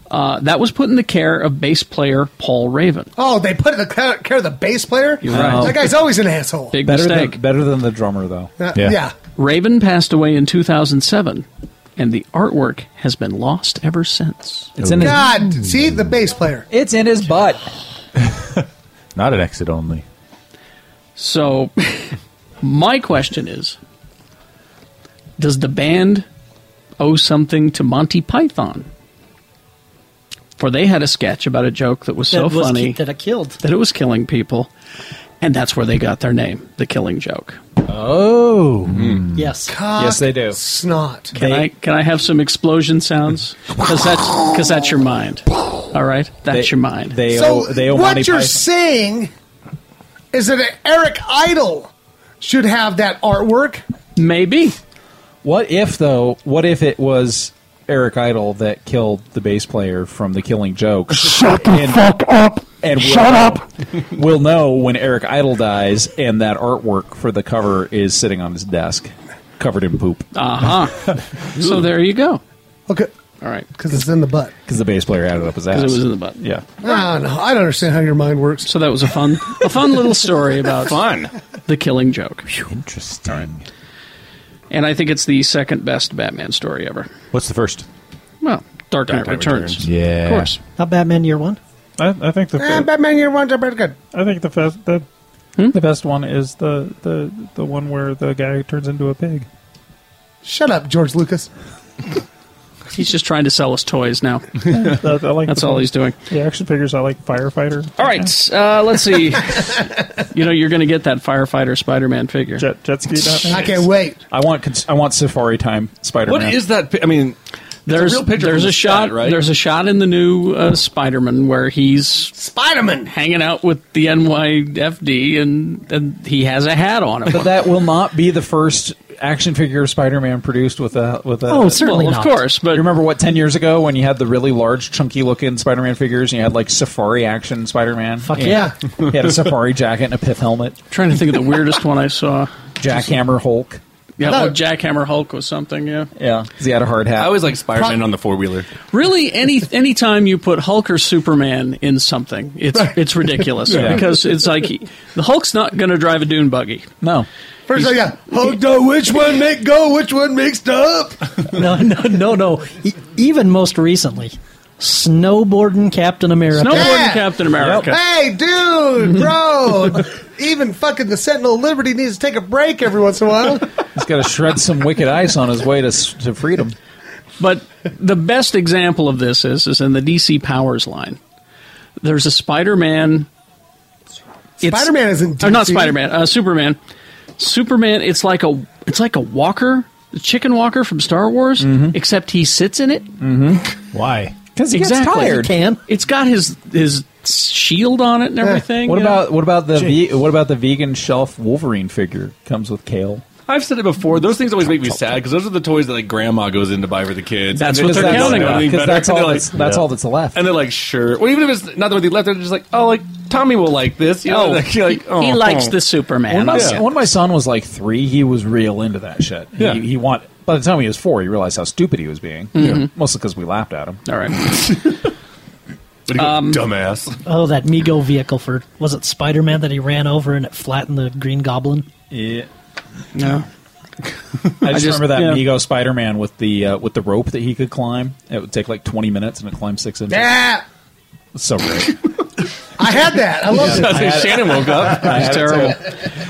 Speaker 1: Uh, that was put in the care of bass player Paul Raven.
Speaker 2: Oh, they put the ca- care of the bass player?
Speaker 1: You're right.
Speaker 2: That guy's always an asshole.
Speaker 1: Big
Speaker 6: better
Speaker 1: mistake.
Speaker 6: Than, better than the drummer though.
Speaker 2: Uh, yeah. yeah.
Speaker 1: Raven passed away in 2007, and the artwork has been lost ever since.
Speaker 6: It's in his-
Speaker 2: God, see the bass player.
Speaker 6: It's in his butt. Not an exit only.
Speaker 1: So, [laughs] my question is Does the band owe something to Monty Python? For they had a sketch about a joke that was so
Speaker 4: That was
Speaker 1: funny
Speaker 4: ki- that I killed.
Speaker 1: that it was killing people, and that's where they got their name, the killing joke.
Speaker 6: Oh.
Speaker 4: Yes.
Speaker 1: Yes, they do.
Speaker 2: Snot.
Speaker 1: Can I can I have some explosion sounds? Because that's because that's your mind. All right, that's your mind.
Speaker 6: They
Speaker 2: So what you're saying is that Eric Idle should have that artwork.
Speaker 1: Maybe.
Speaker 6: What if though? What if it was Eric Idle that killed the bass player from The Killing Joke? Shut the fuck up! And
Speaker 10: Shut
Speaker 6: up! [laughs] we'll know when Eric Idle dies, and that artwork for the cover is sitting on his desk, covered in poop.
Speaker 1: Uh
Speaker 2: [laughs]
Speaker 1: huh. so there you go.
Speaker 2: Okay.
Speaker 1: All right.
Speaker 2: Because it's in the butt.
Speaker 6: Because the bass player had it up his ass.
Speaker 1: 'Cause it was in the butt.
Speaker 6: Yeah.
Speaker 2: I don't know. I don't understand how your mind works.
Speaker 1: So that was a fun, a fun
Speaker 5: [laughs]
Speaker 1: little story about
Speaker 7: fun
Speaker 1: the Killing Joke.
Speaker 6: Interesting.
Speaker 1: And I think it's the second best Batman story ever.
Speaker 5: What's the first?
Speaker 1: Well, Dark Knight Returns.
Speaker 5: Yeah.
Speaker 1: of course. Ah,
Speaker 4: Not Batman Year One.
Speaker 5: I, I think the
Speaker 2: Eh,
Speaker 4: [laughs]
Speaker 2: Batman Year One's are pretty good.
Speaker 12: I think the best the,
Speaker 1: Hmm?
Speaker 12: the best one is the, the the one where the guy turns into a pig.
Speaker 2: Shut up, George Lucas.
Speaker 1: He's just trying to sell us toys now.
Speaker 12: [laughs] That- I like
Speaker 1: That's
Speaker 12: the-
Speaker 1: all he's doing.
Speaker 12: The action figures I like firefighter.
Speaker 1: All right, uh, let's see. you know, you're going to get that firefighter Spider-Man figure.
Speaker 12: Jet, jet ski Batman?
Speaker 2: I can't wait.
Speaker 6: I want cons- I want Safari Time Spider Man.
Speaker 7: What is that? pi- I mean,
Speaker 1: There's
Speaker 7: it's a real picture.
Speaker 1: there's
Speaker 7: from
Speaker 1: a
Speaker 7: the
Speaker 1: shot
Speaker 7: sky, right?
Speaker 1: there's a shot in the new uh, Spider-Man where he's Spider-Man hanging out with the NYFD and, and he has a hat on him.
Speaker 6: But that will not be the first action figure of Spider-Man produced with a with a.
Speaker 1: Oh, certainly Well, of not. course,
Speaker 6: But you remember what ten years ago when you had the really large, chunky-looking Spider-Man figures, and you had like Safari action Spider-Man. Fuck
Speaker 1: yeah.
Speaker 6: he had a Safari jacket and a pith helmet.
Speaker 1: [laughs] trying to think of the weirdest one I saw.
Speaker 6: Jackhammer Hulk.
Speaker 1: Yeah,
Speaker 6: No.
Speaker 1: well, Jackhammer Hulk was something. Yeah,
Speaker 6: Yeah, 'cause he had a hard hat.
Speaker 7: I always like Spider Man on the four wheeler.
Speaker 1: really. Any any time you put Hulk or Superman in something, it's it's ridiculous
Speaker 7: Yeah.
Speaker 1: because it's like he- the Hulk's not going to drive a dune buggy.
Speaker 6: No,
Speaker 2: First, I got, oh, no, which one make go, which one mixed up?
Speaker 4: [laughs] no, no, no, no. E- even most recently, snowboarding Captain America.
Speaker 1: Snowboarding Yeah. Captain America.
Speaker 2: Hey, dude, bro. Even fucking the Sentinel of Liberty needs to take a break every once in a while.
Speaker 6: he's got to shred some wicked ice on his way to s- to freedom.
Speaker 1: But the best example of this is is in the DC Powers line. There's a Spider-Man. it's-
Speaker 2: Spider-Man isn't
Speaker 1: or not
Speaker 2: DC.
Speaker 1: Spider-Man. Uh, Superman. Superman. It's like a it's like a walker, the chicken walker from Star Wars, except he sits in it.
Speaker 6: Mm-hmm. Why? Mm-hmm. Because he gets tired.
Speaker 4: can.
Speaker 1: It's got his his shield on it and everything.
Speaker 6: What
Speaker 1: you know?
Speaker 6: about what about the ve- what about the vegan shelf Wolverine figure? Comes with kale.
Speaker 7: I've said it before. Those things always make me sad because those are the toys that like grandma goes in to buy for the kids.
Speaker 6: That's
Speaker 7: And
Speaker 6: what
Speaker 7: they
Speaker 6: they're
Speaker 7: just don't
Speaker 6: counting
Speaker 7: know
Speaker 6: on,
Speaker 7: anything
Speaker 6: 'cause
Speaker 7: better.
Speaker 6: that's
Speaker 7: And
Speaker 6: all
Speaker 7: they're
Speaker 6: that's- that's all that's left.
Speaker 7: And they're like, sure. Well, even if it's not the one they left, they're just like, oh, like Tommy will like this. You know,
Speaker 6: Oh,
Speaker 7: like, you're like, oh,
Speaker 1: he likes the
Speaker 6: When
Speaker 1: Superman.
Speaker 6: my,
Speaker 1: Yeah.
Speaker 6: when my son was like three, he was real into that shit. He,
Speaker 1: Yeah.
Speaker 6: he want. By the time he was four, he realized how stupid he was being.
Speaker 1: Mhm.
Speaker 6: Yeah. Mostly because we laughed at him.
Speaker 7: [laughs]
Speaker 1: All right. Um,
Speaker 7: dumbass.
Speaker 4: Oh, that Mego vehicle for was it Spider Man that he ran over and it flattened the Green Goblin?
Speaker 6: Yeah.
Speaker 1: No.
Speaker 6: I just,
Speaker 4: just-
Speaker 6: remember that
Speaker 4: yeah.
Speaker 6: Mego Spider Man with the uh, with the rope that he could climb. It would take like twenty minutes, and it climbed six inches.
Speaker 2: Yeah,
Speaker 6: It's
Speaker 7: [laughs]
Speaker 6: so great.
Speaker 2: I had
Speaker 1: [laughs]
Speaker 2: that. I loved
Speaker 6: Yeah,
Speaker 2: it.
Speaker 6: I had it.
Speaker 1: Shannon woke up.
Speaker 6: I
Speaker 1: That's
Speaker 6: had it,
Speaker 1: terrible.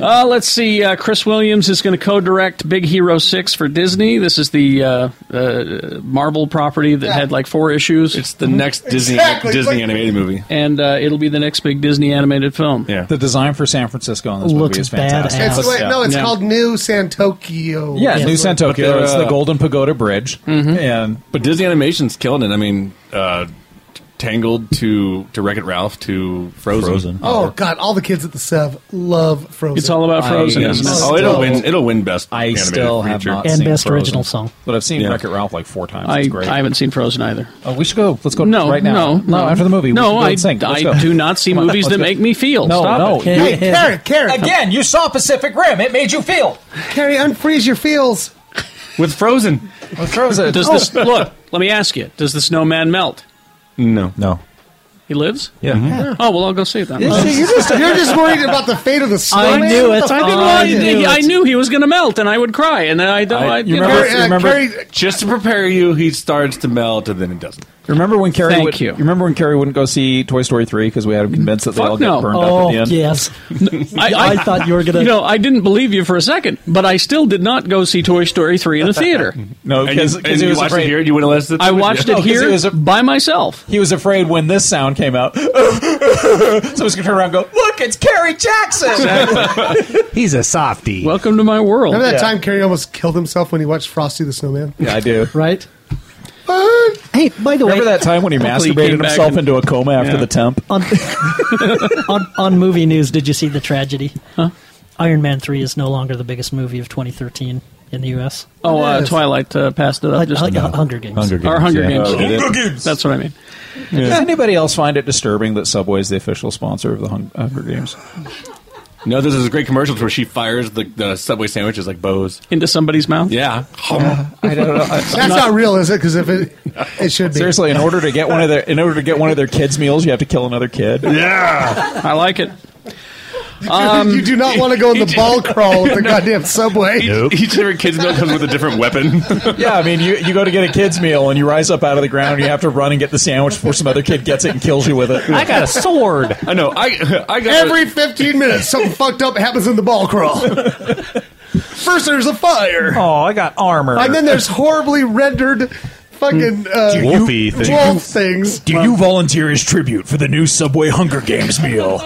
Speaker 1: Uh, let's see. Uh, Chris Williams is going to co-direct Big Hero Six for Disney. This is the uh, uh, Marvel property that had like four issues. It's the
Speaker 7: next Disney- Exactly. Disney Like- animated movie,
Speaker 1: and uh, it'll be the next big Disney animated film.
Speaker 7: Yeah,
Speaker 6: the design for San Francisco on this movie is fantastic.
Speaker 2: It's like, no, it's
Speaker 6: Yeah.
Speaker 2: called New San Tokyo.
Speaker 6: Yeah, New
Speaker 2: San
Speaker 6: San Tokyo. It's
Speaker 7: uh,
Speaker 6: the Golden Pagoda Bridge. And
Speaker 7: Mm-hmm. but Disney Animation's killing it. I mean, uh, Tangled to to Wreck It Ralph to Frozen.
Speaker 2: Oh god, all the kids at the Sev love Frozen.
Speaker 7: It's all about Frozen, I isn't it? still- Oh, it'll win- it'll win best
Speaker 6: I
Speaker 7: animated
Speaker 6: still have
Speaker 7: feature.
Speaker 6: not
Speaker 7: And
Speaker 6: seen
Speaker 7: best
Speaker 6: Frozen,
Speaker 7: original song.
Speaker 6: but I've seen
Speaker 7: Yeah.
Speaker 6: Wreck It Ralph like four times.
Speaker 1: I,
Speaker 6: it's great.
Speaker 1: I haven't seen Frozen either.
Speaker 6: Oh, we should go. Let's go
Speaker 1: No,
Speaker 6: right now.
Speaker 1: no, no.
Speaker 6: after the movie.
Speaker 1: No,
Speaker 6: we should go
Speaker 1: I-
Speaker 6: and sing. Let's
Speaker 1: I
Speaker 6: go.
Speaker 1: do not see
Speaker 6: Come on,
Speaker 1: movies
Speaker 6: let's
Speaker 1: that
Speaker 6: go.
Speaker 1: make me feel.
Speaker 6: No,
Speaker 1: Stop
Speaker 6: no.
Speaker 1: it.
Speaker 6: You-
Speaker 1: Hey, Carrie, Carrie. Again,
Speaker 6: you saw Pacific Rim. It made you feel.
Speaker 2: Carrie, unfreeze your feels. Oh.
Speaker 7: With Frozen.
Speaker 6: With Frozen.
Speaker 1: Does this look? Let me ask you. Does the snowman melt?
Speaker 7: No,
Speaker 6: no.
Speaker 1: He lives.
Speaker 6: Yeah.
Speaker 1: Oh well, I'll go see it then.
Speaker 2: You're just, you're just worried about
Speaker 1: [laughs]
Speaker 2: the fate of the snowman. What the fuck?
Speaker 1: I didn't know. I knew he was going to melt, and I would cry, and then I don't. I,
Speaker 7: you
Speaker 1: you know.
Speaker 7: remember, just to prepare you, he starts to melt and then it doesn't.
Speaker 6: Remember when Carrie?
Speaker 7: Thank
Speaker 6: would,
Speaker 7: you.
Speaker 6: Remember when Carrie wouldn't go see Toy Story three because we had him convinced that they
Speaker 1: Fuck
Speaker 6: all
Speaker 1: no.
Speaker 6: get burned up
Speaker 1: Oh,
Speaker 6: at the end.
Speaker 4: Oh,
Speaker 6: [laughs]
Speaker 4: yes.
Speaker 1: I,
Speaker 4: [laughs] I thought you were gonna-
Speaker 1: You know, I didn't believe you for a second, but I still did not go see Toy Story three in a theater.
Speaker 6: No,
Speaker 7: And you-
Speaker 6: because
Speaker 7: and you watched it here and you wouldn't listen to
Speaker 1: I
Speaker 7: it?
Speaker 1: watched
Speaker 7: No,
Speaker 1: it
Speaker 7: 'cause
Speaker 1: here
Speaker 7: he was
Speaker 1: by myself.
Speaker 6: He was afraid when this sound
Speaker 1: [laughs]
Speaker 6: came out. so I was gonna turn around and go, "Look, it's
Speaker 1: [laughs]
Speaker 6: Carrie Jackson."
Speaker 2: [laughs]
Speaker 6: He's a softie.
Speaker 1: Welcome to my world.
Speaker 2: Remember that
Speaker 6: Yeah.
Speaker 2: time Carrie almost killed himself when he watched Frosty the Snowman?
Speaker 6: yeah, I do.
Speaker 4: Right. Hey, by the way,
Speaker 6: Remember that time when he
Speaker 4: Hopefully he came
Speaker 6: masturbated
Speaker 4: back
Speaker 6: himself
Speaker 4: and-
Speaker 6: into a coma after
Speaker 4: Yeah.
Speaker 6: the temp?
Speaker 4: on, on on movie news, did you see the tragedy? Huh? Iron Man three is no longer the biggest movie of 2013 in the U.S.
Speaker 1: Oh, uh, Twilight uh, passed it up.
Speaker 4: Like-
Speaker 1: Just
Speaker 4: like, uh, Hunger Games. [laughs] Hunger
Speaker 1: Or
Speaker 6: Games,
Speaker 1: Hunger
Speaker 6: yeah.
Speaker 1: Games.
Speaker 6: Oh, they did. Hunger
Speaker 1: That's what I mean.
Speaker 6: Does anybody else find it disturbing that Subway's the official sponsor of the Hun- Hunger Games?
Speaker 7: No, there's this great commercials where she fires the, the Subway sandwiches like bows
Speaker 1: into somebody's mouth.
Speaker 7: Yeah,
Speaker 6: I don't know. I-
Speaker 2: That's not, real, is it? Because if it, it should be.
Speaker 6: Seriously, in order to get one of their in order to get one of their kids' meals, you have to kill another kid.
Speaker 7: Yeah,
Speaker 1: I like it.
Speaker 2: you do not want to go in the ball crawl with the goddamn subway.
Speaker 7: [laughs] Each different kid's meal comes with a different weapon.
Speaker 6: [laughs] yeah, I mean, you, you go to get a kid's meal and you rise up out of the ground and you have to run and get the sandwich before some other kid gets it and kills you with it.
Speaker 2: I got a
Speaker 6: sword.
Speaker 7: I know. I I got
Speaker 2: Every 15 minutes, something fucked up happens in the ball crawl. First, there's a fire.
Speaker 6: Oh, I got armor.
Speaker 2: And then there's horribly rendered fucking
Speaker 6: Mm.
Speaker 2: uh,
Speaker 6: Wolfy thing.
Speaker 2: wolf things.
Speaker 6: Do you volunteer as tribute for the new Subway Hunger Games meal?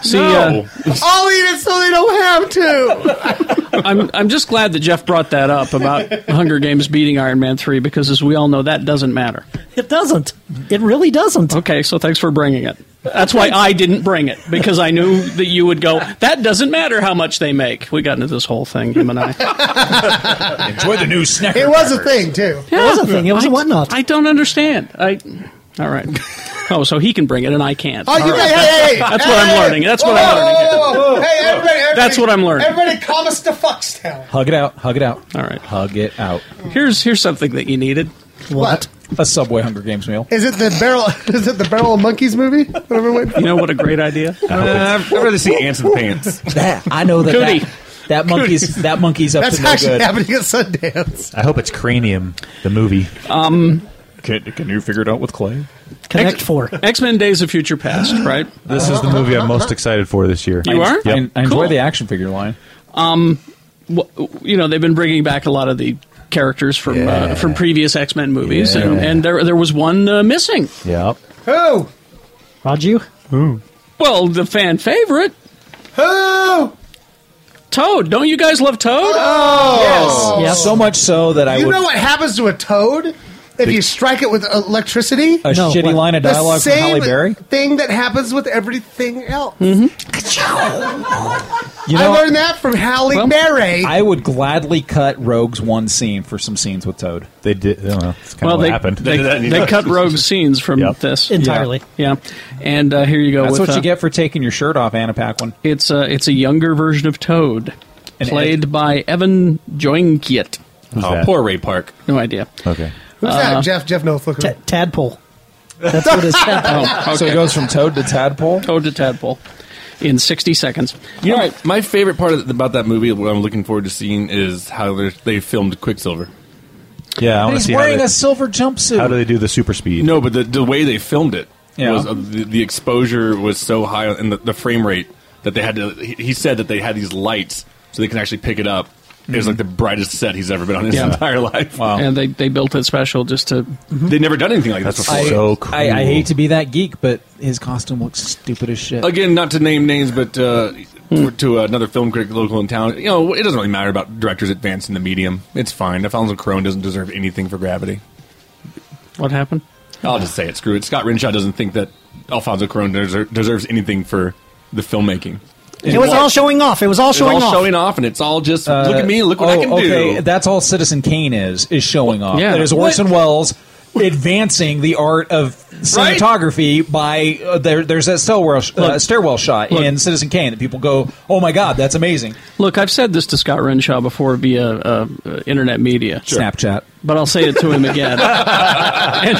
Speaker 1: See,
Speaker 6: No.
Speaker 1: uh,
Speaker 2: I'll eat it so they don't have to.
Speaker 1: I'm I'm just glad that Jeff brought that up about Hunger Games beating Iron Man three because, as we all know, that doesn't matter.
Speaker 4: It doesn't. It really doesn't.
Speaker 1: Okay, so thanks for bringing it. That's why I didn't bring it because I knew that you would go. That doesn't matter how much they make. We got into this whole thing, him and I.
Speaker 6: [laughs] Enjoy the new snack.
Speaker 2: It was a thing, too.
Speaker 1: Yeah. I-
Speaker 4: whatnot.
Speaker 1: I don't understand. I. All right. Oh, so he can bring it and I can't.
Speaker 2: Oh, you
Speaker 1: All
Speaker 2: hey,
Speaker 1: right.
Speaker 2: hey, hey, hey.
Speaker 1: That's what
Speaker 2: Hey,
Speaker 1: I'm learning. That's what
Speaker 2: whoa,
Speaker 1: I'm learning.
Speaker 2: whoa, whoa, whoa, whoa. Hey, everybody, everybody,
Speaker 1: That's what I'm learning.
Speaker 2: Everybody, calm us the fucks down.
Speaker 6: Hug it out. Hug it out.
Speaker 1: All right.
Speaker 6: Hug it out.
Speaker 1: Here's here's something that you needed.
Speaker 2: What?
Speaker 6: A Subway Hunger Games meal.
Speaker 2: Is it the barrel? [laughs] Is it the barrel of monkeys movie? Whatever. Went
Speaker 1: You know what a great
Speaker 2: [laughs]
Speaker 1: idea.
Speaker 2: Uh,
Speaker 7: I'd rather see ants in pants.
Speaker 6: I know that
Speaker 1: Cootie.
Speaker 6: that, that monkey's that monkey's up
Speaker 2: That's
Speaker 6: to no
Speaker 2: actually
Speaker 6: good.
Speaker 2: happening at Sundance.
Speaker 5: I hope it's Cranium, the movie.
Speaker 1: Um,
Speaker 6: Can, can you figure it out with Clay?
Speaker 4: Connect Four.
Speaker 1: X Men Days of Future Past, right?
Speaker 5: This is the movie I'm most excited for this year.
Speaker 1: You are?
Speaker 5: Yep.
Speaker 6: I enjoy
Speaker 1: Cool.
Speaker 6: the action figure line.
Speaker 1: Um, wh- you know, they've been bringing back a lot of the characters from uh, from previous X Men movies, and,
Speaker 4: Yeah.
Speaker 1: and there there was one uh, missing.
Speaker 5: Yep.
Speaker 2: Who?
Speaker 4: Raju.
Speaker 5: Who?
Speaker 1: Well, the fan favorite.
Speaker 2: Who?
Speaker 1: Toad. Don't you guys love Toad?
Speaker 2: Oh. Yes.
Speaker 6: So much so that I
Speaker 2: you
Speaker 6: would.
Speaker 2: know what happens to a toad? If you strike it with electricity,
Speaker 6: A No, shitty what? line of
Speaker 2: The
Speaker 6: dialogue from
Speaker 2: same
Speaker 6: Halle Berry?
Speaker 2: Thing that happens with everything
Speaker 1: [laughs]
Speaker 2: else.
Speaker 6: Mm-hmm. You
Speaker 2: I
Speaker 6: know-
Speaker 2: learned that from Halle
Speaker 6: Well,
Speaker 2: Berry.
Speaker 6: I would gladly cut Rogue's one scene for some scenes with Toad. They did. that's kind
Speaker 1: well,
Speaker 6: of what
Speaker 1: they,
Speaker 6: happened.
Speaker 1: They, they cut rogue scenes from this
Speaker 6: Entirely.
Speaker 1: Yeah, and uh, here you go.
Speaker 6: That's
Speaker 1: with,
Speaker 6: what
Speaker 1: uh,
Speaker 6: you get for taking your shirt off, Anna Paquin.
Speaker 1: It's a it's a younger version of Toad,
Speaker 6: An
Speaker 1: played by Evan Joinkiet.
Speaker 6: Who's Oh, that? poor
Speaker 1: Ray Park. No idea.
Speaker 6: Okay.
Speaker 2: Who's
Speaker 1: Uh,
Speaker 2: that? Jeff. Jeff. No, look
Speaker 4: Ta- tadpole. That's
Speaker 1: [laughs]
Speaker 4: what his tadpole.
Speaker 1: Oh,
Speaker 6: So it goes from toad to tadpole.
Speaker 1: Toad to tadpole. In sixty seconds.
Speaker 7: You know, my favorite part of, about that movie, what I'm looking forward to seeing, is how they're- they filmed Quicksilver.
Speaker 5: Yeah, I
Speaker 6: But
Speaker 5: want to
Speaker 6: he's
Speaker 5: see how
Speaker 6: wearing
Speaker 5: they,
Speaker 6: a silver jumpsuit.
Speaker 5: how do they do the super speed.
Speaker 7: No, but the, the way they filmed it
Speaker 5: Yeah.
Speaker 7: was uh, the, the exposure was so high and the, the frame rate that they had to. He, he said that they had these lights so they can actually pick it up. It was
Speaker 1: Mhm.
Speaker 7: like the brightest set he's ever been on his
Speaker 1: Yeah.
Speaker 7: entire life.
Speaker 1: And they, they built it special just to.
Speaker 7: They've never done anything like this before.
Speaker 6: I, I hate to be that geek, but his costume looks stupid as shit.
Speaker 7: Again, not to name names, but uh, for- to another film critic local in town, you know, it doesn't really matter about directors advancing the medium. It's fine. Alfonso Cuarón doesn't deserve anything for Gravity.
Speaker 1: What happened?
Speaker 7: I'll just say it. Screw it. Scott Renshaw doesn't think that Alfonso Cuarón deser- deserves anything for the filmmaking.
Speaker 13: It was all showing off. It was all
Speaker 7: It's
Speaker 13: showing
Speaker 7: all
Speaker 13: off.
Speaker 7: showing off, and it's all just look at me, look what
Speaker 6: oh,
Speaker 7: I can [laughs]
Speaker 6: okay.
Speaker 7: do.
Speaker 6: That's all Citizen Kane is is showing off.
Speaker 7: Yeah.
Speaker 6: It is Orson Welles advancing the art of
Speaker 7: Right?
Speaker 6: cinematography by uh, there. There's that stairwell, uh,
Speaker 1: Look.
Speaker 6: stairwell shot in Citizen Kane that people go, "Oh my god, that's amazing."
Speaker 1: Look, I've said this to Scott Renshaw before via uh, uh, internet media,
Speaker 6: Snapchat,
Speaker 1: but I'll say it to him
Speaker 6: [laughs]
Speaker 1: again. and,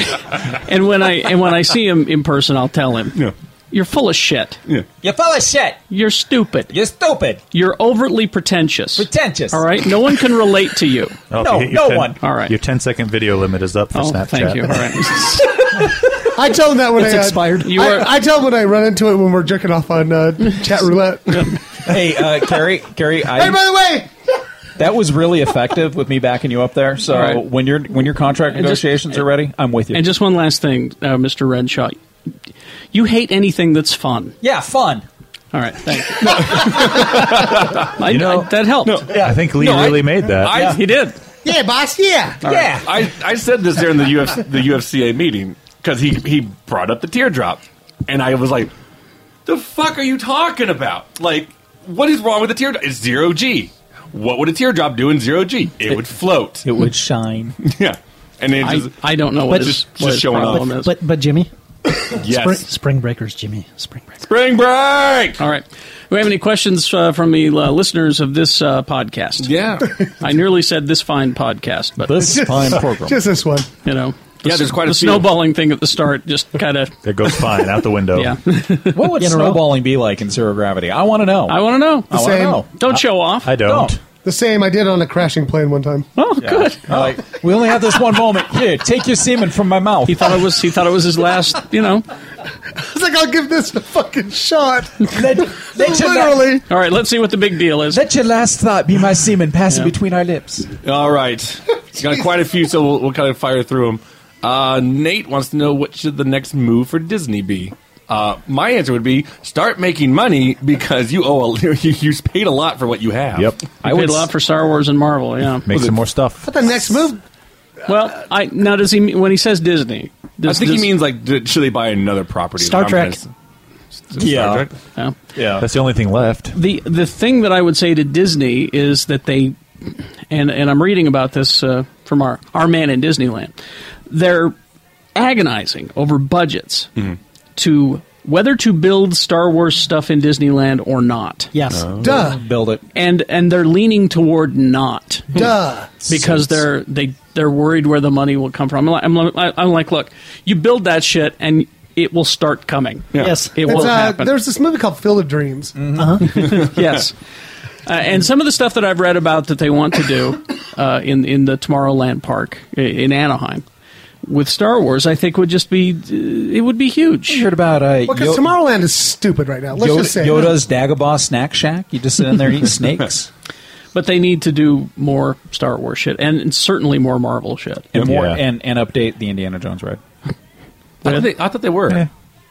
Speaker 1: and when I and when I see him in person, I'll tell him. You're full of shit.
Speaker 6: You're full of shit.
Speaker 1: You're stupid.
Speaker 6: You're stupid.
Speaker 1: You're overtly pretentious.
Speaker 6: Pretentious.
Speaker 1: All right. No one can relate to
Speaker 6: [laughs]
Speaker 1: you.
Speaker 5: Oh, you hit your 10
Speaker 1: All right.
Speaker 5: Your 10 second video limit is up for
Speaker 1: Oh,
Speaker 5: Snapchat.
Speaker 1: thank you. All right.
Speaker 2: I tell him that when
Speaker 5: It's
Speaker 2: I uh,
Speaker 5: expired. You
Speaker 2: I,
Speaker 5: are-
Speaker 2: I tell him when I run into it when we're jerking off on
Speaker 1: [laughs]
Speaker 2: uh, chat roulette.
Speaker 6: hey, uh, Carrie, Carrie, I,
Speaker 2: hey, by the way,
Speaker 6: that was really effective with me backing you up there. So
Speaker 1: All right.
Speaker 6: when your when your contract
Speaker 1: And just-
Speaker 6: negotiations are ready, I'm with you.
Speaker 1: And just one last thing, uh, Mr. Redshaw. You hate anything that's fun.
Speaker 6: yeah, fun.
Speaker 1: All right. Thank you. I, I- that helped.
Speaker 5: I think Lee
Speaker 1: No, I-
Speaker 5: really made that.
Speaker 7: I-
Speaker 1: He did.
Speaker 2: Yeah, boss. Yeah.
Speaker 7: All right. I, I said this during the Uf, the UFCA meeting because he, he brought up the teardrop, and I was like, "The fuck are you talking about? Like, what is wrong with the teardrop? It's zero g. What would a teardrop do in zero g? It, would float.
Speaker 6: It would shine.
Speaker 7: yeah, and it
Speaker 1: I-
Speaker 7: just,
Speaker 1: I don't know
Speaker 7: what
Speaker 1: what
Speaker 7: is
Speaker 1: his-
Speaker 7: just,
Speaker 1: what his
Speaker 7: just showing
Speaker 1: problem
Speaker 7: off.
Speaker 1: is.
Speaker 4: But but Jimmy,
Speaker 7: Yes.
Speaker 4: spring, spring breakers, Jimmy, spring breakers.
Speaker 7: Spring break.
Speaker 1: All right. Do we have any questions uh, from the uh, listeners of this uh, podcast?
Speaker 7: Yeah.
Speaker 1: [laughs] I nearly said this fine podcast, but
Speaker 2: Just- [laughs] Just this one.
Speaker 1: you know.
Speaker 7: Yeah, there's quite a
Speaker 1: the
Speaker 7: few.
Speaker 1: snowballing thing at the start. [laughs] Just kind of
Speaker 5: it goes fine out the window.
Speaker 1: [laughs] Yeah,
Speaker 6: What would
Speaker 1: In a row.
Speaker 6: snowballing be like in zero gravity? I want to know. I
Speaker 1: want to know.
Speaker 6: Oh, I want to
Speaker 2: same.
Speaker 6: know.
Speaker 1: Don't show off.
Speaker 5: I don't.
Speaker 2: The same I did on a crashing plane one time. [laughs]
Speaker 1: Oh, good.
Speaker 6: Like, we only have this one moment. Here, take your semen from my mouth. He
Speaker 1: thought it was. He thought it was his last. You know.
Speaker 2: I was like, I'll give this a fucking shot.
Speaker 6: Literally.
Speaker 1: All right, let's see what the big deal is.
Speaker 6: Let your last thought be my semen passing between our lips.
Speaker 7: All
Speaker 1: [laughs]
Speaker 7: right. Got quite a few, so we'll, we'll kind of fire through them. Uh, Nate wants to know what should the next move for Disney be. Uh, my answer would be start making money because you owe a, [laughs] you, you paid a lot for what you have. Yep,
Speaker 1: I paid a lot for Star Wars and Marvel. Yeah,
Speaker 7: Make some more
Speaker 5: stuff.
Speaker 2: But the next move,
Speaker 1: Well, I now does he mean- when he says Disney?
Speaker 7: I
Speaker 1: does-
Speaker 7: think
Speaker 1: does-
Speaker 7: he means like d- should they buy another property?
Speaker 1: Star
Speaker 7: I'm gonna
Speaker 1: Trek.
Speaker 7: s- s- Star
Speaker 1: Yeah.
Speaker 7: Trek?
Speaker 1: Yeah.
Speaker 5: That's the only thing left.
Speaker 1: the the thing that I would say to Disney is that they, and and I'm reading about this uh, from our our man in Disneyland. They're agonizing over budgets
Speaker 6: Mm-hmm.
Speaker 1: to whether to build Star Wars stuff in Disneyland or not.
Speaker 4: Yes,
Speaker 2: Duh.
Speaker 6: Oh. Build it.
Speaker 1: and and they're leaning toward not
Speaker 2: Hmm. Duh.
Speaker 1: because they're they they're worried where the money will come from. I'm like, I'm, li- I'm like look, you build that shit and it will start coming.
Speaker 4: Yes.
Speaker 1: it
Speaker 2: It's,
Speaker 1: will
Speaker 2: uh,
Speaker 1: happen. Uh-huh.
Speaker 2: There's this movie called Field of Dreams.
Speaker 1: [laughs] yes. Uh, and some of the stuff that I've read about that they want to do uh, in in the Tomorrowland Park i- in Anaheim with Star Wars, I think would just be uh, it would be huge.
Speaker 6: heard about uh,
Speaker 2: Because Tomorrowland is stupid right now. Let's
Speaker 6: Yoda-
Speaker 2: just say
Speaker 6: Yoda's Dagobah snack shack. You just sit in
Speaker 2: [laughs]
Speaker 6: there and eat snakes
Speaker 1: but they need to do more Star Wars shit and, and certainly more Marvel shit
Speaker 6: and more, and, and update the Indiana Jones ride.
Speaker 7: I thought, they, I thought they were.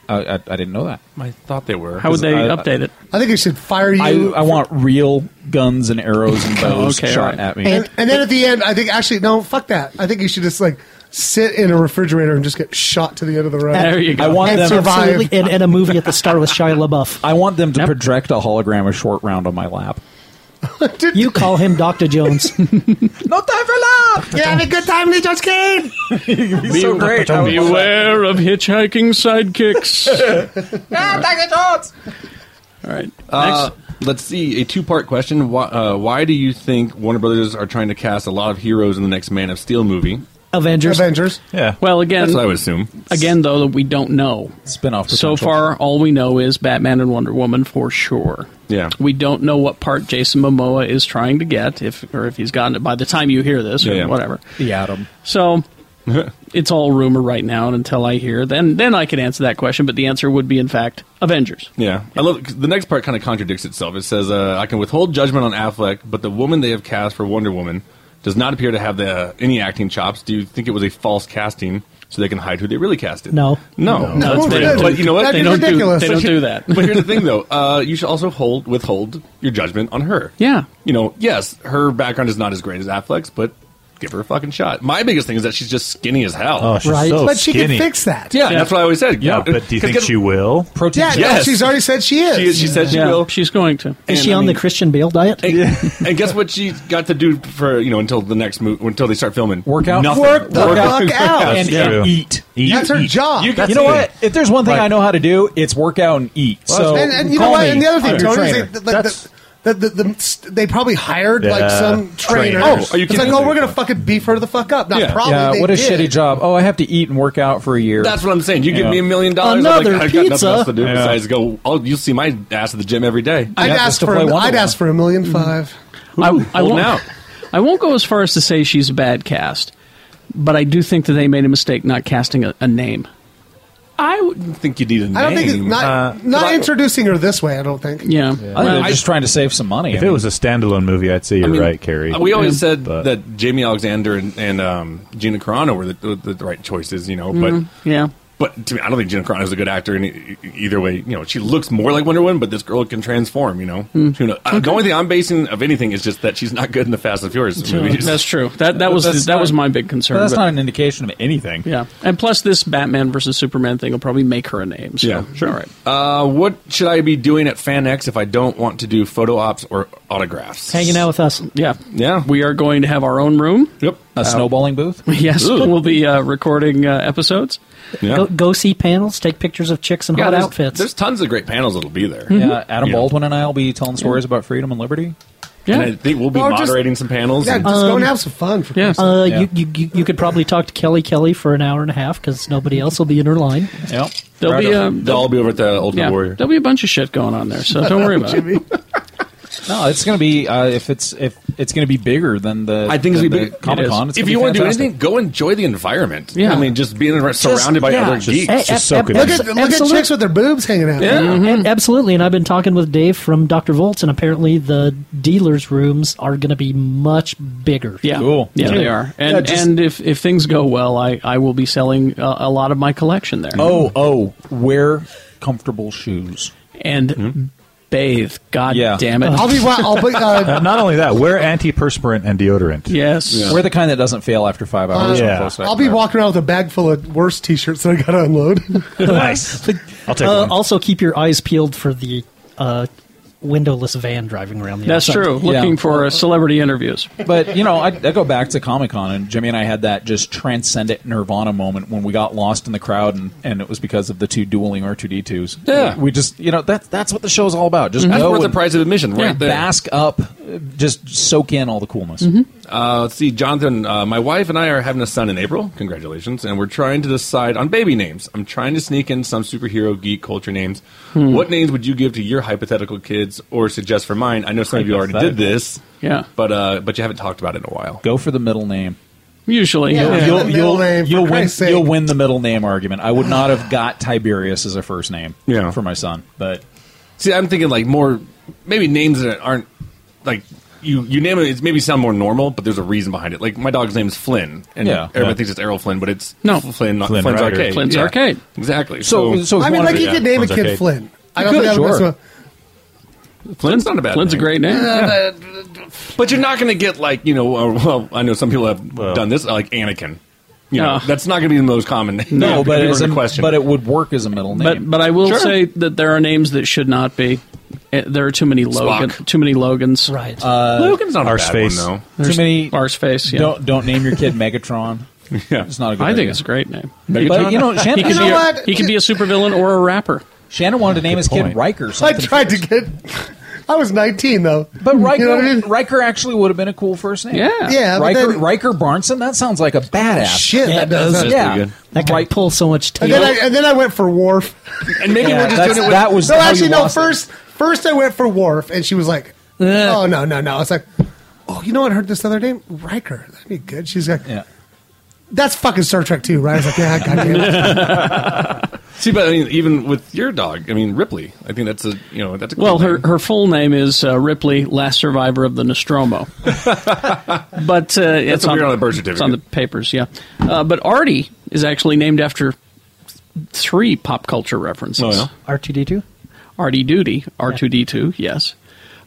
Speaker 6: I, I, I didn't know that.
Speaker 7: I thought they were.
Speaker 1: How would they
Speaker 6: I- I-
Speaker 1: update it?
Speaker 2: I think you should fire you.
Speaker 6: I, I want real guns
Speaker 1: [laughs]
Speaker 6: and arrows and bows
Speaker 1: Okay, all
Speaker 6: shot
Speaker 1: right.
Speaker 6: at me.
Speaker 2: and, and then at the end, I think actually no, fuck that. I think you should just like sit in a refrigerator and just get shot to the end of the road.
Speaker 4: I want
Speaker 2: and
Speaker 4: them
Speaker 2: survive.
Speaker 4: absolutely in, in
Speaker 2: [laughs]
Speaker 4: a movie at the star with Shia LaBeouf.
Speaker 6: I want them to project a hologram of short round on my lap.
Speaker 4: you call him
Speaker 1: [laughs]
Speaker 4: Doctor Jones.
Speaker 2: No time for
Speaker 6: [laughs]
Speaker 2: love. You having a good time, Lee Jones Kane?
Speaker 1: Be- Beware of hitchhiking
Speaker 2: [laughs]
Speaker 1: sidekicks. All right.
Speaker 7: Uh, let's see a two-part question. Why, uh, why do you think Warner Brothers are trying to cast a lot of heroes in the next Man of Steel movie?
Speaker 4: Avengers.
Speaker 2: Avengers.
Speaker 7: Yeah.
Speaker 1: Well, again,
Speaker 7: That's what I would assume.
Speaker 1: Again, though, we don't know.
Speaker 6: Spinoff.
Speaker 1: So far, all we know is Batman and Wonder Woman for sure.
Speaker 7: Yeah.
Speaker 1: We don't know what part Jason Momoa is trying to get, if or if he's gotten it by the time you hear this or
Speaker 6: Yeah, yeah.
Speaker 1: whatever.
Speaker 6: The Atom.
Speaker 1: So it's all rumor right now, and until I hear, then then I can answer that question. But the answer would be, in fact, Avengers.
Speaker 7: Yeah, I love 'cause the next part. Kind of contradicts itself. It says, uh, "I can withhold judgment on Affleck, but the woman they have cast for Wonder Woman does not appear to have the uh, any acting chops. Do you think it was a false casting so they can hide who they really casted?"
Speaker 4: No.
Speaker 7: No,
Speaker 1: No, it's
Speaker 7: but,
Speaker 1: ridiculous.
Speaker 7: but you know what?
Speaker 1: That'd be
Speaker 7: they don't
Speaker 1: ridiculous.
Speaker 7: do.
Speaker 1: They don't
Speaker 7: but
Speaker 1: [laughs]
Speaker 7: here-
Speaker 1: do that.
Speaker 7: [laughs] but here's the thing, though. Uh, you should also hold withhold your judgment on her.
Speaker 1: Yeah.
Speaker 7: You know, yes, her background is not as great as Affleck's, but give her a fucking shot. My biggest thing is that she's just skinny as hell.
Speaker 5: Oh, she's Right. so
Speaker 2: But she can skinny. fix that.
Speaker 7: Yeah,
Speaker 2: Yeah.
Speaker 7: that's what I always said.
Speaker 5: Yeah,
Speaker 7: You know,
Speaker 5: but do you
Speaker 7: 'cause
Speaker 5: think
Speaker 7: get-
Speaker 5: she will?
Speaker 7: Protein
Speaker 2: Yeah,
Speaker 7: shake.
Speaker 2: no,
Speaker 7: Yes.
Speaker 2: she's already said she is.
Speaker 7: She, she said she
Speaker 1: Yeah,
Speaker 7: will.
Speaker 1: She's going to.
Speaker 4: Is she on the Christian Bale diet?
Speaker 7: the? [laughs] and guess what she's got to do for you know until the next move until they start filming
Speaker 6: Workout.
Speaker 7: Nothing.
Speaker 6: Work the fuck out.
Speaker 7: [laughs] That's
Speaker 6: And-
Speaker 7: true.
Speaker 6: and eat. Eat. That's her
Speaker 2: job.
Speaker 7: You,
Speaker 6: You,
Speaker 7: can-
Speaker 6: know what? If there's one thing I know how to do, it's work out and eat. so
Speaker 2: and, and you know
Speaker 6: call
Speaker 2: what?
Speaker 6: me.
Speaker 2: And the other thing,
Speaker 6: I'm your
Speaker 2: Tony,
Speaker 6: trainer.
Speaker 2: is they, like, the, the, the, the, they probably hired
Speaker 6: Yeah.
Speaker 2: like some trainer.
Speaker 6: Trainers. Oh, are you
Speaker 2: it's like,
Speaker 6: kidding?
Speaker 2: oh, we're gonna fucking beef her the fuck up. Not
Speaker 6: yeah.
Speaker 2: probably.
Speaker 6: Yeah,
Speaker 2: they
Speaker 6: what a
Speaker 2: did.
Speaker 6: shitty job. Oh, I have to eat and work out for a year.
Speaker 7: That's what I'm saying. You give me a million dollars,
Speaker 6: Another
Speaker 7: I'm like, I've got
Speaker 6: pizza.
Speaker 7: nothing else to do
Speaker 6: Yeah.
Speaker 7: besides go. Oh, you'll see my ass at the gym every day.
Speaker 2: I'd ask for. A, I'd ask for a million five.
Speaker 1: I, I
Speaker 7: hold
Speaker 1: won't,
Speaker 7: out.
Speaker 1: I won't go as far as to say she's a bad cast, but I do think that they made a mistake not casting a, a name. I would
Speaker 7: think you need a Uh,
Speaker 2: I don't think it's not not introducing her this way. I don't think.
Speaker 1: Yeah,
Speaker 5: I think they're
Speaker 6: just trying to save some money.
Speaker 5: If it was a standalone movie, I'd say you're right, Carrie.
Speaker 7: We always said
Speaker 5: But-
Speaker 7: that Jamie Alexander and, and um, Gina Carano were the, the, the right choices, you know.
Speaker 1: Mhm.
Speaker 7: But
Speaker 1: yeah,
Speaker 7: but to me, I don't think Gina Carano is a good actor. In e- e- either way, you know, she looks more like Wonder Woman, but this girl can transform. You know,
Speaker 1: Hmm.
Speaker 7: Who knows? Uh, the only thing I'm basing of anything is just that she's not good in the Fast and Furious
Speaker 1: Sure.
Speaker 7: movies.
Speaker 1: That's true. That- that was- that was my big concern,
Speaker 6: But that's
Speaker 1: but-
Speaker 6: not an indication of anything.
Speaker 1: yeah. And plus, this Batman versus Superman thing will probably make her a name. So.
Speaker 7: Yeah, sure.
Speaker 1: All right.
Speaker 7: Uh, what should I be doing at FanX if I don't want to do photo ops or autographs?
Speaker 4: Hanging out with us.
Speaker 1: Yeah.
Speaker 7: Yeah.
Speaker 1: We are going to have our own room. Uh,
Speaker 7: Yep.
Speaker 6: A snowballing booth?
Speaker 1: [laughs] Yes.
Speaker 6: Ooh.
Speaker 1: We'll be uh, recording uh, episodes.
Speaker 4: Go, go see panels, take pictures of chicks in
Speaker 7: Yeah,
Speaker 4: hot
Speaker 7: there's,
Speaker 4: outfits.
Speaker 7: There's tons of great panels that'll be there.
Speaker 6: Yeah, Adam
Speaker 7: You know,
Speaker 6: Baldwin and I will be telling stories about freedom and liberty.
Speaker 7: And I think we'll be
Speaker 6: Or just-
Speaker 7: moderating some panels.
Speaker 6: Yeah,
Speaker 7: and-
Speaker 6: just go and
Speaker 2: have some fun. For
Speaker 6: Christ's
Speaker 4: Um, Uh,
Speaker 6: sake.
Speaker 4: You, you, you, you could probably talk to Kelly Kelly for an hour and a half because nobody else will be in her line.
Speaker 6: Yep.
Speaker 1: There'll be, uh,
Speaker 7: they'll all be over at the Ultimate
Speaker 1: Yeah.
Speaker 7: Warrior.
Speaker 1: There'll be a bunch of shit going on there, so don't worry about it.
Speaker 6: No, it's going to be uh, if it's if it's going to be bigger than the.
Speaker 7: I think it's
Speaker 6: than
Speaker 7: gonna be
Speaker 6: the Comic Con.
Speaker 7: If you want to do anything, go enjoy the environment.
Speaker 6: Yeah.
Speaker 7: I mean, just being around-
Speaker 6: Just-
Speaker 7: surrounded by
Speaker 6: yeah.
Speaker 7: other
Speaker 6: Just-
Speaker 7: geeks.
Speaker 6: Hey, just ab- soak it
Speaker 2: Look at look at chicks with their boobs hanging out.
Speaker 4: Yeah. And absolutely. And I've been talking with Dave from Dr. Volts, and apparently the dealers' rooms are going to be much bigger.
Speaker 1: Yeah, Yeah, they
Speaker 4: [laughs]
Speaker 1: are. And
Speaker 4: Yeah, just-
Speaker 1: and if if things go well, I I will be selling uh, a lot of my collection there.
Speaker 6: Oh, oh, wear comfortable shoes Hmm?
Speaker 1: and bathe. God damn it!
Speaker 2: I'll be wa- I'll be,
Speaker 5: [laughs]
Speaker 2: uh,
Speaker 5: Not only that, wear antiperspirant and deodorant.
Speaker 1: Yes.
Speaker 6: We're the kind that doesn't fail after five
Speaker 2: Uh,
Speaker 6: hours.
Speaker 5: Yeah.
Speaker 2: I'll be walking around with a bag full of worse T-shirts that I gotta [laughs] unload.
Speaker 6: Nice.
Speaker 5: I'll
Speaker 2: take
Speaker 4: uh,
Speaker 2: one.
Speaker 4: Also, keep your eyes peeled for the uh, windowless van driving around the
Speaker 1: That's
Speaker 4: outside.
Speaker 1: true. Looking [laughs] for uh, celebrity interviews.
Speaker 6: But you know, I, I go back to Comic Con, and Jimmy and I had that just transcendent Nirvana moment when we got lost in the crowd, and, and it was because of the two dueling R two D twos.
Speaker 7: Yeah.
Speaker 6: we just you know that that's what the show's all about. Just
Speaker 7: That's
Speaker 6: go
Speaker 7: worth the
Speaker 6: and-
Speaker 7: price of admission right
Speaker 6: Yeah,
Speaker 7: there.
Speaker 6: Bask up, uh, just soak in all the coolness.
Speaker 2: Mm-hmm.
Speaker 7: Uh, let's see, Jonathan. Uh, my wife and I are having a son in April. Congratulations! And we're trying to decide on baby names. I'm trying to sneak in some superhero geek culture names.
Speaker 1: Hmm.
Speaker 7: What names would you give to your hypothetical kids, or suggest for mine? I know some of you already did this.
Speaker 1: Yeah.
Speaker 7: but uh, but you haven't talked about it in a while.
Speaker 6: Go for the middle name.
Speaker 1: Usually,
Speaker 6: You'll-
Speaker 1: yeah.
Speaker 6: you'll, you'll- you'll win, you'll win the middle name argument. I would not have got Tiberius as a first name
Speaker 7: Yeah.
Speaker 6: for my son, but
Speaker 7: See, I'm thinking like more maybe names that aren't like you you name it. It's maybe sound more normal, but there's a reason behind it. Like my dog's name is Flynn, and
Speaker 6: Yeah.
Speaker 7: everybody
Speaker 6: Yeah.
Speaker 7: thinks it's Errol Flynn, but it's
Speaker 1: No.
Speaker 7: Flynn, not
Speaker 1: Flynn
Speaker 7: Flynn's
Speaker 1: Rider.
Speaker 7: Arcade.
Speaker 1: Flynn's Arcade.
Speaker 7: exactly.
Speaker 1: So- so it's
Speaker 2: I mean,
Speaker 1: one
Speaker 2: like
Speaker 1: of-
Speaker 2: you
Speaker 1: yeah,
Speaker 2: could name a
Speaker 1: Flynn's
Speaker 2: kid
Speaker 1: Arcade.
Speaker 2: Flynn. I
Speaker 7: You
Speaker 2: don't
Speaker 7: could,
Speaker 2: think I would mess
Speaker 7: sure.
Speaker 2: with
Speaker 7: Flynn's not a bad.
Speaker 1: Flynn's a
Speaker 7: name.
Speaker 1: great name.
Speaker 7: Yeah,
Speaker 1: Yeah.
Speaker 7: But, but you're not going to get like you know. Uh, well, I know some people have done this like Anakin. You know, that's not going to be the most common name.
Speaker 6: No,
Speaker 7: Yeah, [laughs]
Speaker 6: but
Speaker 7: people are
Speaker 6: it's
Speaker 7: gonna
Speaker 6: a-
Speaker 7: question.
Speaker 6: but it would work as a middle name.
Speaker 1: But but I will
Speaker 6: Sure.
Speaker 1: say that there are names that should not be. Eh, There are too many Logan, too many Logans. Right, Logan's not a bad
Speaker 6: Arseface.
Speaker 1: one, though.
Speaker 6: Too many
Speaker 1: Arseface. Yeah.
Speaker 6: Uh, Don't don't name your
Speaker 1: [laughs]
Speaker 6: kid Megatron.
Speaker 7: yeah,
Speaker 6: it's not a good.
Speaker 1: I
Speaker 6: idea.
Speaker 1: think it's a great name.
Speaker 6: But you
Speaker 1: [laughs]
Speaker 6: know,
Speaker 1: He could
Speaker 6: Shannon,
Speaker 1: be a- he could be a supervillain or a rapper.
Speaker 6: Shannon wanted to name his kid
Speaker 2: [laughs]
Speaker 6: Riker.
Speaker 2: I
Speaker 6: Something
Speaker 2: tried to get. I was 19 though.
Speaker 6: But
Speaker 2: [laughs]
Speaker 6: Riker,
Speaker 2: You know what I mean?
Speaker 6: Riker actually would have been a cool first name.
Speaker 2: yeah. but
Speaker 6: Riker,
Speaker 2: then-
Speaker 6: Riker Barnson. That sounds like a badass.
Speaker 2: Shit, Yeah, that it does. does. That's
Speaker 6: Yeah,
Speaker 2: pretty good.
Speaker 6: that guy pulls so much
Speaker 2: and then, I, and then I went for Worf.
Speaker 6: And maybe Yeah, we're just that's- doing it with- that was
Speaker 2: no.
Speaker 6: how you
Speaker 2: Actually, no.
Speaker 6: lost it. Eh.
Speaker 2: First, first I went for Worf, and she was like, "Oh no, no, no." I was like, "Oh, you know what? I heard this other name, Riker. That'd be good." She's like, "That's fucking Star Trek too, right?" I was like, "Yeah, goddamn." it."
Speaker 7: [laughs] See, but I mean, even with your dog, I mean Ripley. I think that's a you know that's a cool
Speaker 1: Well, her,
Speaker 7: name.
Speaker 1: her full name is uh, Ripley, last survivor of the Nostromo. but uh, it's
Speaker 7: what
Speaker 1: on,
Speaker 7: we are on the birth
Speaker 1: It's on the papers, yeah. Uh, but Artie is actually named after three pop culture references.
Speaker 4: Oh, yeah?
Speaker 1: R2D2? Artie Duty, R2D2, yes.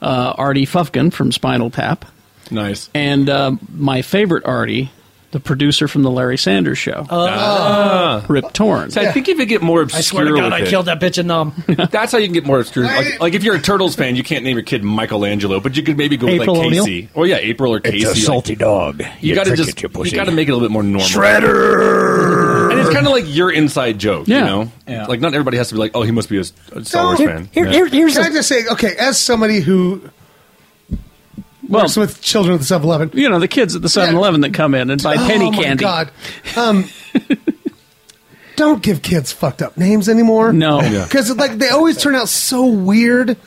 Speaker 1: Uh, Artie Fufkin from Spinal Tap.
Speaker 7: Nice.
Speaker 1: And uh, my favorite Artie, the producer from The Larry Sanders Show,
Speaker 2: Oh.
Speaker 7: Ah.
Speaker 1: Rip Torn.
Speaker 7: So I think if you get more obscure,
Speaker 4: I swear to God,
Speaker 7: with
Speaker 4: I
Speaker 7: it-
Speaker 4: killed that bitch in um, Nom.
Speaker 7: [laughs] That's how you can get more obscure. Like, like if you're a Turtles fan, you can't name your kid Michelangelo, but you could maybe go
Speaker 4: April
Speaker 7: with like
Speaker 4: O'Neil?
Speaker 7: Casey. Oh yeah, April or Casey.
Speaker 10: It's a salty
Speaker 7: dog. You,
Speaker 10: You
Speaker 7: gotta
Speaker 10: prick
Speaker 7: just
Speaker 10: it, you
Speaker 7: you,
Speaker 10: pussy.
Speaker 7: gotta make it a little bit more normal. Shredder. And it's kind of like your inside joke.
Speaker 2: Yeah.
Speaker 7: You know, like not everybody has to be like, oh, he must be a, s- a [laughs] Star Wars
Speaker 2: Here-
Speaker 7: fan.
Speaker 2: here-
Speaker 7: Yeah.
Speaker 2: here- here's Can I just say, okay, as somebody who works with children at the 7 Eleven,
Speaker 1: you know, the kids at the 7 Eleven that come in and buy penny
Speaker 2: oh, My
Speaker 1: candy.
Speaker 2: God. Um, don't give kids fucked up names anymore.
Speaker 1: No.
Speaker 2: [laughs]
Speaker 1: Yeah.
Speaker 2: Because like they always turn out so weird.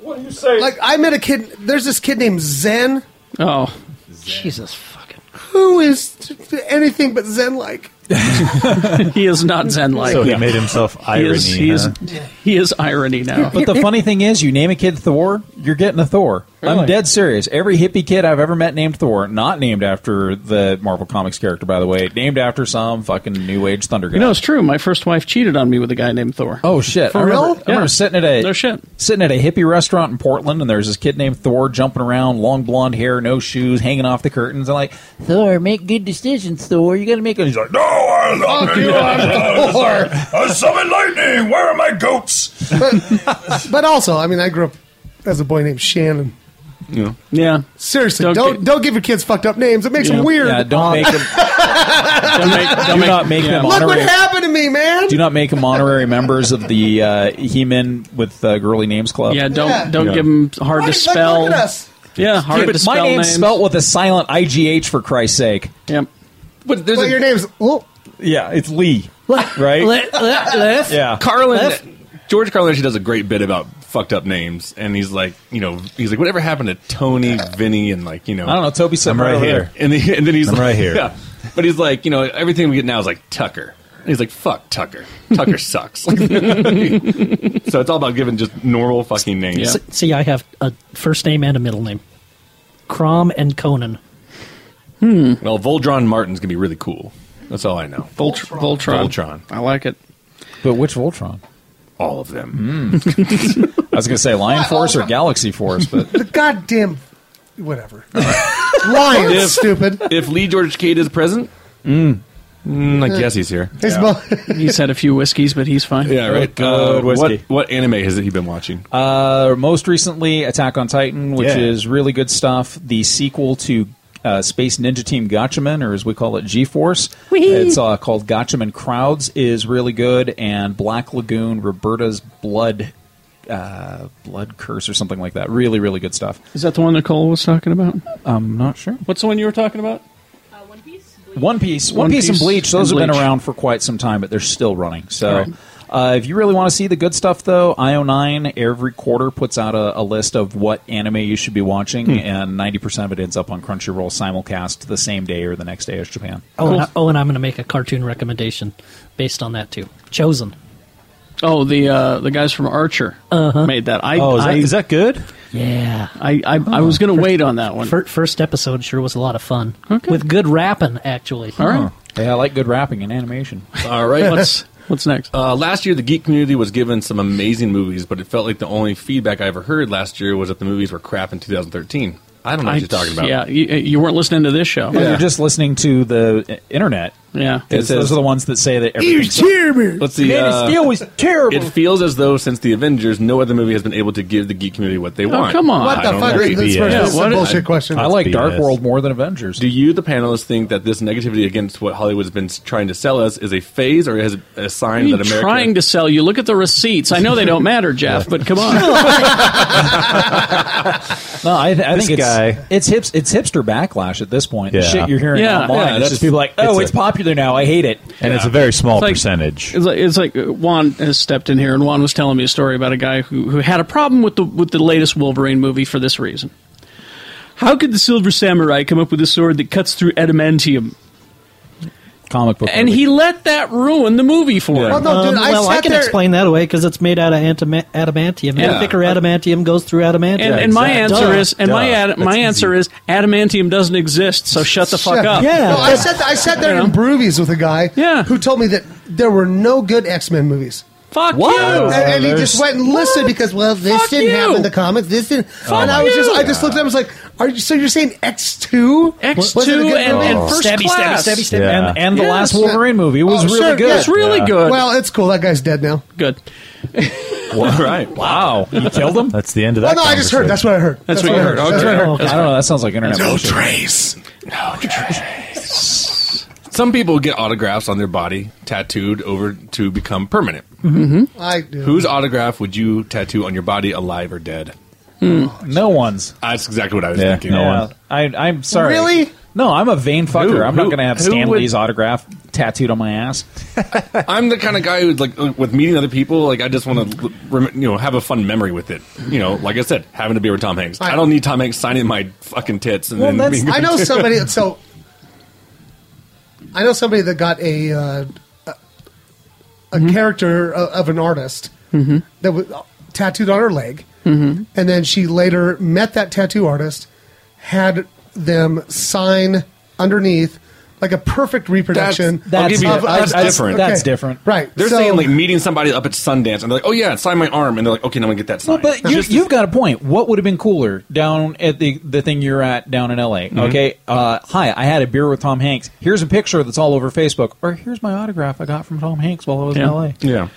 Speaker 10: What do you say?
Speaker 2: Like I met a kid. There's this kid named Zen.
Speaker 1: Oh.
Speaker 2: Jesus fucking. Who is t- anything but Zen like?
Speaker 1: [laughs] he is not Zen like.
Speaker 6: So he made himself irony,
Speaker 1: He is,
Speaker 6: huh?
Speaker 1: he, is, he is irony now.
Speaker 6: [laughs] But the funny thing is, you name a kid Thor, you're getting a Thor.
Speaker 1: Really?
Speaker 6: I'm dead serious. Every hippie kid I've ever met named Thor, not named after the Marvel Comics character, by the way, named after some fucking New Age thunder guy.
Speaker 1: You know, it's true. My first wife cheated on me with a guy named Thor.
Speaker 6: Oh shit!
Speaker 1: For
Speaker 6: I remember,
Speaker 1: real?
Speaker 6: I remember
Speaker 1: Yeah.
Speaker 6: sitting at a sitting at a hippie restaurant in Portland, and there's this kid named Thor jumping around, long blonde hair, no shoes, hanging off the curtains. I'm like, Thor, make good decisions, Thor. You got to make. And he's like, No,
Speaker 10: I love you. I'm
Speaker 2: Thor.
Speaker 10: I summon lightning. Where are my goats?
Speaker 2: [laughs] But, but also, I mean, I grew up as a boy named Shannon.
Speaker 7: Yeah.
Speaker 1: Yeah.
Speaker 2: Seriously, don't don't, give your kids fucked up names. It makes
Speaker 6: Yeah.
Speaker 2: them weird. Uh,
Speaker 6: Yeah, don't
Speaker 2: [laughs]
Speaker 6: make them. don't [laughs] make, do not make them
Speaker 2: Look what
Speaker 6: honorary.
Speaker 2: happened to me, man.
Speaker 6: Do not make them honorary members of the uh, He-Man with uh, girly names club.
Speaker 1: Yeah, don't don't give him hard to spell. Yeah, hard
Speaker 6: Hey, but
Speaker 1: to
Speaker 6: my
Speaker 1: spell
Speaker 6: name's
Speaker 1: names.
Speaker 6: spelled with a silent igh for Christ's sake.
Speaker 1: Yep.
Speaker 7: But
Speaker 2: But your name's oh,
Speaker 6: yeah, it's Lee, right? yeah,
Speaker 7: Carlin. George Carlin actually does a great bit about fucked up names, and he's like, you know, he's like, whatever happened to Tony, Vinny, and like, you know,
Speaker 6: I don't know. Toby said
Speaker 7: I'm
Speaker 6: right
Speaker 7: right
Speaker 6: here.
Speaker 7: here. And, he, and then he's
Speaker 6: I'm
Speaker 7: like,
Speaker 6: right
Speaker 7: [laughs]
Speaker 6: here.
Speaker 7: Yeah. But he's like, you know, everything we get now is like Tucker. And he's like, fuck Tucker.
Speaker 6: [laughs]
Speaker 7: Tucker sucks. [laughs] Like, so it's all about giving just normal fucking names.
Speaker 4: S- See, I have a first name and a middle name. Crom and Conan.
Speaker 1: Hmm.
Speaker 7: Well, Voltron Martin's going to be really cool. That's all I know.
Speaker 1: Volt- Voltron.
Speaker 7: Voltron.
Speaker 1: I like it.
Speaker 6: But which Voltron? Hmm.
Speaker 7: All of them.
Speaker 6: [laughs] I was going to say Lion Force or Galaxy
Speaker 2: [laughs]
Speaker 6: Force, but
Speaker 2: the goddamn whatever. Lion,
Speaker 7: If-
Speaker 2: stupid.
Speaker 7: If Lee George Cade is present, mm, I guess he's here.
Speaker 2: He's
Speaker 1: [laughs] he's had a few whiskeys, but he's fine.
Speaker 7: Yeah, right. uh,
Speaker 6: Good whiskey.
Speaker 7: What, what anime has he been watching?
Speaker 6: Uh, most recently, Attack on Titan, which
Speaker 7: Yeah.
Speaker 6: is really good stuff. The sequel to uh, Space Ninja Team Gotchaman, or as we call it, G Force.
Speaker 10: Whee!
Speaker 6: It's uh, called Gotchaman Crowds, is really good. And Black Lagoon, Roberta's Blood. Uh, blood curse or something like that. Really, really good stuff.
Speaker 1: Is that the one Nicole was talking about?
Speaker 6: I'm not sure.
Speaker 1: What's the one you were talking about?
Speaker 6: Uh, One Piece, One,
Speaker 1: One
Speaker 6: Piece, and
Speaker 1: Piece
Speaker 6: Bleach. Those
Speaker 1: and
Speaker 6: have been
Speaker 1: Bleach.
Speaker 6: around for quite some time, but they're still running. So,
Speaker 1: All right.
Speaker 6: uh, if you really want to see the good stuff, though, IO9 every quarter puts out a, a list of what anime you should be watching,
Speaker 4: Hmm.
Speaker 6: and ninety percent of it ends up on Crunchyroll simulcast the same day or the next day as Japan.
Speaker 4: Oh, and I, oh, and I'm going to make a cartoon recommendation based on that too. Chosen.
Speaker 1: Oh, the uh, the guys from Archer
Speaker 6: Uh-huh.
Speaker 1: made that. I,
Speaker 4: Oh, is that-
Speaker 1: I-
Speaker 4: is that
Speaker 6: good?
Speaker 4: Yeah,
Speaker 1: I I, I was going to wait on that one.
Speaker 4: First, episode sure was a lot of fun with good rapping actually. Hmm.
Speaker 1: All right.
Speaker 6: Yeah, I like good rapping and animation.
Speaker 7: All right.
Speaker 1: What's- what's next?
Speaker 7: Uh, last year, the geek community was given some amazing movies, but it felt like the only feedback I ever heard last year was that the movies were crap in 2013. I don't know what
Speaker 1: I-
Speaker 7: you're talking about.
Speaker 1: Oh,
Speaker 6: Oh,
Speaker 1: Yeah, you, you weren't listening to this show.
Speaker 6: Well, You're just listening to the i- internet.
Speaker 1: Yeah.
Speaker 6: It
Speaker 7: It
Speaker 6: those
Speaker 7: says-
Speaker 6: are the ones that say that
Speaker 7: He was
Speaker 6: everything's
Speaker 7: terrible. Let's see.
Speaker 6: Man, it
Speaker 7: uh,
Speaker 6: still was terrible.
Speaker 7: It feels as though since the Avengers, no other movie has been able to give the geek community what they
Speaker 6: Oh,
Speaker 7: want.
Speaker 6: come on. What
Speaker 7: I
Speaker 6: the
Speaker 7: don't
Speaker 6: fuck?
Speaker 7: agree.
Speaker 6: That's Yeah.
Speaker 2: a What is- bullshit question.
Speaker 6: I
Speaker 7: That's
Speaker 6: like Dark
Speaker 7: BS.
Speaker 6: World more than Avengers.
Speaker 7: Do you, the panelists, think that this negativity against what Hollywood's been s- trying to sell us is a phase or is it a
Speaker 1: What
Speaker 7: sign
Speaker 1: are you
Speaker 7: that America?
Speaker 1: trying to sell you? Look at the receipts. I know they don't matter, Jeff, but
Speaker 6: [laughs]
Speaker 1: come on.
Speaker 6: No, I, th- I
Speaker 1: This
Speaker 6: think
Speaker 1: guy.
Speaker 6: it's it's hips it's hipster backlash at this point. The
Speaker 5: Yeah.
Speaker 6: shit you're hearing
Speaker 1: Yeah.
Speaker 6: online,
Speaker 1: Yeah,
Speaker 6: it's
Speaker 1: that's-
Speaker 6: just people like,
Speaker 1: it's
Speaker 6: oh,
Speaker 1: a-
Speaker 6: it's, popular now. I hate it,
Speaker 5: And it's a very small
Speaker 1: It's like-
Speaker 5: percentage.
Speaker 1: It's like, it's like uh, Juan has stepped in here, and Juan was telling me a story about a guy who, who had a problem with the with the latest Wolverine movie for this reason. How could the Silver Samurai come up with a sword that cuts through adamantium?
Speaker 6: Comic book,
Speaker 1: and he let that ruin the movie for him.
Speaker 4: Um, well, I can explain that away because it's made out of antama- adamantium.
Speaker 1: Yeah.
Speaker 4: And thicker adamantium goes through adamantium.
Speaker 1: And, and my answer is, and my ad,
Speaker 4: ad,
Speaker 1: my answer is, adamantium doesn't exist. So shut the fuck
Speaker 2: Shut-
Speaker 1: up.
Speaker 2: No, I sat, I sat there
Speaker 1: You
Speaker 2: in
Speaker 1: know?
Speaker 2: Broovies with a guy who told me that there were no good X Men movies.
Speaker 1: Fuck
Speaker 2: What?
Speaker 1: you!
Speaker 2: And, and he just went and listed because well, this
Speaker 1: Fuck
Speaker 2: didn't
Speaker 1: you.
Speaker 2: happen in the comics. This didn't.
Speaker 1: Fuck
Speaker 2: and I was just,
Speaker 1: you.
Speaker 2: I just looked at him. I was like, "Are you? So you're saying X two,
Speaker 1: X two and, and first class.
Speaker 6: And, and the last Wolverine movie was really good.
Speaker 1: It's really good.
Speaker 2: Oh, Well, it's cool. That guy's dead now.
Speaker 1: Good.
Speaker 6: [laughs] All right. Wow. You killed him? That's the end of
Speaker 2: Well, Oh, no, I just heard. That's what I heard.
Speaker 6: That's, what, you heard.
Speaker 2: That's what I heard.
Speaker 6: I don't know. That sounds like internet
Speaker 7: No
Speaker 6: bullshit.
Speaker 7: trace. No trace. Some people get autographs on their body tattooed over to become permanent.
Speaker 2: Mm-hmm. I do.
Speaker 7: Whose autograph would you tattoo on your body, alive or dead?
Speaker 6: No one's.
Speaker 7: That's exactly what I was
Speaker 6: Yeah,
Speaker 7: thinking.
Speaker 6: no one. I, I'm sorry.
Speaker 7: Really?
Speaker 6: No, I'm a vain fucker.
Speaker 7: Who-
Speaker 6: I'm
Speaker 7: who-
Speaker 6: not going to have
Speaker 7: who
Speaker 6: Stan
Speaker 7: would-
Speaker 6: Lee's autograph tattooed on my ass.
Speaker 7: [laughs] I'm the kind of guy who's like uh, with meeting other people. Like I just want to, rem- you know, have a fun memory with it. You know, like I said, having to be with Tom Hanks. I, don't need Tom Hanks signing my fucking tits. And
Speaker 2: Well,
Speaker 7: then
Speaker 2: that's,
Speaker 7: being-
Speaker 2: I
Speaker 7: [laughs]
Speaker 2: know somebody. So I know somebody that got a uh, a, a
Speaker 7: Mm-hmm.
Speaker 2: character of, of an artist
Speaker 13: Mm-hmm.
Speaker 2: that was uh, tattooed on her leg,
Speaker 13: Mm-hmm.
Speaker 2: and then she later met that tattoo artist, had them sign underneath like a perfect reproduction.
Speaker 7: That's- I'll give you-
Speaker 2: of-
Speaker 7: that's
Speaker 2: of-
Speaker 7: different.
Speaker 2: okay.
Speaker 7: That's different.
Speaker 2: right?
Speaker 7: They're
Speaker 2: so-
Speaker 7: saying like meeting somebody up at Sundance, and they're like, "Oh yeah, sign my arm," and they're like, "Okay, now I'm gonna get that signed."
Speaker 6: But you, you've got a point. What would have been cooler down at the, the thing you're at down in L.A.?
Speaker 7: Mhm.
Speaker 6: Okay, uh, hi, I had a beer with Tom Hanks. Here's a picture that's all over Facebook. Or here's my autograph I got from Tom Hanks while I was in
Speaker 7: Yeah.
Speaker 6: L.A.
Speaker 7: Yeah.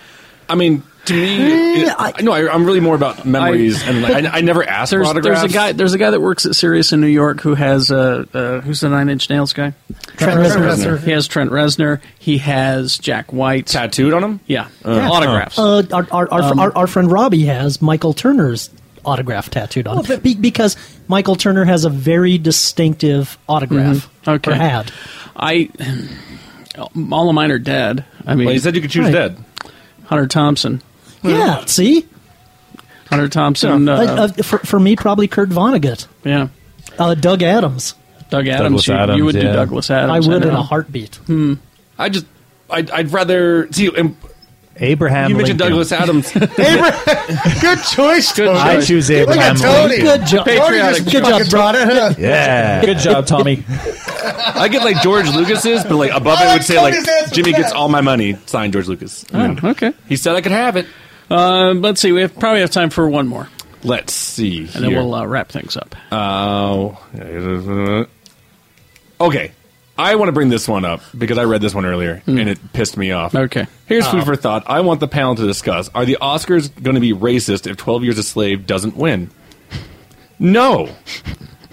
Speaker 7: I mean, to me, it, I, no, I, I'm really more about memories, and like, I, I never ask for
Speaker 1: There's,
Speaker 7: autographs.
Speaker 1: there's a guy. There's a guy that works at Sirius in New York who has uh, uh, who's the Nine Inch Nails guy.
Speaker 7: Trent Reznor. Reznor.
Speaker 1: He has Trent Reznor. He has Jack White
Speaker 7: tattooed on him.
Speaker 1: Yeah,
Speaker 4: Yeah.
Speaker 1: autographs.
Speaker 4: Uh, our, our, our,
Speaker 1: Um,
Speaker 4: our, our friend Robbie has Michael Turner's autograph tattooed on him Be- because Michael Turner has a very distinctive autograph.
Speaker 1: Mhm. Okay.
Speaker 4: Or had.
Speaker 1: I all of mine are dead. I mean,
Speaker 4: Well, you said you could choose Right. dead.
Speaker 1: Hunter Thompson.
Speaker 4: Yeah, see?
Speaker 1: Hunter Thompson. Yeah.
Speaker 4: Like,
Speaker 1: Uh,
Speaker 4: uh, for, for me, probably Kurt Vonnegut.
Speaker 1: yeah.
Speaker 4: Uh, Doug Adams.
Speaker 1: Doug Adams. you, you would do Douglas Adams.
Speaker 4: I would in
Speaker 1: know.
Speaker 4: a heartbeat.
Speaker 1: Hmm.
Speaker 7: I just, I'd, I'd rather see and
Speaker 5: Abraham.
Speaker 7: You mentioned
Speaker 5: Lincoln.
Speaker 7: Douglas Adams.
Speaker 2: [laughs] Good choice. Good
Speaker 5: I choice. choose Abraham
Speaker 2: Look at Tony.
Speaker 5: Lincoln. Good job.
Speaker 2: Tony just
Speaker 5: Patriotic. Good
Speaker 2: fucking
Speaker 5: job,
Speaker 2: brought it up.
Speaker 5: Yeah.
Speaker 6: Good job, Tommy.
Speaker 7: I get like George Lucas's, but like above
Speaker 1: I
Speaker 2: Oh,
Speaker 7: it
Speaker 1: like
Speaker 7: would say like
Speaker 1: Tony's answer
Speaker 7: Jimmy
Speaker 1: to
Speaker 7: gets
Speaker 1: that.
Speaker 7: all my money. Signed George Lucas.
Speaker 1: Oh, okay.
Speaker 7: He said I could have it.
Speaker 1: Uh, let's see. We have, probably have time for one more,
Speaker 7: Let's see.
Speaker 1: and then
Speaker 7: here.
Speaker 1: we'll uh, wrap things up.
Speaker 7: Oh. okay. I want to bring this one up because I read this one earlier and it pissed me off.
Speaker 1: Okay.
Speaker 7: Here's
Speaker 1: Oh.
Speaker 7: food for thought. I want the panel to discuss. Are the Oscars going to be racist if 12 Years a Slave doesn't win? No.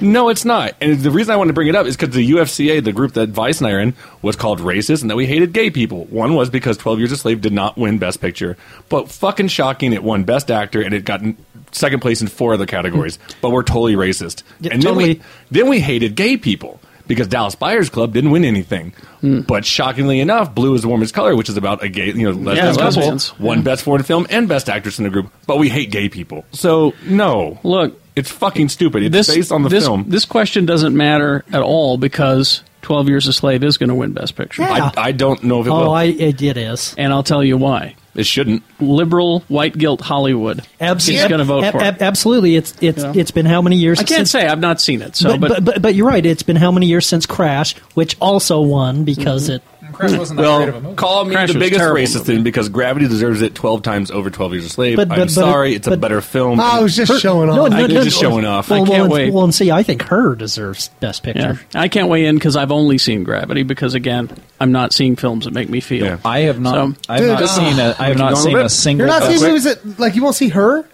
Speaker 7: No, it's not. And the reason I want to bring it up is because the UFCA, the group that Vice and I are in, was called racist and that we hated gay people. One was because 12 Years a Slave did not win Best Picture. But fucking shocking, it won Best Actor and it got n- second place in four other categories. but we're totally racist.
Speaker 1: Hmm. Yeah,
Speaker 7: and
Speaker 1: totally.
Speaker 7: then, we, then we hated gay people because Dallas Buyers Club didn't win anything.
Speaker 1: Hmm.
Speaker 7: But shockingly enough, Blue is the Warmest Color, which is about a gay, you know, lesbian couple,
Speaker 1: lesbians.
Speaker 7: won Best Foreign Film and Best Actress in a Group. But we hate gay people. So, no.
Speaker 1: Look.
Speaker 7: It's fucking stupid. It's based on the
Speaker 1: this,
Speaker 7: film.
Speaker 1: This question doesn't matter at all because Twelve Years a Slave is going to win Best Picture.
Speaker 7: I, I don't know if it
Speaker 1: Oh,
Speaker 7: will.
Speaker 1: I-
Speaker 4: it, it is.
Speaker 1: And I'll tell you why.
Speaker 7: It shouldn't.
Speaker 1: Liberal white guilt Hollywood.
Speaker 4: Absolutely,
Speaker 1: Is going to vote for it.
Speaker 4: Absolutely, it's it's
Speaker 1: You know?
Speaker 4: it's been how many years?
Speaker 1: I can't
Speaker 4: since-
Speaker 1: say I've not seen it. So,
Speaker 4: but, but, but, but you're right. It's been how many years since Crash, which also won because
Speaker 1: Mhm.
Speaker 4: it
Speaker 6: Crash wasn't that
Speaker 7: Mm-hmm. well,
Speaker 6: great of a movie.
Speaker 7: call me
Speaker 6: Crash
Speaker 7: the
Speaker 6: was
Speaker 7: biggest
Speaker 6: terrible
Speaker 7: racist then, because Gravity deserves it twelve times over Twelve Years a Slave.
Speaker 4: But- but-
Speaker 7: I'm
Speaker 4: but-
Speaker 7: sorry, it's a
Speaker 4: but-
Speaker 7: better film.
Speaker 4: Oh, it was just
Speaker 1: showing
Speaker 4: No, no,
Speaker 7: I- it's
Speaker 4: no,
Speaker 7: just
Speaker 4: no.
Speaker 7: showing off.
Speaker 4: Well,
Speaker 7: I can't
Speaker 4: well,
Speaker 7: wait.
Speaker 4: Well, and see, I think her deserves Best Picture.
Speaker 1: Yeah. I can't weigh in because I've only seen Gravity because again, I'm not seeing films that make me feel.
Speaker 6: I have
Speaker 1: not.
Speaker 6: I've Dude, not uh, seen a- I have not seen a single-
Speaker 2: You're not seeing
Speaker 1: Quick.
Speaker 2: movies that like you won't see her.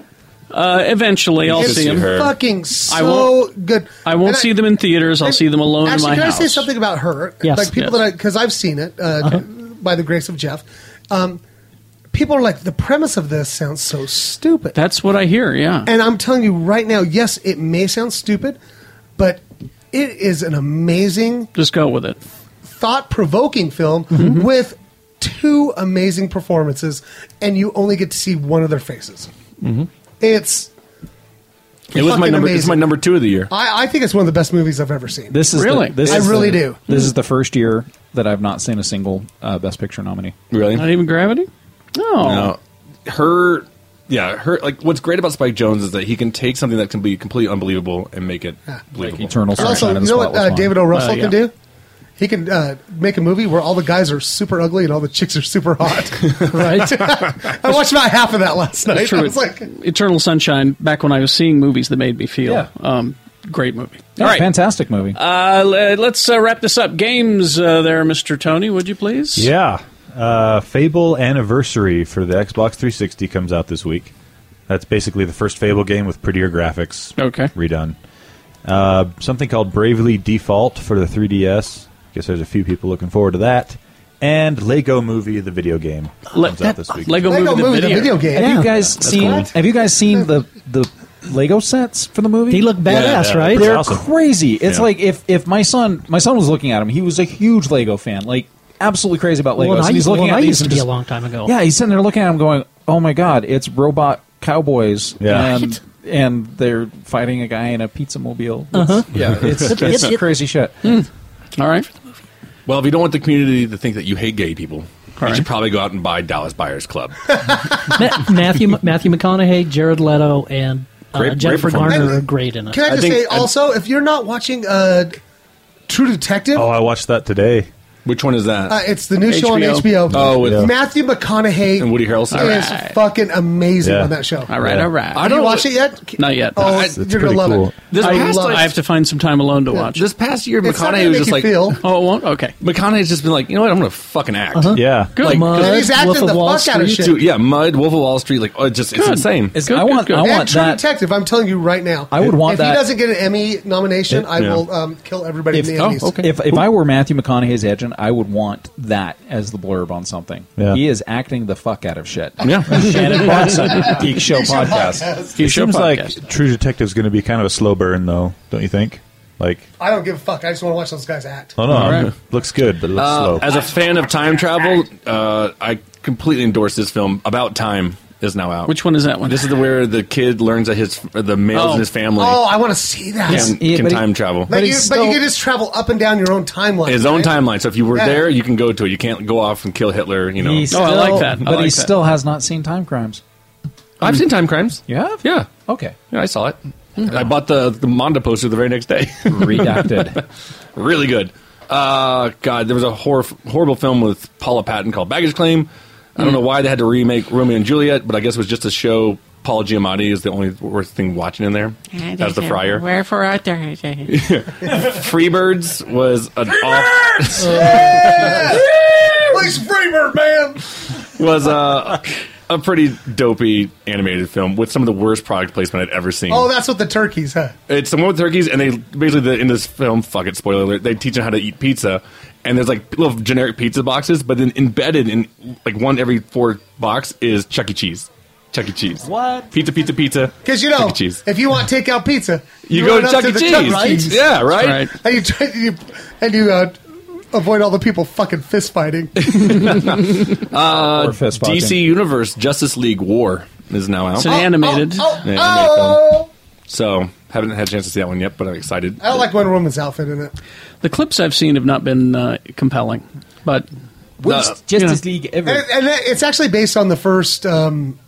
Speaker 1: Uh, eventually, I'll
Speaker 2: It's
Speaker 1: see them.
Speaker 2: Fucking so
Speaker 1: I won't,
Speaker 2: good.
Speaker 1: I won't see them in theaters. I'll see them alone
Speaker 2: Actually,
Speaker 1: in
Speaker 2: can
Speaker 1: my
Speaker 2: I say
Speaker 1: house.
Speaker 2: something about her?
Speaker 1: Yes.
Speaker 2: Like people
Speaker 1: Yes.
Speaker 2: that I because I've seen it uh,
Speaker 6: Uh-huh.
Speaker 2: by the grace of Jeff. Um, people are like the premise of this sounds so stupid,
Speaker 1: That's what I hear. Yeah.
Speaker 2: and I'm telling you right now, yes, it may sound stupid, but it is an amazing,
Speaker 1: Just go with it.
Speaker 2: thought-provoking film
Speaker 6: Mm-hmm.
Speaker 2: with two amazing performances, and you only get to see one of their faces.
Speaker 7: Mhm.
Speaker 2: It's
Speaker 7: It was my
Speaker 2: Fucking
Speaker 7: number. It's
Speaker 2: amazing.
Speaker 7: my number two of the year.
Speaker 2: I, I think it's one of the best movies I've ever seen.
Speaker 6: This is
Speaker 2: really,
Speaker 6: The, this
Speaker 2: I
Speaker 6: is
Speaker 2: really
Speaker 6: the-
Speaker 2: do.
Speaker 6: This is the first year that I've not seen a single uh, Best Picture nominee.
Speaker 7: Really? Not
Speaker 1: even Gravity? No.
Speaker 7: No. Her, yeah, her. Like, what's great about Spike Jones is that he can take something that can be completely unbelievable and make it believable.
Speaker 6: Eternal
Speaker 2: And also, you know what uh, David O.
Speaker 7: Oh,
Speaker 2: Russell can do? He can uh, make a movie where all the guys are super ugly and all the chicks are super hot. right? I watched about half of that last night.
Speaker 1: That's true.
Speaker 2: I was like,
Speaker 1: Eternal Sunshine. Back when I was seeing movies that made me feel.
Speaker 6: Yeah.
Speaker 1: Um, great movie.
Speaker 6: Yeah,
Speaker 1: All right.
Speaker 6: fantastic movie.
Speaker 1: Uh, le- let's uh, wrap this up. Games uh, there, Mr. Tony, would you
Speaker 6: Oh,
Speaker 1: please?
Speaker 5: Yeah. Uh, Fable Anniversary for the Xbox 360 comes out this week. That's basically the first Fable game with prettier graphics.
Speaker 1: Okay.
Speaker 5: Redone. Uh, something called Bravely Default for the 3DS. Guess there's a few people looking forward to that. And Lego Movie, the video game,
Speaker 1: Le-
Speaker 5: comes out this week.
Speaker 1: Lego Lego Movie, the Movie, the video. video game.
Speaker 6: Have
Speaker 1: Yeah.
Speaker 6: you guys
Speaker 1: That's
Speaker 6: seen?
Speaker 1: cool.
Speaker 6: Have you guys seen the the Lego sets for the movie?
Speaker 4: They look Yeah, badass, yeah, right?
Speaker 6: They're
Speaker 4: awesome.
Speaker 6: crazy. It's
Speaker 4: Yeah.
Speaker 6: like if if my son my son was looking at him, he was a huge Lego fan, like absolutely crazy about Legos.
Speaker 4: Well, and I
Speaker 6: and he's
Speaker 4: used-
Speaker 6: looking
Speaker 4: well,
Speaker 6: at
Speaker 4: I
Speaker 6: these
Speaker 4: used to
Speaker 6: and
Speaker 4: be
Speaker 6: just-
Speaker 4: a long time ago.
Speaker 6: Yeah, he's sitting there looking at him, going, "Oh my god, it's robot cowboys."
Speaker 4: Yeah.
Speaker 6: And,
Speaker 4: Right.
Speaker 6: and they're fighting a guy in a pizza mobile.
Speaker 4: Uh-huh.
Speaker 6: Yeah, it's,
Speaker 4: It-
Speaker 6: it's
Speaker 4: it- it-
Speaker 6: crazy shit.
Speaker 7: Hmm.
Speaker 1: All right.
Speaker 7: Well, if you don't want the community to think that you hate gay people, you
Speaker 4: right.
Speaker 7: should probably go out and buy Dallas Buyers Club.
Speaker 4: Ma- Matthew Matthew McConaughey, Jared Leto, and uh,
Speaker 7: Great- great
Speaker 4: Jennifer
Speaker 5: performance.
Speaker 4: Garner are great in it.
Speaker 2: can I just say also, if you're not watching uh, True Detective,
Speaker 5: Oh, I watched that today.
Speaker 7: Which one is that?
Speaker 2: uh, it's the new show on HBO.
Speaker 7: Oh, with
Speaker 2: Matthew McConaughey
Speaker 7: and Woody Harrelson.
Speaker 2: is fucking amazing
Speaker 7: Yeah.
Speaker 2: on that show.
Speaker 1: All right, all right.
Speaker 2: Have you watched it yet?
Speaker 1: Not yet.
Speaker 2: Oh, you're gonna love it.
Speaker 1: This
Speaker 2: I
Speaker 1: past,
Speaker 2: love it.
Speaker 1: I have to find some time alone to watch.
Speaker 7: This past year,
Speaker 2: It's not
Speaker 7: McConaughey
Speaker 2: gonna
Speaker 7: was
Speaker 2: make
Speaker 7: just
Speaker 2: you
Speaker 7: like,
Speaker 2: feel.
Speaker 1: "Oh, it won't." Okay,
Speaker 7: McConaughey's just been like, "You know what? I'm going to fucking act."
Speaker 5: Uh-huh. Yeah.
Speaker 7: Good.
Speaker 5: Like,
Speaker 7: Mud,
Speaker 5: And he's acting Wolf of the Wall fuck
Speaker 2: out of Street. shit.
Speaker 7: Dude, yeah, Mud, Wolf of Wall Street. Like, oh, it just it's
Speaker 2: Good.
Speaker 7: insane.
Speaker 2: Good, good, good. and True Detective. I'm telling you right now.
Speaker 6: I would want
Speaker 2: if If
Speaker 6: that-
Speaker 2: he doesn't get an Emmy nomination,
Speaker 6: It-
Speaker 2: I
Speaker 6: yeah.
Speaker 2: will um, kill everybody
Speaker 6: If, oh,
Speaker 2: in the Emmys.
Speaker 6: if, if I were Matthew McConaughey's agent, I would want that as the blurb on something.
Speaker 5: Yeah.
Speaker 6: He is acting the fuck out of shit.
Speaker 7: Yeah.
Speaker 6: [laughs] Shannon Watson, Geek Show
Speaker 7: Geek Show
Speaker 6: Podcast.
Speaker 5: It seems like True Detective's going to be kind of a slow burn, though, don't you think? Like,
Speaker 2: I don't give a fuck. I just want to watch those guys act.
Speaker 5: oh no,
Speaker 7: All right.
Speaker 5: looks good, but it looks
Speaker 7: Uh,
Speaker 5: slow.
Speaker 7: As a fan of time travel, uh, I completely endorse this film. About Time is now out.
Speaker 1: Which one is that one?
Speaker 7: This is the where the kid learns that his the males
Speaker 2: Oh.
Speaker 7: in his family
Speaker 2: Oh, I want to see that.
Speaker 7: can, can time travel.
Speaker 2: But, you, but you can just travel up and down your own timeline.
Speaker 7: his own
Speaker 2: right?
Speaker 7: timeline. So if you were
Speaker 2: Yeah.
Speaker 7: there, you can go to it. You can't go off and kill Hitler. You know.
Speaker 6: He still, But he still has not seen Time Crimes.
Speaker 7: I've seen Time Crimes.
Speaker 6: You have?
Speaker 7: Yeah.
Speaker 6: Okay.
Speaker 7: Yeah, I saw it. I bought the the Monda poster the very next day. [laughs]
Speaker 6: Redacted.
Speaker 7: really good. Uh, God, there was a hor- horrible film with Paula Patton called Baggage Claim. I don't know why they had to remake Romeo and Juliet, but I guess it was just to show Paul Giamatti is the only worth thing watching in there [laughs] as the friar.
Speaker 14: Wherefore out there?
Speaker 7: Freebirds was an off,
Speaker 2: Yeah! Place Freebird, man.
Speaker 7: [laughs] was a, a pretty dopey animated film with some of the worst product placement I'd ever seen.
Speaker 2: Oh, that's what the turkeys, huh?
Speaker 7: It's the one with turkeys, and they basically the, in this film, fuck it, spoiler alert, they teach them how to eat pizza, and there's like little generic pizza boxes, but then embedded in like one every four box is Chuck E. Cheese. Chuck E. Cheese.
Speaker 2: What?
Speaker 7: Pizza, pizza, pizza.
Speaker 2: Because you know,
Speaker 7: Chuck
Speaker 2: [laughs]
Speaker 7: E. Cheese.
Speaker 2: if you want takeout pizza,
Speaker 7: You go
Speaker 2: run
Speaker 7: to
Speaker 2: up
Speaker 7: Chuck E.
Speaker 2: the
Speaker 7: Cheese.
Speaker 2: E. Cheese.
Speaker 7: Yeah, right? That's
Speaker 2: And you, [laughs] try, you and you uh, avoid all the people fucking fist [laughs] fighting.
Speaker 7: Uh,
Speaker 6: Or fist fucking.
Speaker 7: DC Universe Justice League War is now out.
Speaker 2: It's an Oh,
Speaker 1: animated.
Speaker 2: oh, oh,
Speaker 7: Yeah,
Speaker 2: oh.
Speaker 7: animated film. So haven't had a chance to see that one yet, but I'm
Speaker 2: [laughs]
Speaker 7: excited.
Speaker 2: I don't like Wonder Woman's outfit in it.
Speaker 1: The clips I've seen have not been uh, compelling, but
Speaker 2: Worst
Speaker 1: you know.
Speaker 2: And, and that- it's actually based on the first um,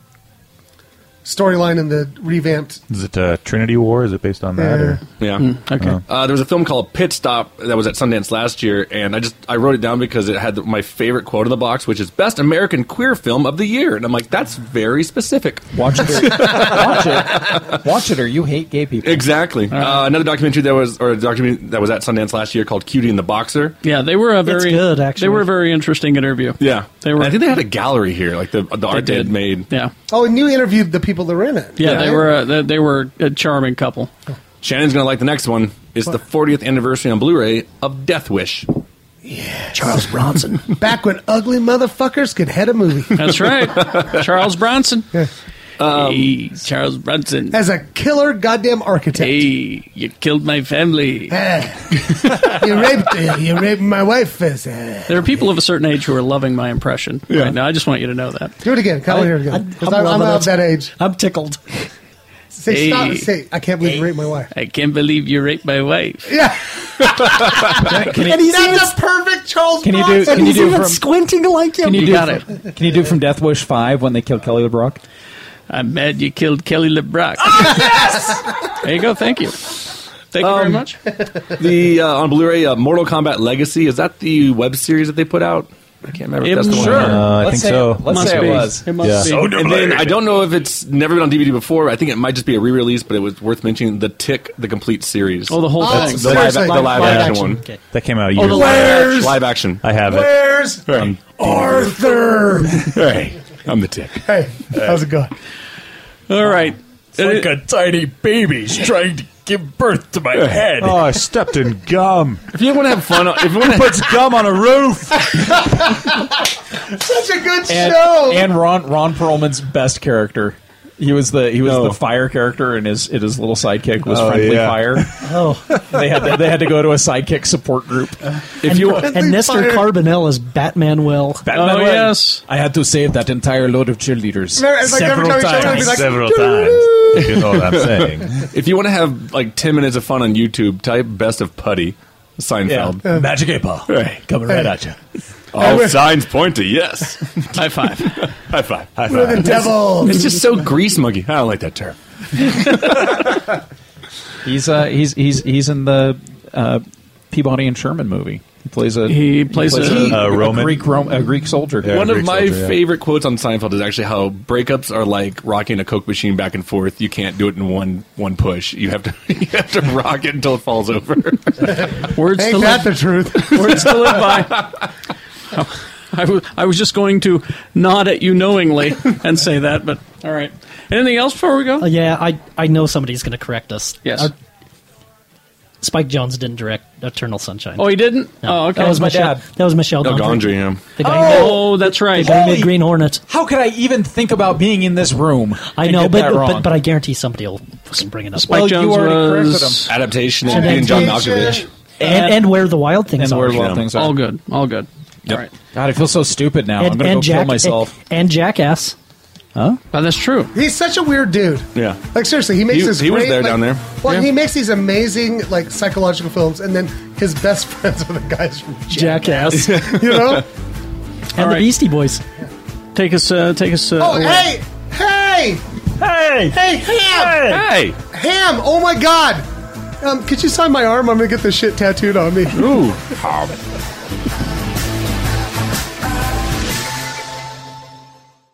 Speaker 2: storyline in the revamped.
Speaker 5: Is it uh, Trinity War? Is it based on that? Or?
Speaker 7: Yeah.
Speaker 5: okay.
Speaker 7: Uh, there was a film called Pit Stop that was at Sundance last year, and I just I wrote it down because it had the, my favorite quote in the box, which is "Best American Queer Film of the Year," and I'm like, that's very specific. [laughs]
Speaker 6: Watch watch it. Watch it, or you hate gay people.
Speaker 7: Exactly. Uh, another documentary that was or a documentary that was at Sundance last year called "Cutie and the Boxer."
Speaker 1: Yeah, they were a very
Speaker 7: good,
Speaker 1: They were a very interesting interview.
Speaker 7: Yeah,
Speaker 1: They were-
Speaker 7: I think they had a gallery here, like the the art they had
Speaker 1: did.
Speaker 7: made.
Speaker 1: Yeah,
Speaker 2: Oh, and you interviewed the people that were in it.
Speaker 1: yeah, they were a, they- they were a charming couple.
Speaker 7: Shannon's gonna like the next one. It's the 40th anniversary on Blu-ray of Death Wish.
Speaker 2: Charles Bronson. [laughs] Back when ugly motherfuckers could head a movie.
Speaker 1: That's right, Charles Bronson. Hey, Charles
Speaker 2: [laughs]
Speaker 1: Bronson.
Speaker 2: As a killer goddamn architect.
Speaker 1: Hey, you killed my family.
Speaker 2: you raped you raped my wife. Fizz. Eh.
Speaker 1: There are people of a certain age who are loving my impression right now. I just want you to know that.
Speaker 2: Do it again. Come
Speaker 1: I-
Speaker 2: on here again.
Speaker 1: I'm-
Speaker 2: 'Cause I'm,
Speaker 1: I'm
Speaker 2: I'm,
Speaker 1: loving
Speaker 2: of
Speaker 1: it.
Speaker 2: that age.
Speaker 1: I'm tickled.
Speaker 2: Say
Speaker 1: Hey.
Speaker 2: stop. Say I can't believe you raped my wife.
Speaker 1: I can't believe you raped my wife.
Speaker 6: [laughs]
Speaker 2: Yeah.
Speaker 1: Can you-
Speaker 2: and he's
Speaker 1: That's
Speaker 2: even, perfect Charles
Speaker 6: Can you do-
Speaker 2: Bronson.
Speaker 6: can you
Speaker 2: he's
Speaker 6: do
Speaker 2: even
Speaker 6: from-
Speaker 2: squinting like him.
Speaker 6: Can you do from, Can you do from Death Wish Five when they killed Kelly LeBrock? Ah!
Speaker 1: I'm mad you killed Kelly LeBrock. there you go. Thank you. Thank you very much.
Speaker 7: Um, [laughs] the uh, on Blu-ray, uh, Mortal Kombat Legacy is that the web series that they put out? I can't remember.
Speaker 1: It
Speaker 7: if that's the one.
Speaker 1: sure. Uh, I Let's think say so. it- let's Must say it be. was. It must Yeah. be. So
Speaker 7: and then
Speaker 1: delayed.
Speaker 7: I don't know if it's never been on DVD before. I think it might just be a re-release, but it was worth mentioning the Tick, the complete series.
Speaker 1: Oh, the whole
Speaker 7: That's
Speaker 1: thing.
Speaker 7: The live,
Speaker 1: Seriously.
Speaker 7: the live
Speaker 1: Live
Speaker 7: action,
Speaker 1: action.
Speaker 7: one
Speaker 1: Okay.
Speaker 5: That came out
Speaker 7: Oh,
Speaker 5: years ago.
Speaker 7: the live action. Live action.
Speaker 5: I have it.
Speaker 2: Where's
Speaker 5: Um,
Speaker 2: Arthur?
Speaker 7: Hey, I'm the Tick.
Speaker 2: Hey, how's it going?
Speaker 1: All right. It's
Speaker 3: like a tiny baby's trying to give birth to my head.
Speaker 5: Oh, I stepped in gum.
Speaker 7: If you want to have fun, if you want
Speaker 5: to put gum on a roof,
Speaker 2: [laughs] Such a good
Speaker 6: and,
Speaker 2: show.
Speaker 6: and Ron Ron Perlman's best character. He was the he was the fire character, and his and his little sidekick was
Speaker 5: Oh,
Speaker 6: friendly
Speaker 5: yeah.
Speaker 6: fire. Oh, they had to, they had to go to a sidekick support group. If
Speaker 4: and, and Nestor Carbonell is Batman. Well,
Speaker 6: Batman
Speaker 4: Oh,
Speaker 6: went,
Speaker 4: yes.
Speaker 6: I had to save that entire load of cheerleaders
Speaker 2: Remember, it's like every
Speaker 6: several
Speaker 2: time he showed up,
Speaker 6: times.
Speaker 2: he'd be like,
Speaker 5: Several times. You know what I'm saying.
Speaker 7: [laughs] If you want to have like ten minutes of fun on YouTube, type "Best of Putty." Seinfeld.
Speaker 6: Yeah. Magic eight ball.
Speaker 7: Right. Oh,
Speaker 6: Coming right at you.
Speaker 7: All signs point to yes.
Speaker 1: [laughs] High five.
Speaker 7: [laughs] High five. High
Speaker 2: We're the devil.
Speaker 7: It's just so grease muggy. I don't like that term.
Speaker 6: [laughs] He's uh, he's he's he's in the uh, Peabody and Sherman movie. He plays a
Speaker 1: He plays a- A Roman.
Speaker 6: Greek Rom- a Greek soldier.
Speaker 7: One of my favorite quotes on Seinfeld is actually how breakups are like rocking a Coke machine back and forth. You can't do it in one one push. You have to [laughs] you have to rock it until it falls over.
Speaker 1: Words to
Speaker 2: Ain't
Speaker 1: live.
Speaker 2: that the truth?
Speaker 1: Words to live by. I wa- I was just going to nod at you knowingly and say that, but all right. Anything else before we go?
Speaker 4: Uh, yeah, I I know somebody's going to correct us.
Speaker 1: Yes.
Speaker 4: Uh, Spike Jones didn't direct Eternal Sunshine.
Speaker 1: Oh, he didn't.
Speaker 4: No,
Speaker 1: Oh, okay.
Speaker 4: That was Michelle. That was Michelle.
Speaker 7: Oh, Gondry,
Speaker 4: Gondry.
Speaker 7: yeah.
Speaker 4: The guy who made-
Speaker 1: Oh, that's right.
Speaker 4: the guy who made Green Hornet.
Speaker 6: How could I even think about being in this room?
Speaker 4: I
Speaker 6: and
Speaker 4: know,
Speaker 6: get
Speaker 4: but,
Speaker 6: that wrong?
Speaker 4: but but I guarantee somebody will fucking bring
Speaker 7: Oh,
Speaker 4: it up.
Speaker 1: Spike Jones was
Speaker 7: adaptation
Speaker 4: and being John
Speaker 7: Malkovich.
Speaker 4: and, and where the wild things
Speaker 6: and
Speaker 4: are.
Speaker 6: where the wild things are.
Speaker 1: All good. All good. All right.
Speaker 6: God, I feel so stupid now. I'm
Speaker 4: And,
Speaker 6: going to go
Speaker 4: and
Speaker 6: kill
Speaker 4: Jack,
Speaker 6: myself.
Speaker 4: And, and Jackass.
Speaker 6: Huh?
Speaker 1: Oh, that's true.
Speaker 2: [laughs] He's such a weird dude.
Speaker 7: Yeah.
Speaker 2: Like seriously, he makes
Speaker 7: He-
Speaker 2: this.
Speaker 7: he was
Speaker 2: great,
Speaker 7: there
Speaker 2: like-
Speaker 7: down there.
Speaker 2: Well,
Speaker 7: Yeah.
Speaker 2: he makes these amazing like psychological films, and then his best [laughs] friends are the guys from Jackass. [laughs]
Speaker 1: [laughs]
Speaker 2: you
Speaker 7: [laughs]
Speaker 2: know?
Speaker 4: And the Beastie Boys.
Speaker 1: Take us. Uh, take us. Uh,
Speaker 2: Oh,
Speaker 1: away.
Speaker 2: hey, hey,
Speaker 5: hey,
Speaker 2: hey, Ham,
Speaker 7: Hey.
Speaker 2: Ham! Oh [laughs] my God! Um, could you sign my arm? I'm gonna get this shit tattooed on me.
Speaker 7: Ooh.